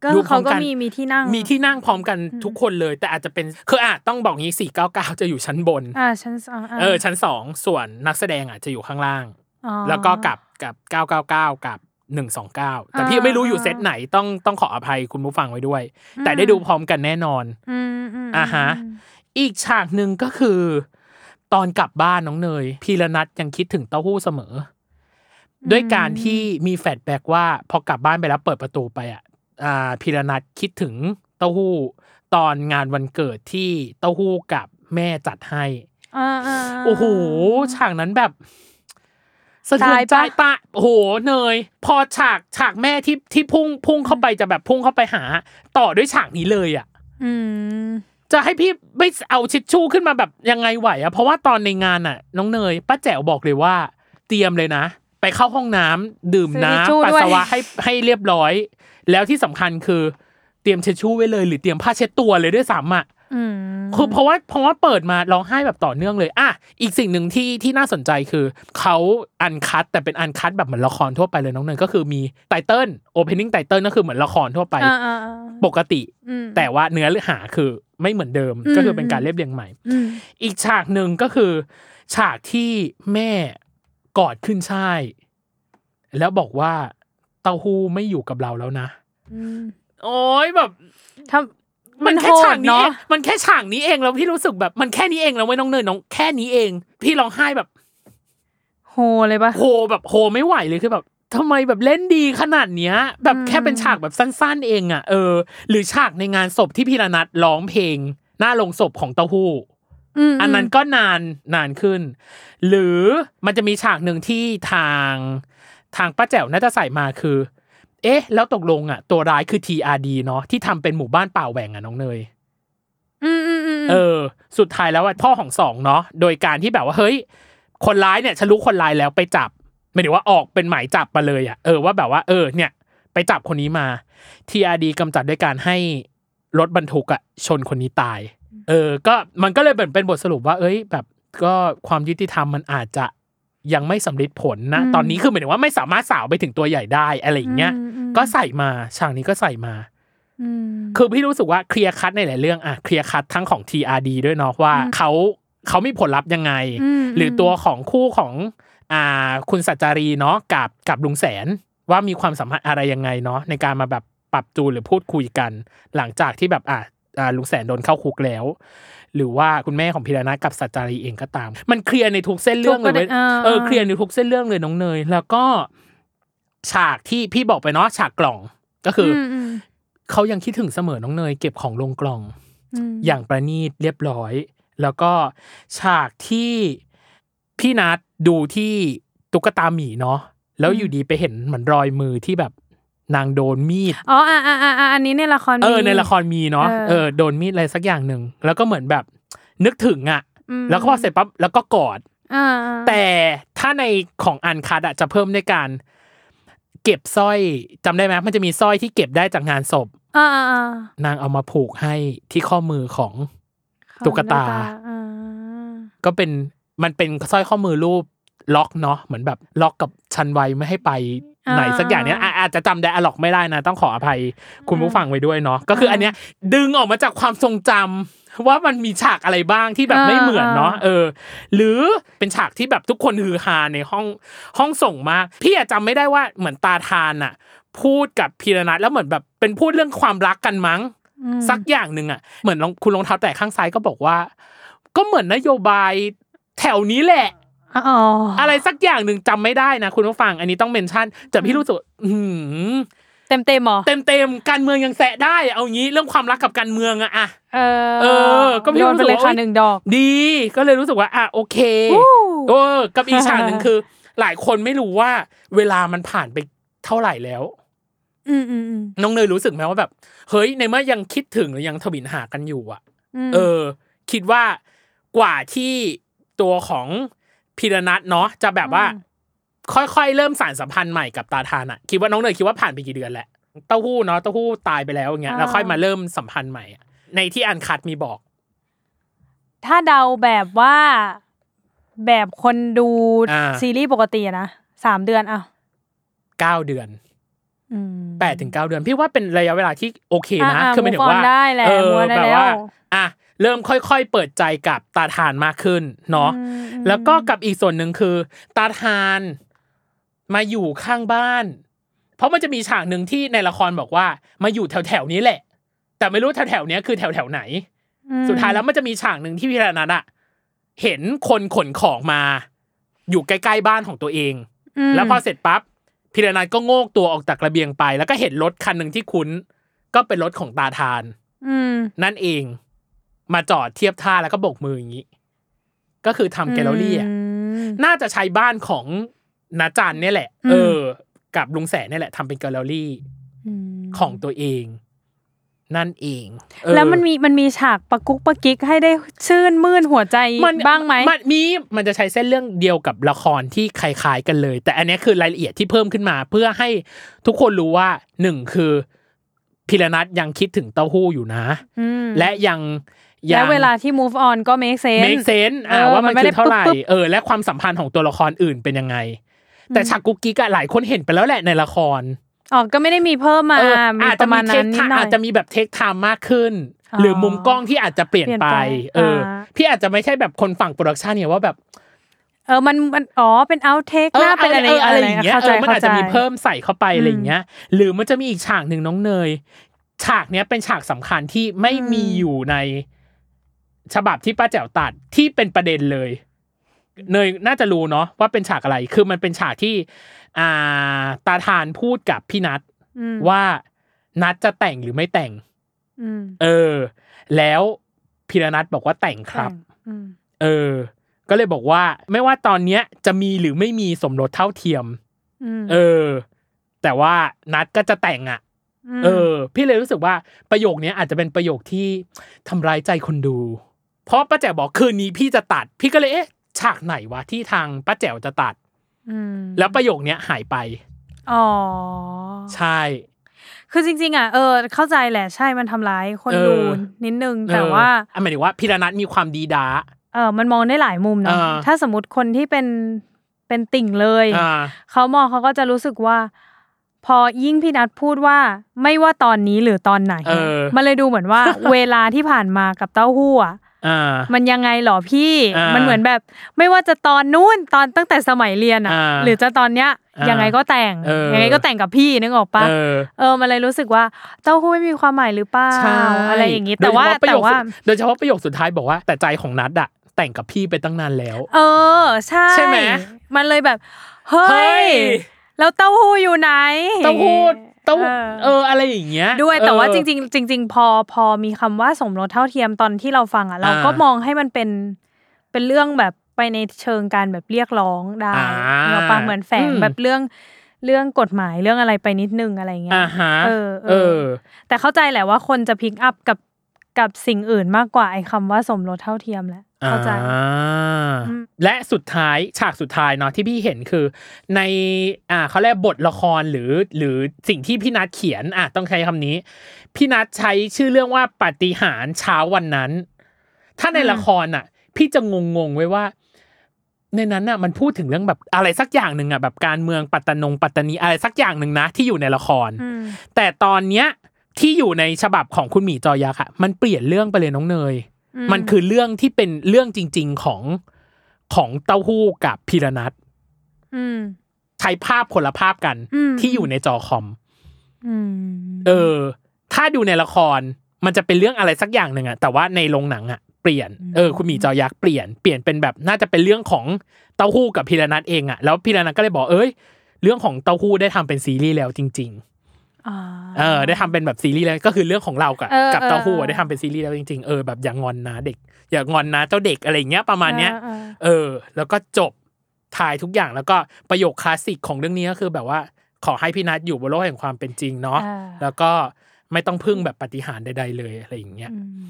[SPEAKER 2] ก็
[SPEAKER 1] ดู
[SPEAKER 2] คือ
[SPEAKER 1] พร้อ
[SPEAKER 2] เขา
[SPEAKER 1] ม
[SPEAKER 2] ก็
[SPEAKER 1] กัน
[SPEAKER 2] มีมีที่นั่ง
[SPEAKER 1] มีที่นั่งพร้อมกัน
[SPEAKER 2] อืม
[SPEAKER 1] ทุกคนเลย แต่อาจจะเป็นคืออาจต้องบอกงี้สี่เก้าเก้าจะอยู่ชั้นบน
[SPEAKER 2] อ่าชั้นสองา
[SPEAKER 1] เออชั้นสองส่วนนักแสดงอ่ะจะอยู่ข้างล่าง
[SPEAKER 2] อ๋อ
[SPEAKER 1] แล้วก็กับกับเก้าเก้าเก้ากับหนึ่งสองเก้าแต่พี่
[SPEAKER 2] อ่า
[SPEAKER 1] ไม่รู้อยู่
[SPEAKER 2] อ่า
[SPEAKER 1] เซตไหนต้องต้องขออภัยคุณผู้ฟังไว้ด้วย แต่
[SPEAKER 2] อืม
[SPEAKER 1] ได้ดูพร้อมกันแน่นอน
[SPEAKER 2] อืมอืมม
[SPEAKER 1] อ่าฮะ อีกฉากหนึ่งก็คือ ตอนกลับบ้านน้องเนย พีระนัทยังคิดถึงเต้าหู้เสมออด้วยการที่มีแฟลชแบ็กว่าพอกลับบ้านไปแล้วเปิดประตูไปอ่ะอ่าพีระนัทคิดถึงเต้าหู้ ตอนงานวันเกิดที่เต้าหู้กับแม่จัดให้
[SPEAKER 2] อ่าาา
[SPEAKER 1] โอ้โหฉากนั้นแบบสะเทือนใจ
[SPEAKER 2] ตายปะ
[SPEAKER 1] ปะโอ้โหเนย พอฉากฉากแม่ที่ที่พุ่งพุ่งเข้าไปจะแบบพุ่งเข้าไปหา ต่อด้วยฉากนี้เลยอ่ะ
[SPEAKER 2] อืม
[SPEAKER 1] จะให้พี่ไม่เอาชิดชู่ขึ้นมาแบบยังไงไหวอะเพราะว่าตอนในงานอะน้องเนยป้าแจ๋วบอกเลยว่า เตรียมเลยนะ ไปเข้าห้องน้ำดื่ม
[SPEAKER 2] ซื้อทิชชู่
[SPEAKER 1] น้ำปัสสาวะ
[SPEAKER 2] ด้วย
[SPEAKER 1] ให้ให้เรียบร้อย แล้วที่สำคัญคือเตรียมเช็ดชู่ไว้เลย หรือเตรียมผ้าเช็ดตัวเลยด้วยซ้ำอะ
[SPEAKER 2] อืม
[SPEAKER 1] คือเพราะว่าเพราะว่าเปิดมาร้องไห้แบบต่อเนื่องเลยอ่ะอีกสิ่งหนึ่งที่ที่น่าสนใจคือเขาอันคัดแต่เป็นอันคัดแบบเหมือนละครทั่วไปเลยน้องเนยก็คือมีไตเติ้ลโอเพนนิ่งไตเติ้ลก็คือเหมือนละครทั่วไป
[SPEAKER 2] อ่าอ่าอ่า
[SPEAKER 1] ปกติ
[SPEAKER 2] อืม
[SPEAKER 1] แต่ว่าเนื้อหาคือไม่เหมือนเดิม
[SPEAKER 2] อืม
[SPEAKER 1] ก็คือเป็นการเรียบเรียงใหม่
[SPEAKER 2] อืม
[SPEAKER 1] อีกฉากหนึ่งก็คือ ฉากที่แม่กอดขึ้นช่ายแล้วบอกว่าเต้าหู้ไม่อยู่กับเราแล้วนะ
[SPEAKER 2] อืม
[SPEAKER 1] โอ้ยแบบ
[SPEAKER 2] ถ้ามัน
[SPEAKER 1] แค่
[SPEAKER 2] โห
[SPEAKER 1] ฉา
[SPEAKER 2] ด
[SPEAKER 1] กนี้
[SPEAKER 2] เนาะ
[SPEAKER 1] เองมันแค่ฉากนี้เองแล้วพี่รู้สึกแบบมันแค่นี้เองแล้วไม่น้องเนยน้องแค่นี้เอง พี่ร้องไห้แบบ
[SPEAKER 2] โหเลยปะ
[SPEAKER 1] โฮแบบโฮไม่ไหวเลยคือแบบทำไมแบบเล่นดีขนาดเนี้ย แบบ
[SPEAKER 2] อืม
[SPEAKER 1] แค่เป็นฉากแบบสั้น ๆ เองอ่ะเออ หรือฉากในงานศพที่พี่ระนัทร้องเพลง หน้าโลงศพของเต้าหู้
[SPEAKER 2] ม
[SPEAKER 1] อันนั้นก็นานนานขึ้น หรือมันจะมีฉากหนึ่งที่ทางทางป้าแจ๋วน่าจะใส่มาคือ เอ๊ะ แล้วตกลงอ่ะ ตัวร้ายคือ TRD เนาะที่ทำเป็นหมู่บ้านป่าแหว่งอ่ะน้องเนย
[SPEAKER 2] อืมอืมอืม
[SPEAKER 1] เออ สุดท้ายแล้วอะพ่อของสองเนาะ โดยการที่แบบว่า เฮ้ย คนร้ายเนี่ยฉันรู้คนร้ายแล้วไปจับ ไม่ได้ว่าออกเป็นหมายจับมาเลยอะเออว่าแบบว่า เออ เนี่ย ไปจับคนนี้มา TRD กำจัดด้วยการให้รถบรรทุกอะชนคนนี้ตาย เออ ก็มันก็เลยเป็นเป็นบทสรุปว่า เอ้ย แบบก็ความยุติธรรมมันอาจจะยังไม่สำเร็จผลนะ ตอนนี้คือหมายถึงว่าไม่สามารถสาวไปถึงตัวใหญ่ได้อะไรอย่างเงี้ย
[SPEAKER 2] มอืม
[SPEAKER 1] ก็ใส่มาฉากนี้ก็ใส่มา
[SPEAKER 2] อืม
[SPEAKER 1] คือพี่รู้สึกว่าเคลียร์คัดในหลายเรื่องอะเคลียร์คัดทั้งของ TRD ด้วยเนาะว่า
[SPEAKER 2] อืม
[SPEAKER 1] เขาเขามีผลลัพธ์ยังไง
[SPEAKER 2] อืม
[SPEAKER 1] หรือตัวของคู่ของอ่าคุณสัจจารีเนาะกับกับลุงแสนว่ามีความสัมพันธ์อะไรยังไงเนาะในการมาแบบปรับจูนหรือพูดคุยกัน หลังจากที่แบบอ่ะอ่าลุงแสนโดนเข้าคุกแล้ว หรือว่าคุณแม่ของพิรณะกับสัจจารีเองก็ตาม มันเคลียร์ในทุกเส้นเรื่องเลยเว้ย
[SPEAKER 2] ทุกประเด็นอ่า
[SPEAKER 1] เออเคลียร์ในทุกเส้นเรื่องเลยน้องเนย แล้วก็ฉากที่พี่บอกไปเนาะฉากกล่องก็คืออ
[SPEAKER 2] มม
[SPEAKER 1] เขายังคิดถึงเสมอน้องเนยเก็บของลงกล่อง
[SPEAKER 2] ม
[SPEAKER 1] อย่างประณีตเรียบร้อย แล้วก็ฉากที่พี่นัดดูที่ตุ๊กตาหมีเนาะแล้วอยู่ดีไปเห็นเหมือนรอยมือที่แบบนางโดนมีด
[SPEAKER 2] อ๋ออ่าอ่าอ่าอ่าอันนี้ในละครมี
[SPEAKER 1] เออในละครมีเนาะ
[SPEAKER 2] เออ
[SPEAKER 1] เออโดนมีดอะไรสักอย่างหนึ่งแล้วก็เหมือนแบบนึกถึงอะ
[SPEAKER 2] อืม
[SPEAKER 1] แล้วก็พอเสร็จปั๊บแล้วก็กอด
[SPEAKER 2] อ่าแต่
[SPEAKER 1] แต่ถ้าในของอันคัดอะจะเพิ่มด้วยการ เก็บสร้อยจำได้ไหมมันจะมีสร้อยที่เก็บได้จากงานศพ
[SPEAKER 2] อ่าอ่าอ่าน
[SPEAKER 1] างเอามาผูกให้ที่ข้อมือของ ตุ๊กตา
[SPEAKER 2] อ่า
[SPEAKER 1] ก็เป็นมันเป็นสร้อยข้อมือรูปล็อกเนาะเหมือนแบบล็อกกับชันไว้ไม่ให้ไปไหนสักอย่างเนี้ยอ่ะอาจจะจำไดอะล็อกไม่ได้นะ ต้องขออภัยคุณผู้ฟังไว้ด้วยเนาะก็คืออันเนี้ยดึงออกมาจากความทรงจำว่ามันมีฉากอะไรบ้างที่แบบไม่เหมือนเนาะเออ หรือเป็นฉากที่แบบทุกคนฮือฮาในห้องห้องส่งมากพี่อะจำไม่ได้ว่าเหมือนตาทานอะพูดกับพีรนัทแล้วเหมือนแบบเป็นพูดเรื่องความรักกันมั้ง
[SPEAKER 2] อืม
[SPEAKER 1] สักอย่างหนึ่งอ่ะเหมือนรองคุณรองเท้าแตะข้างซ้ายก็บอกว่า ก็เหมือนนโยบายแถวนี้แหละ
[SPEAKER 2] อ๋ออ
[SPEAKER 1] อะไรสักอย่างหนึ่งจำไม่ได้นะคุณผู้ฟังอันนี้ต้องเมนชั่นแต่พี่รู้สึกว่าอื้อหือ
[SPEAKER 2] เต็มเต็มๆเหรอ
[SPEAKER 1] เต็มๆการเมืองยังแสะได้เอางี้เรื่องความรักกับการเมืองอะอะ
[SPEAKER 2] เออ
[SPEAKER 1] เออก็พี่
[SPEAKER 2] โยนไปเล
[SPEAKER 1] รู้สึก
[SPEAKER 2] ย
[SPEAKER 1] ว่า
[SPEAKER 2] ค่ะหนึ่งดอก
[SPEAKER 1] ดีก็เลยรู้สึกว่าอ่ะโอเค
[SPEAKER 2] วู้
[SPEAKER 1] เออกับอีกฉากห นึ่งคือ หลายคนไม่รู้ว่า เวลามันผ่านไปเท่าไหร่แล้ว
[SPEAKER 2] อืมอืมอืม
[SPEAKER 1] น้องเนยรู้สึกไหมว่าแบบเฮ้ยในเมื่อยังคิดถึงหรือยังทวินหากันอยู่อะ
[SPEAKER 2] ม
[SPEAKER 1] เออ คิดว่ากว่าที่ตัวของพีรนัทเนาะจะแบบว่า ค่อยๆ เริ่มสานสัมพันธ์ใหม่กับตาทานอะคิดว่าน้องเนยคิดว่าผ่านไปกี่เดือนแหละเต้าหู้เนาะเต้าหู้ตายไปแล้วอย่างเงี้ยแล้วค่อยมาเริ่มสัมพันธ์ใหม่อะในที่อันคัดมีบอก
[SPEAKER 2] ถ้าเดาแบบว่าแบบคนดู
[SPEAKER 1] อ่า
[SPEAKER 2] ซีรีส์ปกติอะนะสามเดือนอ่ะ
[SPEAKER 1] เก้าเดือน
[SPEAKER 2] อืม
[SPEAKER 1] แปดถึงเก้าเดือน พี่ว่าเป็นระยะเวลาที่โอเคนะ
[SPEAKER 2] อ่าๆ
[SPEAKER 1] คือหมายถึงว่า
[SPEAKER 2] move on ได้แหละ
[SPEAKER 1] เออ
[SPEAKER 2] move on ได้
[SPEAKER 1] แบบ
[SPEAKER 2] แล้ว
[SPEAKER 1] ว่าอ่ะเริ่มค่อยๆ เปิดใจกับตาทานมากขึ้นเนาะ
[SPEAKER 2] อืม
[SPEAKER 1] แล้วก็กับอีกส่วนหนึ่งคือ ตาทานมาอยู่ข้างบ้าน เพราะมันจะมีฉากหนึ่งที่ในละครบอกว่า มาอยู่แถวแถวๆนี้แหละ แต่ไม่รู้แถวแถวๆเนี้ยคือแถวแถวๆไหน
[SPEAKER 2] อืม
[SPEAKER 1] สุดท้ายแล้วมันจะมีฉากหนึ่งที่พี่รนัทอะเห็นคนขนของมา อยู่ใกล้ๆบ้านของตัวเอง
[SPEAKER 2] ม
[SPEAKER 1] แล้วพอเสร็จปั๊บพีรนัทก็โงกตัวออกจากระเบียงไป แล้วก็เห็นรถคันหนึ่งที่คุ้น ก็เป็นรถของตาทาน
[SPEAKER 2] อืม
[SPEAKER 1] นั่นเองมาจอดเทียบท่าแล้วก็โบกมืออย่างนี้ ก็คือทำแกลเลอรี่อะ
[SPEAKER 2] ม
[SPEAKER 1] น่าจะใช้บ้านของนาจันเนี่ยแหละ
[SPEAKER 2] อืม
[SPEAKER 1] เออ กับลุงแสนเนี่ยแหละทำเป็นแกลเลอรี่ของตัวเอง นั่นเองเออ
[SPEAKER 2] แล้วมันมีมันมีฉากประกุกประกิกให้ได้ชื่นมื่นหัวใจบ้างไหม
[SPEAKER 1] มันมีมันจะใช้เส้นเรื่องเดียวกับละครที่คล้ายๆกันเลย แต่อันเนี้ยคือรายละเอียดที่เพิ่มขึ้นมา เพื่อให้ทุกคนรู้ว่าหนึ่งคือพิรนัทยังคิดถึงเต้าหู้อยู่นะ
[SPEAKER 2] อืม
[SPEAKER 1] และยัง ยั
[SPEAKER 2] และ
[SPEAKER 1] ง
[SPEAKER 2] เวลาที่ move on ก็ make sense
[SPEAKER 1] make sense อ่า
[SPEAKER 2] เออ
[SPEAKER 1] ว่ามัน
[SPEAKER 2] มันไม่
[SPEAKER 1] คือ
[SPEAKER 2] ได้
[SPEAKER 1] เท่าไหร่
[SPEAKER 2] ปุ๊บๆ
[SPEAKER 1] เออ และความสัมพันธ์ของตัวละครอื่นเป็นยังไง แต่ฉากกุ๊กกิ๊กอะหลายคนเห็นไปแล้วแหละในละคร
[SPEAKER 2] อ๋อก็ไม่ได้มีเพิ่มมา
[SPEAKER 1] เออ
[SPEAKER 2] มี
[SPEAKER 1] อาจ
[SPEAKER 2] ป
[SPEAKER 1] จะ
[SPEAKER 2] ระ
[SPEAKER 1] มี
[SPEAKER 2] มาณ
[SPEAKER 1] เท
[SPEAKER 2] นั้
[SPEAKER 1] คน
[SPEAKER 2] นิ
[SPEAKER 1] ทา
[SPEAKER 2] ดหน่อย
[SPEAKER 1] อาจจะมีแบบเทคไทม์มากขึ้น
[SPEAKER 2] อ๋อ
[SPEAKER 1] หรือมุมกล้องที่อาจจะเปลี่ยน
[SPEAKER 2] เปลี่ยน
[SPEAKER 1] ไป
[SPEAKER 2] ไป
[SPEAKER 1] เออ
[SPEAKER 2] อ่า
[SPEAKER 1] พี่อาจจะไม่ใช่แบบคนฝั่งโปรดักชันเนี่ยว่าแบบ
[SPEAKER 2] เออมันมันอ๋อเป็น outtake
[SPEAKER 1] เอ
[SPEAKER 2] หน้า
[SPEAKER 1] อ
[SPEAKER 2] เป็นอะไร
[SPEAKER 1] อะไรอย่างเงี้ย
[SPEAKER 2] เข้า
[SPEAKER 1] เอ
[SPEAKER 2] ใจ
[SPEAKER 1] อมันอาจจะมี
[SPEAKER 2] ข้ใจ
[SPEAKER 1] เพิ่มใส่เข้าไปอะไรอย่าง
[SPEAKER 2] อืม
[SPEAKER 1] เงี้ย หรือมันจะมีอีกฉากหนึ่งน้องเนย ฉากเนี้ยเป็นฉากสำคัญที่ไม่มี
[SPEAKER 2] อืม
[SPEAKER 1] อยู่ใน ฉบับที่ป้าแจ๋วตัดที่เป็นประเด็นเลย เนยน่าจะรู้เนาะว่าเป็นฉากอะไร คือมันเป็นฉากที่ อ่า ตาทานพูดกับพี่นัท
[SPEAKER 2] อืม
[SPEAKER 1] ว่านัทจะแต่งหรือไม่แต่ง
[SPEAKER 2] อืม
[SPEAKER 1] เออ แล้วพีระนัทบอกว่าแต่งครับ
[SPEAKER 2] อืม
[SPEAKER 1] เออ ก็เลยบอกว่าไม่ว่าตอนเนี้ยจะมีหรือไม่มีสมรสเท่าเทียม
[SPEAKER 2] อืม
[SPEAKER 1] เออ แต่ว่านัทก็จะแต่งอ่ะ
[SPEAKER 2] ม
[SPEAKER 1] เออ พี่เลยรู้สึกว่าประโยคเนี้ยอาจจะเป็นประโยคที่ทำร้ายใจคนดู เพราะป้าแจ๋วบอกคืนนี้พี่จะตัด พี่ก็เลยเอ๊ะฉากไหนวะที่ทางป้าแจ๋วจะตัด
[SPEAKER 2] ม
[SPEAKER 1] แล้วประโยคเนี้ยหายไป
[SPEAKER 2] อ๋อ
[SPEAKER 1] ใช่
[SPEAKER 2] คือจริงๆอ่ะเออเข้าใจแหละใช่มันทำร้ายคน
[SPEAKER 1] เออ
[SPEAKER 2] ดูนิดนึง แต่ว่า
[SPEAKER 1] เอออ่ะหมายถึงว่าพิรนัทมีความดีดา
[SPEAKER 2] เออมันมองได้หลายมุมเนาะ
[SPEAKER 1] อ่า
[SPEAKER 2] ถ้าสมมติคนที่เป็นเป็นติ่งเลย
[SPEAKER 1] อ่า
[SPEAKER 2] เขามองเขาก็จะรู้สึกว่า พอยิ่งพี่นัทพูดว่าไม่ว่าตอนนี้หรือตอนไหน
[SPEAKER 1] เออ
[SPEAKER 2] มันเลยดูเหมือน ว่า เวลาที่ผ่านมากับเต้าหู้อ่ะ
[SPEAKER 1] อ่า
[SPEAKER 2] มันยังไงหรอพี่
[SPEAKER 1] อ่ามั
[SPEAKER 2] มันเหมือนแบบ ไม่ว่าจะตอนนู้นตอนตั้งแต่สมัยเรียน
[SPEAKER 1] อ่า
[SPEAKER 2] หรือจะตอนเนี้ย
[SPEAKER 1] อ่ายั
[SPEAKER 2] ยังไงก็แต่ง
[SPEAKER 1] เออ
[SPEAKER 2] ยังไงก็แต่งกับพี่นึกออกปะ
[SPEAKER 1] เออ
[SPEAKER 2] เออ มันเลยรู้สึกว่าเต้าหู้ไม่มีความหมายหรือเปล่า
[SPEAKER 1] ใช่
[SPEAKER 2] อะไรอย่างนี้
[SPEAKER 1] โด
[SPEAKER 2] แต่
[SPEAKER 1] ยเฉ
[SPEAKER 2] ว่า
[SPEAKER 1] พะประ
[SPEAKER 2] แต่
[SPEAKER 1] โยค
[SPEAKER 2] ว่า
[SPEAKER 1] สุดโดยเฉพาะประโยคสุดท้ายบอกว่า แต่ใจของนัทอะแต่งกับพี่ไปตั้งนานแล้ว
[SPEAKER 2] เออ ใช่
[SPEAKER 1] ใช่ไหม
[SPEAKER 2] มันเลยแบบเฮ
[SPEAKER 1] เฮ้
[SPEAKER 2] ้ย
[SPEAKER 1] ย
[SPEAKER 2] แล้วเต้าหู้อยู่ไหน
[SPEAKER 1] เต้องพูดต้อง
[SPEAKER 2] เอ
[SPEAKER 1] เอ
[SPEAKER 2] อ
[SPEAKER 1] ออะไรอย่างเงี้ย
[SPEAKER 2] ด้วยแต่ว่า
[SPEAKER 1] เออ
[SPEAKER 2] จริง ๆ จริง ๆ พอพอมีคำว่าสมรสเท่าเทียมตอนที่เราฟังอ่ะ เราก็
[SPEAKER 1] อ่าม
[SPEAKER 2] มองให้มันเป็นเป็นเรื่องแบบไปในเชิงการแบบเรียกร้องได้
[SPEAKER 1] อ่า
[SPEAKER 2] เราปะเหมือนแฝง
[SPEAKER 1] อืม
[SPEAKER 2] แบบเรื่องเรื่องกฎหมายเรื่องอะไรไปนิดนึงอะไรเงี้ย
[SPEAKER 1] อ่าฮะ
[SPEAKER 2] เออเออ
[SPEAKER 1] เออ
[SPEAKER 2] แต่เข้าใจแหละว่าคนจะพิกอัพกับกับสิ่งอื่นมากกว่าไอ้คำว่าสมรสเท่าเทียมแหละเข้าใจ
[SPEAKER 1] อ่า
[SPEAKER 2] อืม
[SPEAKER 1] และสุดท้ายฉากสุดท้ายเนาะที่พี่เห็นคือ ในอ่าเขาเรียกบทละครหรือ หรือสิ่งที่พี่นัทเขียนอ่ะต้องใช้คำนี้ พี่นัทใช้ชื่อเรื่องว่าปาฏิหารย์เช้าวันนั้น ถ้าในละครอ่ะ พี่จะงงงๆไว้ว่า ในนั้นน่ะมันพูดถึงเรื่องแบบอะไรสักอย่างหนึ่งอ่ะแบบการเมืองปัตตานงปัตตานีอะไรสักอย่างหนึ่งนะที่อยู่ในละคร
[SPEAKER 2] อืม
[SPEAKER 1] แต่ตอนเนี้ยที่อยู่ในฉบับของคุณหมีจอยักษ์อะมันเปลี่ยนเรื่องไปเลยน้องเนย มันคือเรื่องที่เป็นเรื่องจริง ๆของของเต้าหู้กับพีระนัท
[SPEAKER 2] อืม
[SPEAKER 1] ใช้ภาพคนละภาพกัน
[SPEAKER 2] อืม
[SPEAKER 1] ที่อยู่ในจอคอม
[SPEAKER 2] อืม
[SPEAKER 1] เออ ถ้าดูในละครมันจะเป็นเรื่องอะไรสักอย่างหนึ่งอะแต่ว่าในโรงหนังอะเปลี่ยนเออคุณหมีจอยักษ์เปลี่ยนเปลี่ยนเป็นแบบน่าจะเป็นเรื่องของเต้าหู้กับพีระนัทเองอะแล้วพีระนัทก็เลยบอกเอ้ยเรื่องของเต้าหู้ได้ทำเป็นซีรีส์แล้วจริง ๆ
[SPEAKER 2] อ่า
[SPEAKER 1] เออได้ทำเป็นแบบซีรีส์แล้วก็คือเรื่องของเรากับ
[SPEAKER 2] เออ
[SPEAKER 1] กับเต้าหู้
[SPEAKER 2] เอ
[SPEAKER 1] อะ
[SPEAKER 2] อ
[SPEAKER 1] ได้ทำเป็นซีรีส์แล้วจริงๆเออแบบอย่างอนนะเด็ก อย่างอนนะเจ้าเด็กอะไรอย่างเงี้ยประมาณเนี้ย
[SPEAKER 2] เออ
[SPEAKER 1] เออ แล้วก็จบถ่ายทุกอย่างแล้วก็ประโยคคลาสสิกของเรื่องนี้ก็คือแบบว่าขอให้พี่นัทอยู่บนโลกแห่งความเป็นจริง
[SPEAKER 2] เออ
[SPEAKER 1] เนาะแล้วก็ไม่ต้องพึ่งแบบปาฏิหารย์ใด ๆ เลยอะไรอย่างเงี้ย
[SPEAKER 2] อืม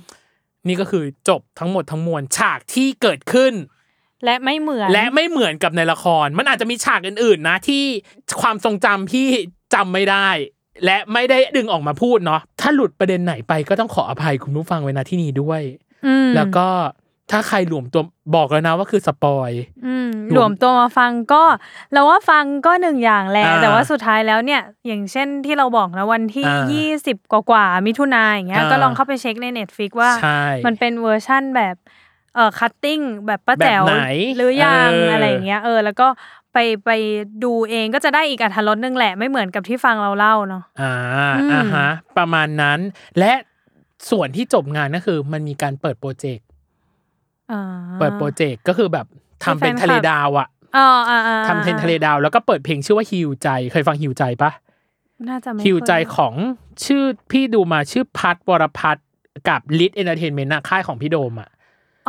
[SPEAKER 1] นี่ก็คือจบทั้งหมดทั้งมวลฉากที่เกิดขึ้น
[SPEAKER 2] และไม่เหมือน
[SPEAKER 1] และไม่เหมือนกับในละคร มันอาจจะมีฉากอื่นๆนะที่ความทรงจำพี่จำไม่ได้ และไม่ได้ดึงออกมาพูดเนาะ ถ้าหลุดประเด็นไหนไปก็ต้องขออภัยคุณผู้ฟังไว้นะที่นี้ด้วย
[SPEAKER 2] อืม
[SPEAKER 1] แล้วก็ถ้าใครหลวมตัวบอกแล้วนะว่าคือสปอย
[SPEAKER 2] อืม
[SPEAKER 1] หลวม
[SPEAKER 2] หลวมตัวมาฟังก็เราว่าฟังก็หนึ่งอย่างแหละ
[SPEAKER 1] อ่า
[SPEAKER 2] แต่ว่าสุดท้ายแล้วเนี่ย อย่างเช่นที่เราบอกนะวันที่
[SPEAKER 1] อ่า
[SPEAKER 2] ยี่สิบกว่าๆมิถุนาอย่างเงี้ย
[SPEAKER 1] อ่า
[SPEAKER 2] ก็ลองเข้าไปเช็คใน Netflix ว่า
[SPEAKER 1] ใช่
[SPEAKER 2] มันเป็นเวอร์ชั่นแบบเอ่อคัตติ้งแบบป้า
[SPEAKER 1] แบบ
[SPEAKER 2] แจ๋ว
[SPEAKER 1] ไหน
[SPEAKER 2] หรือยัง
[SPEAKER 1] เอออ
[SPEAKER 2] อะไรอย่างเงี้ยเออ แล้วก็ไปไปดูเองก็จะได้อีกอัธรสนึงแหละไม่เหมือนกับที่ฟังเราเล่าเนาะ
[SPEAKER 1] อ่า
[SPEAKER 2] อืม
[SPEAKER 1] อ่าฮะ ประมาณนั้น และส่วนที่จบงานก็คือ มันมีการเปิดโปรเจกต์
[SPEAKER 2] อ่า
[SPEAKER 1] เปิดโปรเจกต์ก็คือแบบทำเป็น
[SPEAKER 2] ให้แฟนคลับ
[SPEAKER 1] ทะเลดาวอะ
[SPEAKER 2] อ่าอ่าอ่า
[SPEAKER 1] ทำเป็นทะเลดาว แล้วก็เปิดเพลงชื่อว่าฮิวใจ เคยฟังฮิวใจปะ
[SPEAKER 2] น่าจะไม่
[SPEAKER 1] คิวใจ
[SPEAKER 2] เคย
[SPEAKER 1] ของชื่อพี่ดูมาชื่อพัทวรพัทกับลิทเอนเตอร์เทนเมนต์ค่ายของพี่โดมอ่ะ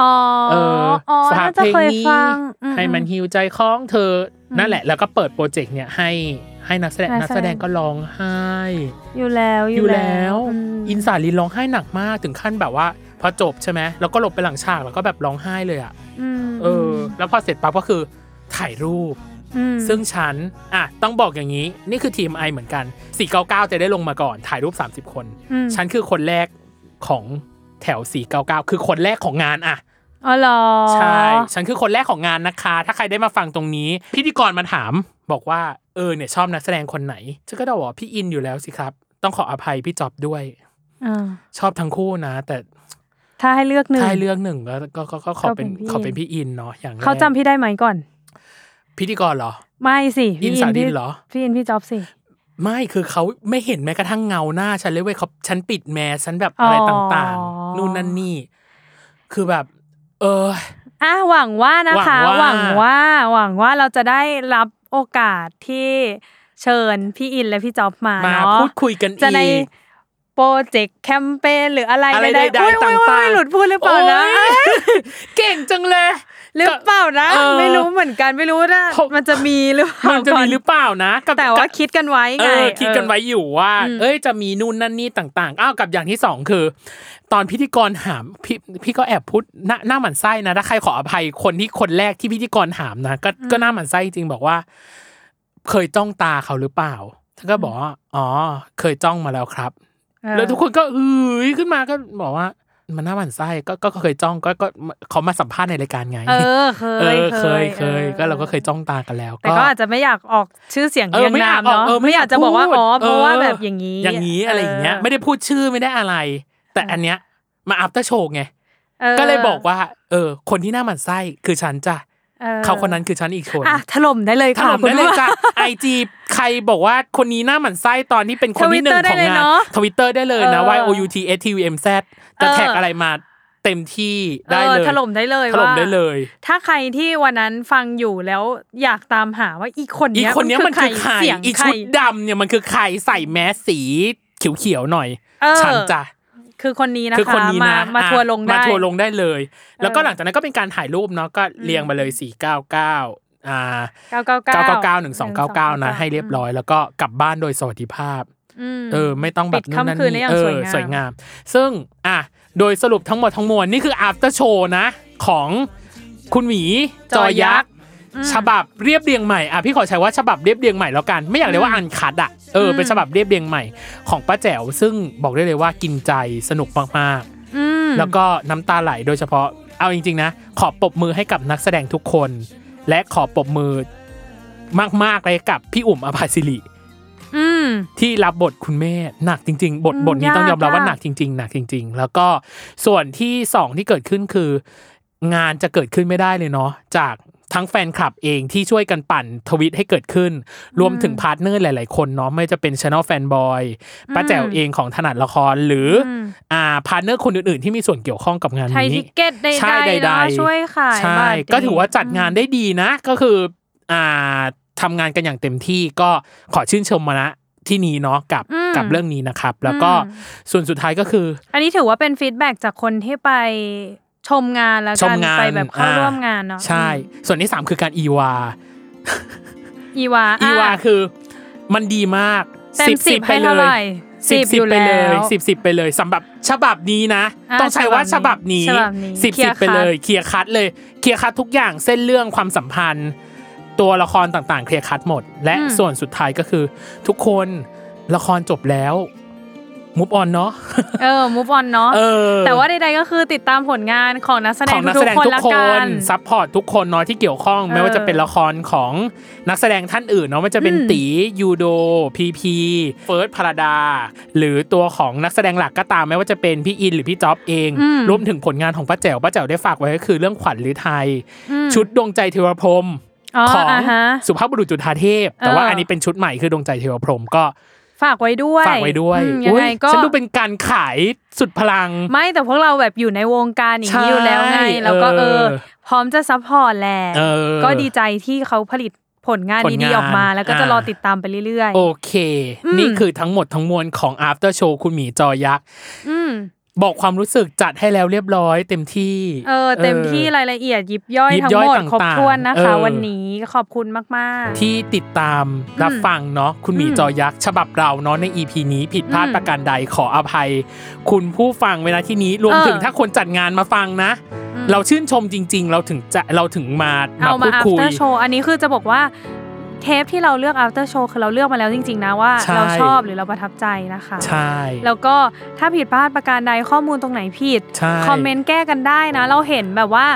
[SPEAKER 2] อ๋อ
[SPEAKER 1] เออ
[SPEAKER 2] อ๋อ
[SPEAKER 1] ฝาก
[SPEAKER 2] น่าจะ
[SPEAKER 1] เพลง
[SPEAKER 2] เคย
[SPEAKER 1] นี้
[SPEAKER 2] ฟังอื
[SPEAKER 1] ให้มันฮิวใจของเธออนั่นแหละ แล้วก็เปิดโปรเจกต์เนี่ยให้ให้นักแสดงนักแสดงก็ร้องไห้
[SPEAKER 2] อยู่แล้ว
[SPEAKER 1] อยู่แล้ว
[SPEAKER 2] อืม
[SPEAKER 1] อินสาลินร้องไห้หนักมากถึงขั้นแบบว่า พอจบใช่ไหมแล้วก็หลบไปหลังฉากแล้วก็แบบร้องไห้เลยอ่ะ
[SPEAKER 2] ม
[SPEAKER 1] เอออ แล้วพอเสร็จปั๊บก็คือถ่ายรูป
[SPEAKER 2] ม
[SPEAKER 1] ซึ่งฉันอ่ะต้องบอกอย่างนี้ นี่คือทีมไอเหมือนกัน 499 จะได้ลงมาก่อน ถ่ายรูป 30 คน
[SPEAKER 2] อืม
[SPEAKER 1] ฉันคือคนแรกของ แถว 499 คือคนแรกของงานอะ
[SPEAKER 2] อ๋อเหรอ
[SPEAKER 1] ใช่ ฉันคือคนแรกของงานนะคะ ถ้าใครได้มาฟังตรงนี้ พิธีกรมาถามบอกว่า เออเนี่ยชอบนักแสดงคนไหนฉันก็ได้บอกว่าพี่อินอยู่แล้วสิครับ ต้องขออภัยพี่จอบด้วย
[SPEAKER 2] อ่า
[SPEAKER 1] ชอบทั้งคู่นะ แต่
[SPEAKER 2] ถ้าให้เลือกหนึ่ง
[SPEAKER 1] ถ้าให้เลือกหนึ่งก็ก็ก็ก็ขอเป็น
[SPEAKER 2] ก็
[SPEAKER 1] ขอ
[SPEAKER 2] เป็นพี่
[SPEAKER 1] เป็นพี่อินเนาะอย่างแรก
[SPEAKER 2] เขาจำพี่ได้ไหมก่อน
[SPEAKER 1] พิธีกรเหรอ
[SPEAKER 2] ไม่สิพี่
[SPEAKER 1] อินสาดินเหรอ
[SPEAKER 2] พี่อินพี่จ๊อบสิ
[SPEAKER 1] ไม่คือเขาไม่เห็นแม้กระทั่งเงาหน้าฉันเลยเว้ยเขาฉันปิดแมสฉันแบบอะไรต่าง
[SPEAKER 2] อ๋อ
[SPEAKER 1] ๆ นู่นนั่นนี่ คือแบบ เออ
[SPEAKER 2] อ่ะหวังว่านะคะ
[SPEAKER 1] ห
[SPEAKER 2] ห
[SPEAKER 1] วั
[SPEAKER 2] วั
[SPEAKER 1] ง
[SPEAKER 2] ง
[SPEAKER 1] ว่า
[SPEAKER 2] ว่าหวังว่าเราจะได้รับโอกาสที่เชิญพี่อินและพี่จ๊อบมา
[SPEAKER 1] มา
[SPEAKER 2] เนาะ
[SPEAKER 1] พูดคุยกัน
[SPEAKER 2] จะใน
[SPEAKER 1] อีก
[SPEAKER 2] โปรเจกต์แคมเปญหรืออะไร
[SPEAKER 1] อะไรใดๆ
[SPEAKER 2] อุ๊ยอุ๊ย
[SPEAKER 1] ต่างๆ
[SPEAKER 2] อุ๊ยหลุดพูดหรือเปล่านะ
[SPEAKER 1] โอ๊ย เก่งจังเลย
[SPEAKER 2] หรือเปล่านะ
[SPEAKER 1] เออ
[SPEAKER 2] ไม่รู้เหมือนกันไม่รู้นะ
[SPEAKER 1] เขามั
[SPEAKER 2] มันจะมีหรือเปล่า
[SPEAKER 1] มันจะ
[SPEAKER 2] ก่
[SPEAKER 1] มี
[SPEAKER 2] อน
[SPEAKER 1] หรือเปล่านะกับ
[SPEAKER 2] แต่ว่าคิดกันไว้
[SPEAKER 1] เอ
[SPEAKER 2] ไง
[SPEAKER 1] อคิดกันไว้
[SPEAKER 2] เอ
[SPEAKER 1] อยู่ว่า
[SPEAKER 2] อืม
[SPEAKER 1] เอ้ยจะมีนู่นนั่นนี่ต่างๆอ้าวกับอย่างที่สองคือ ตอนพิธีกรถามพี่พี่ก็แอบพูดหน้าหน้าหมันไส้นะถ้าใครขออภัยคนที่คนแรกที่พิธีกรถามนะก็ก็หน้าหมันไส้จริงบอกว่า เคยจ้องตาเขาหรือเปล่าท่านก็บอกว่าอ๋อ เคยจ้องมาแล้วครับ
[SPEAKER 2] เออ
[SPEAKER 1] แล้วทุกคนก็เอ้ยขึ้นมาก็บอกว่า มันหน้าหมันไส้ก็ก็ก็เคยจ้องก็ก็เขามาสัมภาษณ์ในรายการไง
[SPEAKER 2] เออเค
[SPEAKER 1] เออย เคยเคย
[SPEAKER 2] ออ
[SPEAKER 1] ก็เราก็เคยจ้องตากันแล้ว
[SPEAKER 2] แต่ก็อาจจะไม่อยากออกชื่อเสียง
[SPEAKER 1] เอ
[SPEAKER 2] เรี
[SPEAKER 1] อยไม่อ
[SPEAKER 2] งาย
[SPEAKER 1] นาก
[SPEAKER 2] ม
[SPEAKER 1] ออก
[SPEAKER 2] เนาะ
[SPEAKER 1] เออ
[SPEAKER 2] ไม่อยากจะบอกว่า
[SPEAKER 1] พูด
[SPEAKER 2] อ๋อเพราะว่า
[SPEAKER 1] ออ
[SPEAKER 2] แบบอย่างนี้
[SPEAKER 1] อย่างนี้อะไรอย่างเงี้ย
[SPEAKER 2] ออ
[SPEAKER 1] ไม่ได้พูดชื่อไม่ได้อะไร แต่อันเนี้ยมาอัพเตอร์โชว์ไง
[SPEAKER 2] ออ
[SPEAKER 1] ก็เลยบอกว่า เออ คนที่หน้าหมันไส้คือฉันจ้ะ
[SPEAKER 2] ออ
[SPEAKER 1] เขาคนนั้นคือฉันอีกคน
[SPEAKER 2] อ่ะถล่มได้เลย
[SPEAKER 1] ถ
[SPEAKER 2] ค่ะ
[SPEAKER 1] ล่ม
[SPEAKER 2] คุณ
[SPEAKER 1] ได้เลย
[SPEAKER 2] ผู้ช
[SPEAKER 1] จ้ะไอจีใครบอกว่าคนนี้หน้าหมันไส้ตอนที่เป็นคนที่หนึ่ง
[SPEAKER 2] Twitter
[SPEAKER 1] ข
[SPEAKER 2] ได้
[SPEAKER 1] อง
[SPEAKER 2] เลย
[SPEAKER 1] งาน
[SPEAKER 2] เนอะ
[SPEAKER 1] ทวิตเตอร์ได้เลยนะ
[SPEAKER 2] เออ
[SPEAKER 1] y o u t s t u m z จะแท็กอะไรมาเต็มที่ได้
[SPEAKER 2] ออ
[SPEAKER 1] เลย
[SPEAKER 2] ถล่มได้เลย
[SPEAKER 1] ถล่ม
[SPEAKER 2] ว่า
[SPEAKER 1] ได้เลย
[SPEAKER 2] ถ้าใครที่วันนั้นฟังอยู่แล้วอยากตามหาว่าอีกคน
[SPEAKER 1] อีก
[SPEAKER 2] เนี้ย
[SPEAKER 1] คนเนี้ยมันคือใคร
[SPEAKER 2] เสียง
[SPEAKER 1] อีก
[SPEAKER 2] ใคร
[SPEAKER 1] ชุดดำเนี่ยมันคือใครใส่แมสสีเขียวๆหน่อย
[SPEAKER 2] เออ
[SPEAKER 1] ฉันจ้ะ
[SPEAKER 2] คือคนนี้นะคะ
[SPEAKER 1] คือคนนี้
[SPEAKER 2] มา
[SPEAKER 1] นะ
[SPEAKER 2] มา
[SPEAKER 1] อ่ะ
[SPEAKER 2] ทัวร์ลงได้
[SPEAKER 1] มาทัวร์ลงได้เลย แล้วก็
[SPEAKER 2] เออ
[SPEAKER 1] หลังจากนั้นก็เป็นการถ่ายรูปเนาะก็เรียงมาเลย 499อ่า
[SPEAKER 2] เก้าเก้าเก้า
[SPEAKER 1] 999 1299 นะ ให้เรียบร้อย แล้วก็กลับบ้านโดยสวัสดิภาพ
[SPEAKER 2] ม
[SPEAKER 1] เออไม่ต้องแบ
[SPEAKER 2] ปิ
[SPEAKER 1] บ
[SPEAKER 2] ด
[SPEAKER 1] นู่นนั่น
[SPEAKER 2] ค่ำคืนได้
[SPEAKER 1] นี่
[SPEAKER 2] อย่าง
[SPEAKER 1] เอ
[SPEAKER 2] ส
[SPEAKER 1] อ
[SPEAKER 2] วยงาม
[SPEAKER 1] สวยงาม ซึ่งอ่ะโดยสรุปทั้งหมดทั้งมวลนี่คือ after show นะ ของคุณหมีจอยักษ์ฉบับเรียบเรียงใหม่อ่ะพี่ขอใช้ว่าฉบับเรียบเรียงใหม่แล้วกัน ไม่อยากเรียกว่าอันคัดอ่ะเออเป็นฉบับเรียบเรียงใหม่ของป้าแจ๋วซึ่งบอกได้เลยว่ากินใจสนุกมาก
[SPEAKER 2] อืม
[SPEAKER 1] ๆแล้วก็น้ำตาไหลโดยเฉพาะเอาจริงๆนะ ขอปรบมือให้กับนักแสดงทุกคน และขอปรบมือมากๆเลยกับพี่อุ่มอภาสิริ
[SPEAKER 2] อืม
[SPEAKER 1] ที่รับบทคุณแม่หนักจริง ๆ บท
[SPEAKER 2] อืม
[SPEAKER 1] บทนี้ต้องยอมรับ
[SPEAKER 2] ยา
[SPEAKER 1] ว่าย
[SPEAKER 2] กาก
[SPEAKER 1] หนักจริง ๆ หนักจริง ๆ แล้วก็ส่วนที่สองที่เกิดขึ้นคือ งานจะเกิดขึ้นไม่ได้เลยเนาะจากทั้งแฟนคลับเองที่ช่วยกันปั่นทวิตให้เกิดขึ้น รวมถึงพาร์ทเนอร์หลาย ๆ คนเนาะไม่ว่าจะเป็นช anel แฟนบอยป้าแจ๋วเองของถนัดละครหรือออ่าพาร์ทเนอร์คนอื่น ๆ ที่มีส่วนเกี่ยวข้องกับงาน
[SPEAKER 2] ไทย
[SPEAKER 1] นี้
[SPEAKER 2] ทิกเก็ตใด
[SPEAKER 1] ใช่
[SPEAKER 2] ๆ
[SPEAKER 1] ใด
[SPEAKER 2] เนาะ
[SPEAKER 1] ๆ
[SPEAKER 2] ช่วยขาย
[SPEAKER 1] ใช่
[SPEAKER 2] บัตร
[SPEAKER 1] ก็ถือว่าจัดงานได้ดีนะ ก็คืออ่าทำงานกันอย่างเต็มที่ก็ขอชื่นชมมานะที่นี้เนาะกับกับเรื่องนี้นะครับ แล้วก็ส่วนสุดท้ายก็คือ
[SPEAKER 2] อันนี้ถือว่าเป็นฟีดแบ็กจากคนที่ไปชมงานแล้ว
[SPEAKER 1] ชม
[SPEAKER 2] กัน
[SPEAKER 1] งาน
[SPEAKER 2] ไปแบบเข้า
[SPEAKER 1] อ่า
[SPEAKER 2] ร่วมงานเนาะ
[SPEAKER 1] ใช่ ส่วนที่สามคือการอีวา
[SPEAKER 2] อีวาะ
[SPEAKER 1] อีวาคือมันดีมาก
[SPEAKER 2] เต็ม
[SPEAKER 1] 10
[SPEAKER 2] สิบ
[SPEAKER 1] 10
[SPEAKER 2] ให้เท่าไหร่
[SPEAKER 1] สิบ
[SPEAKER 2] สิ
[SPEAKER 1] สิ
[SPEAKER 2] บบ อยู่
[SPEAKER 1] ไปเล
[SPEAKER 2] แล้
[SPEAKER 1] ยว สิบสิบไปเลยสำหรับฉบับนี้นะ
[SPEAKER 2] อ่า
[SPEAKER 1] ต้องใช้ว่าฉบับนี้
[SPEAKER 2] ฉบับนี้
[SPEAKER 1] สิบ
[SPEAKER 2] เคลี
[SPEAKER 1] สิ
[SPEAKER 2] ย
[SPEAKER 1] บ
[SPEAKER 2] ร์
[SPEAKER 1] ไปเลย
[SPEAKER 2] คัด
[SPEAKER 1] เคลียร์คัดเลยเคลียร์คัดทุกอย่างเส้นเรื่องความสัมพันธ์ ตัวละครต่างๆ เคลียร์คัดหมด และส่วนสุดท้ายก็คือ ทุกคนละครจบแล้วมุฟออนเนาะ
[SPEAKER 2] เออมูฟออนเนาะ
[SPEAKER 1] เออ
[SPEAKER 2] แต่ว่าใดๆก็คือติดตามผลงานของนักแสด
[SPEAKER 1] ของ งนัก
[SPEAKER 2] ทุ
[SPEAKER 1] แสด
[SPEAKER 2] ก
[SPEAKER 1] ง
[SPEAKER 2] คน
[SPEAKER 1] ทุก
[SPEAKER 2] ละ
[SPEAKER 1] ค
[SPEAKER 2] กัน น
[SPEAKER 1] ซัพพอร์ตทุกคนเนาะที่เกี่ยวข้อง
[SPEAKER 2] เออ
[SPEAKER 1] ไม่ว่าจะเป็นละครของนักแสดงท่านอื่นเนาะไม่ว่าจะเป็น
[SPEAKER 2] อืม
[SPEAKER 1] ตียูโดพีพีเฟิร์สพราดา หรือตัวของนักแสดงหลักก็ตามไม่ว่าจะเป็นพี่อินหรือพี่จ๊อบเอง รวมถึงผลงานของป้าแจ๋วป้าแจ๋วได้ฝากไว้ก็คือเรื่องขวัญหรือไทย ชุดดวงใจเทวพรหม
[SPEAKER 2] อ๋อ
[SPEAKER 1] ของ
[SPEAKER 2] อ่าฮะ
[SPEAKER 1] สุภาพบุรุษจุฑาเทพ แต่ว่า
[SPEAKER 2] เอออั
[SPEAKER 1] อันนี้เป็นชุดใหม่คือดวงใจเทวพรหมก็
[SPEAKER 2] ฝากไว้ด้วย
[SPEAKER 1] ฝากไว้ด้วย
[SPEAKER 2] อืมยัง
[SPEAKER 1] อุ๊
[SPEAKER 2] ไงก็
[SPEAKER 1] ฉันดูเป็นการขายสุดพลัง
[SPEAKER 2] ไม่แต่พวกเราแบบอยู่ในวงการอย่างนี้อยู่แล้วไง
[SPEAKER 1] ใช่
[SPEAKER 2] แล้วก็เอ
[SPEAKER 1] เอ
[SPEAKER 2] อ
[SPEAKER 1] อ
[SPEAKER 2] พร้อมจะซัพพอร์ตแหละ
[SPEAKER 1] เออ
[SPEAKER 2] ก็ดีใจที่เขาผลิตผลงาน
[SPEAKER 1] ผลงาน
[SPEAKER 2] ดีๆออกมา แล้วก็จะ
[SPEAKER 1] อ่าร
[SPEAKER 2] รอติดตามไปเรื่อย
[SPEAKER 1] โอเค นี่คือทั้งหมดทั้งมวลของ after show คุณหมีจอยักษ์
[SPEAKER 2] ๆ อืม
[SPEAKER 1] บอกความรู้สึกจัดให้แล้วเรียบร้อยเต็มที่
[SPEAKER 2] เออเต็มที่รายละเอียดยิบย่อย
[SPEAKER 1] ยิบ
[SPEAKER 2] ทั้ง
[SPEAKER 1] ย่อย
[SPEAKER 2] หมด
[SPEAKER 1] ต่างๆ
[SPEAKER 2] ครบถ้วนนะคะ
[SPEAKER 1] เออ
[SPEAKER 2] วันนี้ขอบคุณมากๆ
[SPEAKER 1] ที่ติดตามรับฟังเนาะคุณหมีจอยักษ์ฉบับเราเนาะใน EP นี้ผิดพลาดประการใดขออภัย คุณผู้ฟังเวลาที่นี้รวม
[SPEAKER 2] เออ
[SPEAKER 1] ถึงถ้าคนจัดงานมาฟังนะ เราชื่นชมจริง ๆ เราถึงจะเราถึงมา
[SPEAKER 2] เอามา
[SPEAKER 1] พูดคุย
[SPEAKER 2] after show อันนี้คือจะบอกว่า เทปที่เราเลือก after show คือเราเลือกมาแล้วจริง ๆ นะว่า
[SPEAKER 1] ใช่
[SPEAKER 2] เราชอบหรือเราประทับใจนะคะ
[SPEAKER 1] ใช่
[SPEAKER 2] แล้วก็ถ้าผิดพลาดประการใดข้อมูลตรงไหนผิด
[SPEAKER 1] ใช่
[SPEAKER 2] คอมเมนต์แก้กันได้นะ เราเห็นแบบว่า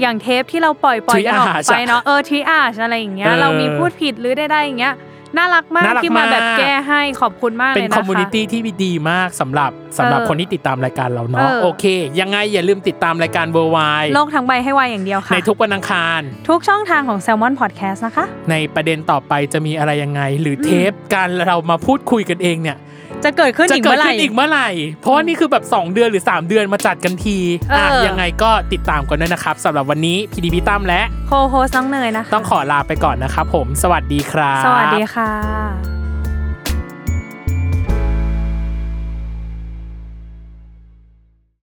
[SPEAKER 2] อย่างเทปที่เราปล่อยปล่อยกันออก
[SPEAKER 1] Triage
[SPEAKER 2] ไปเนาะเออทีอาชอะไรอย่างเงี้ย
[SPEAKER 1] เออ
[SPEAKER 2] เรามีพูดผิดหรือได้ได้อย่างเงี้ยน่ารักมาก
[SPEAKER 1] น่ารัก
[SPEAKER 2] ที่มาแบบ
[SPEAKER 1] มาก
[SPEAKER 2] แก้ให้ขอบคุณมากเล
[SPEAKER 1] เป็น
[SPEAKER 2] ยนะ
[SPEAKER 1] ค
[SPEAKER 2] คะ
[SPEAKER 1] อมมูนิตี้ที่ดีมากสำหรับสำหรับ
[SPEAKER 2] เออ
[SPEAKER 1] คนที่ติดตามรายการเรา
[SPEAKER 2] เอ
[SPEAKER 1] เนาะ
[SPEAKER 2] อ
[SPEAKER 1] โอเค ยังไงอย่าลืมติดตามรายการเวอร์ไว
[SPEAKER 2] โลกทั้งใบให้วายอย่างเดียวค่ะ
[SPEAKER 1] ในทุกวันอังคาร
[SPEAKER 2] ทุกช่องทางของ Salmon Podcast นะคะ
[SPEAKER 1] ในประเด็นต่อไปจะมีอะไรยังไง หรือเทปการเรามาพูดคุยกันเองเนี่ย
[SPEAKER 2] จะเกิดขึ้น
[SPEAKER 1] จะ
[SPEAKER 2] อีก
[SPEAKER 1] เกิ
[SPEAKER 2] เมื่
[SPEAKER 1] ด
[SPEAKER 2] อไหร่
[SPEAKER 1] ขึ้นอีกเมื่อไหร่ เพราะว่านี่คือแบบ 2 เดือนหรือ 3 เดือนมาจัดกันที
[SPEAKER 2] เอออ่
[SPEAKER 1] ะยังไงก็ติดตามกันด้วยนะครับสำหรับวันนี้พีดีพีตั้มและ
[SPEAKER 2] โคโฮสน้องเนยนะคะ
[SPEAKER 1] ต้องขอลาไปก่อนนะครับผม สวัสดีครับ
[SPEAKER 2] สวัสดีค่ะ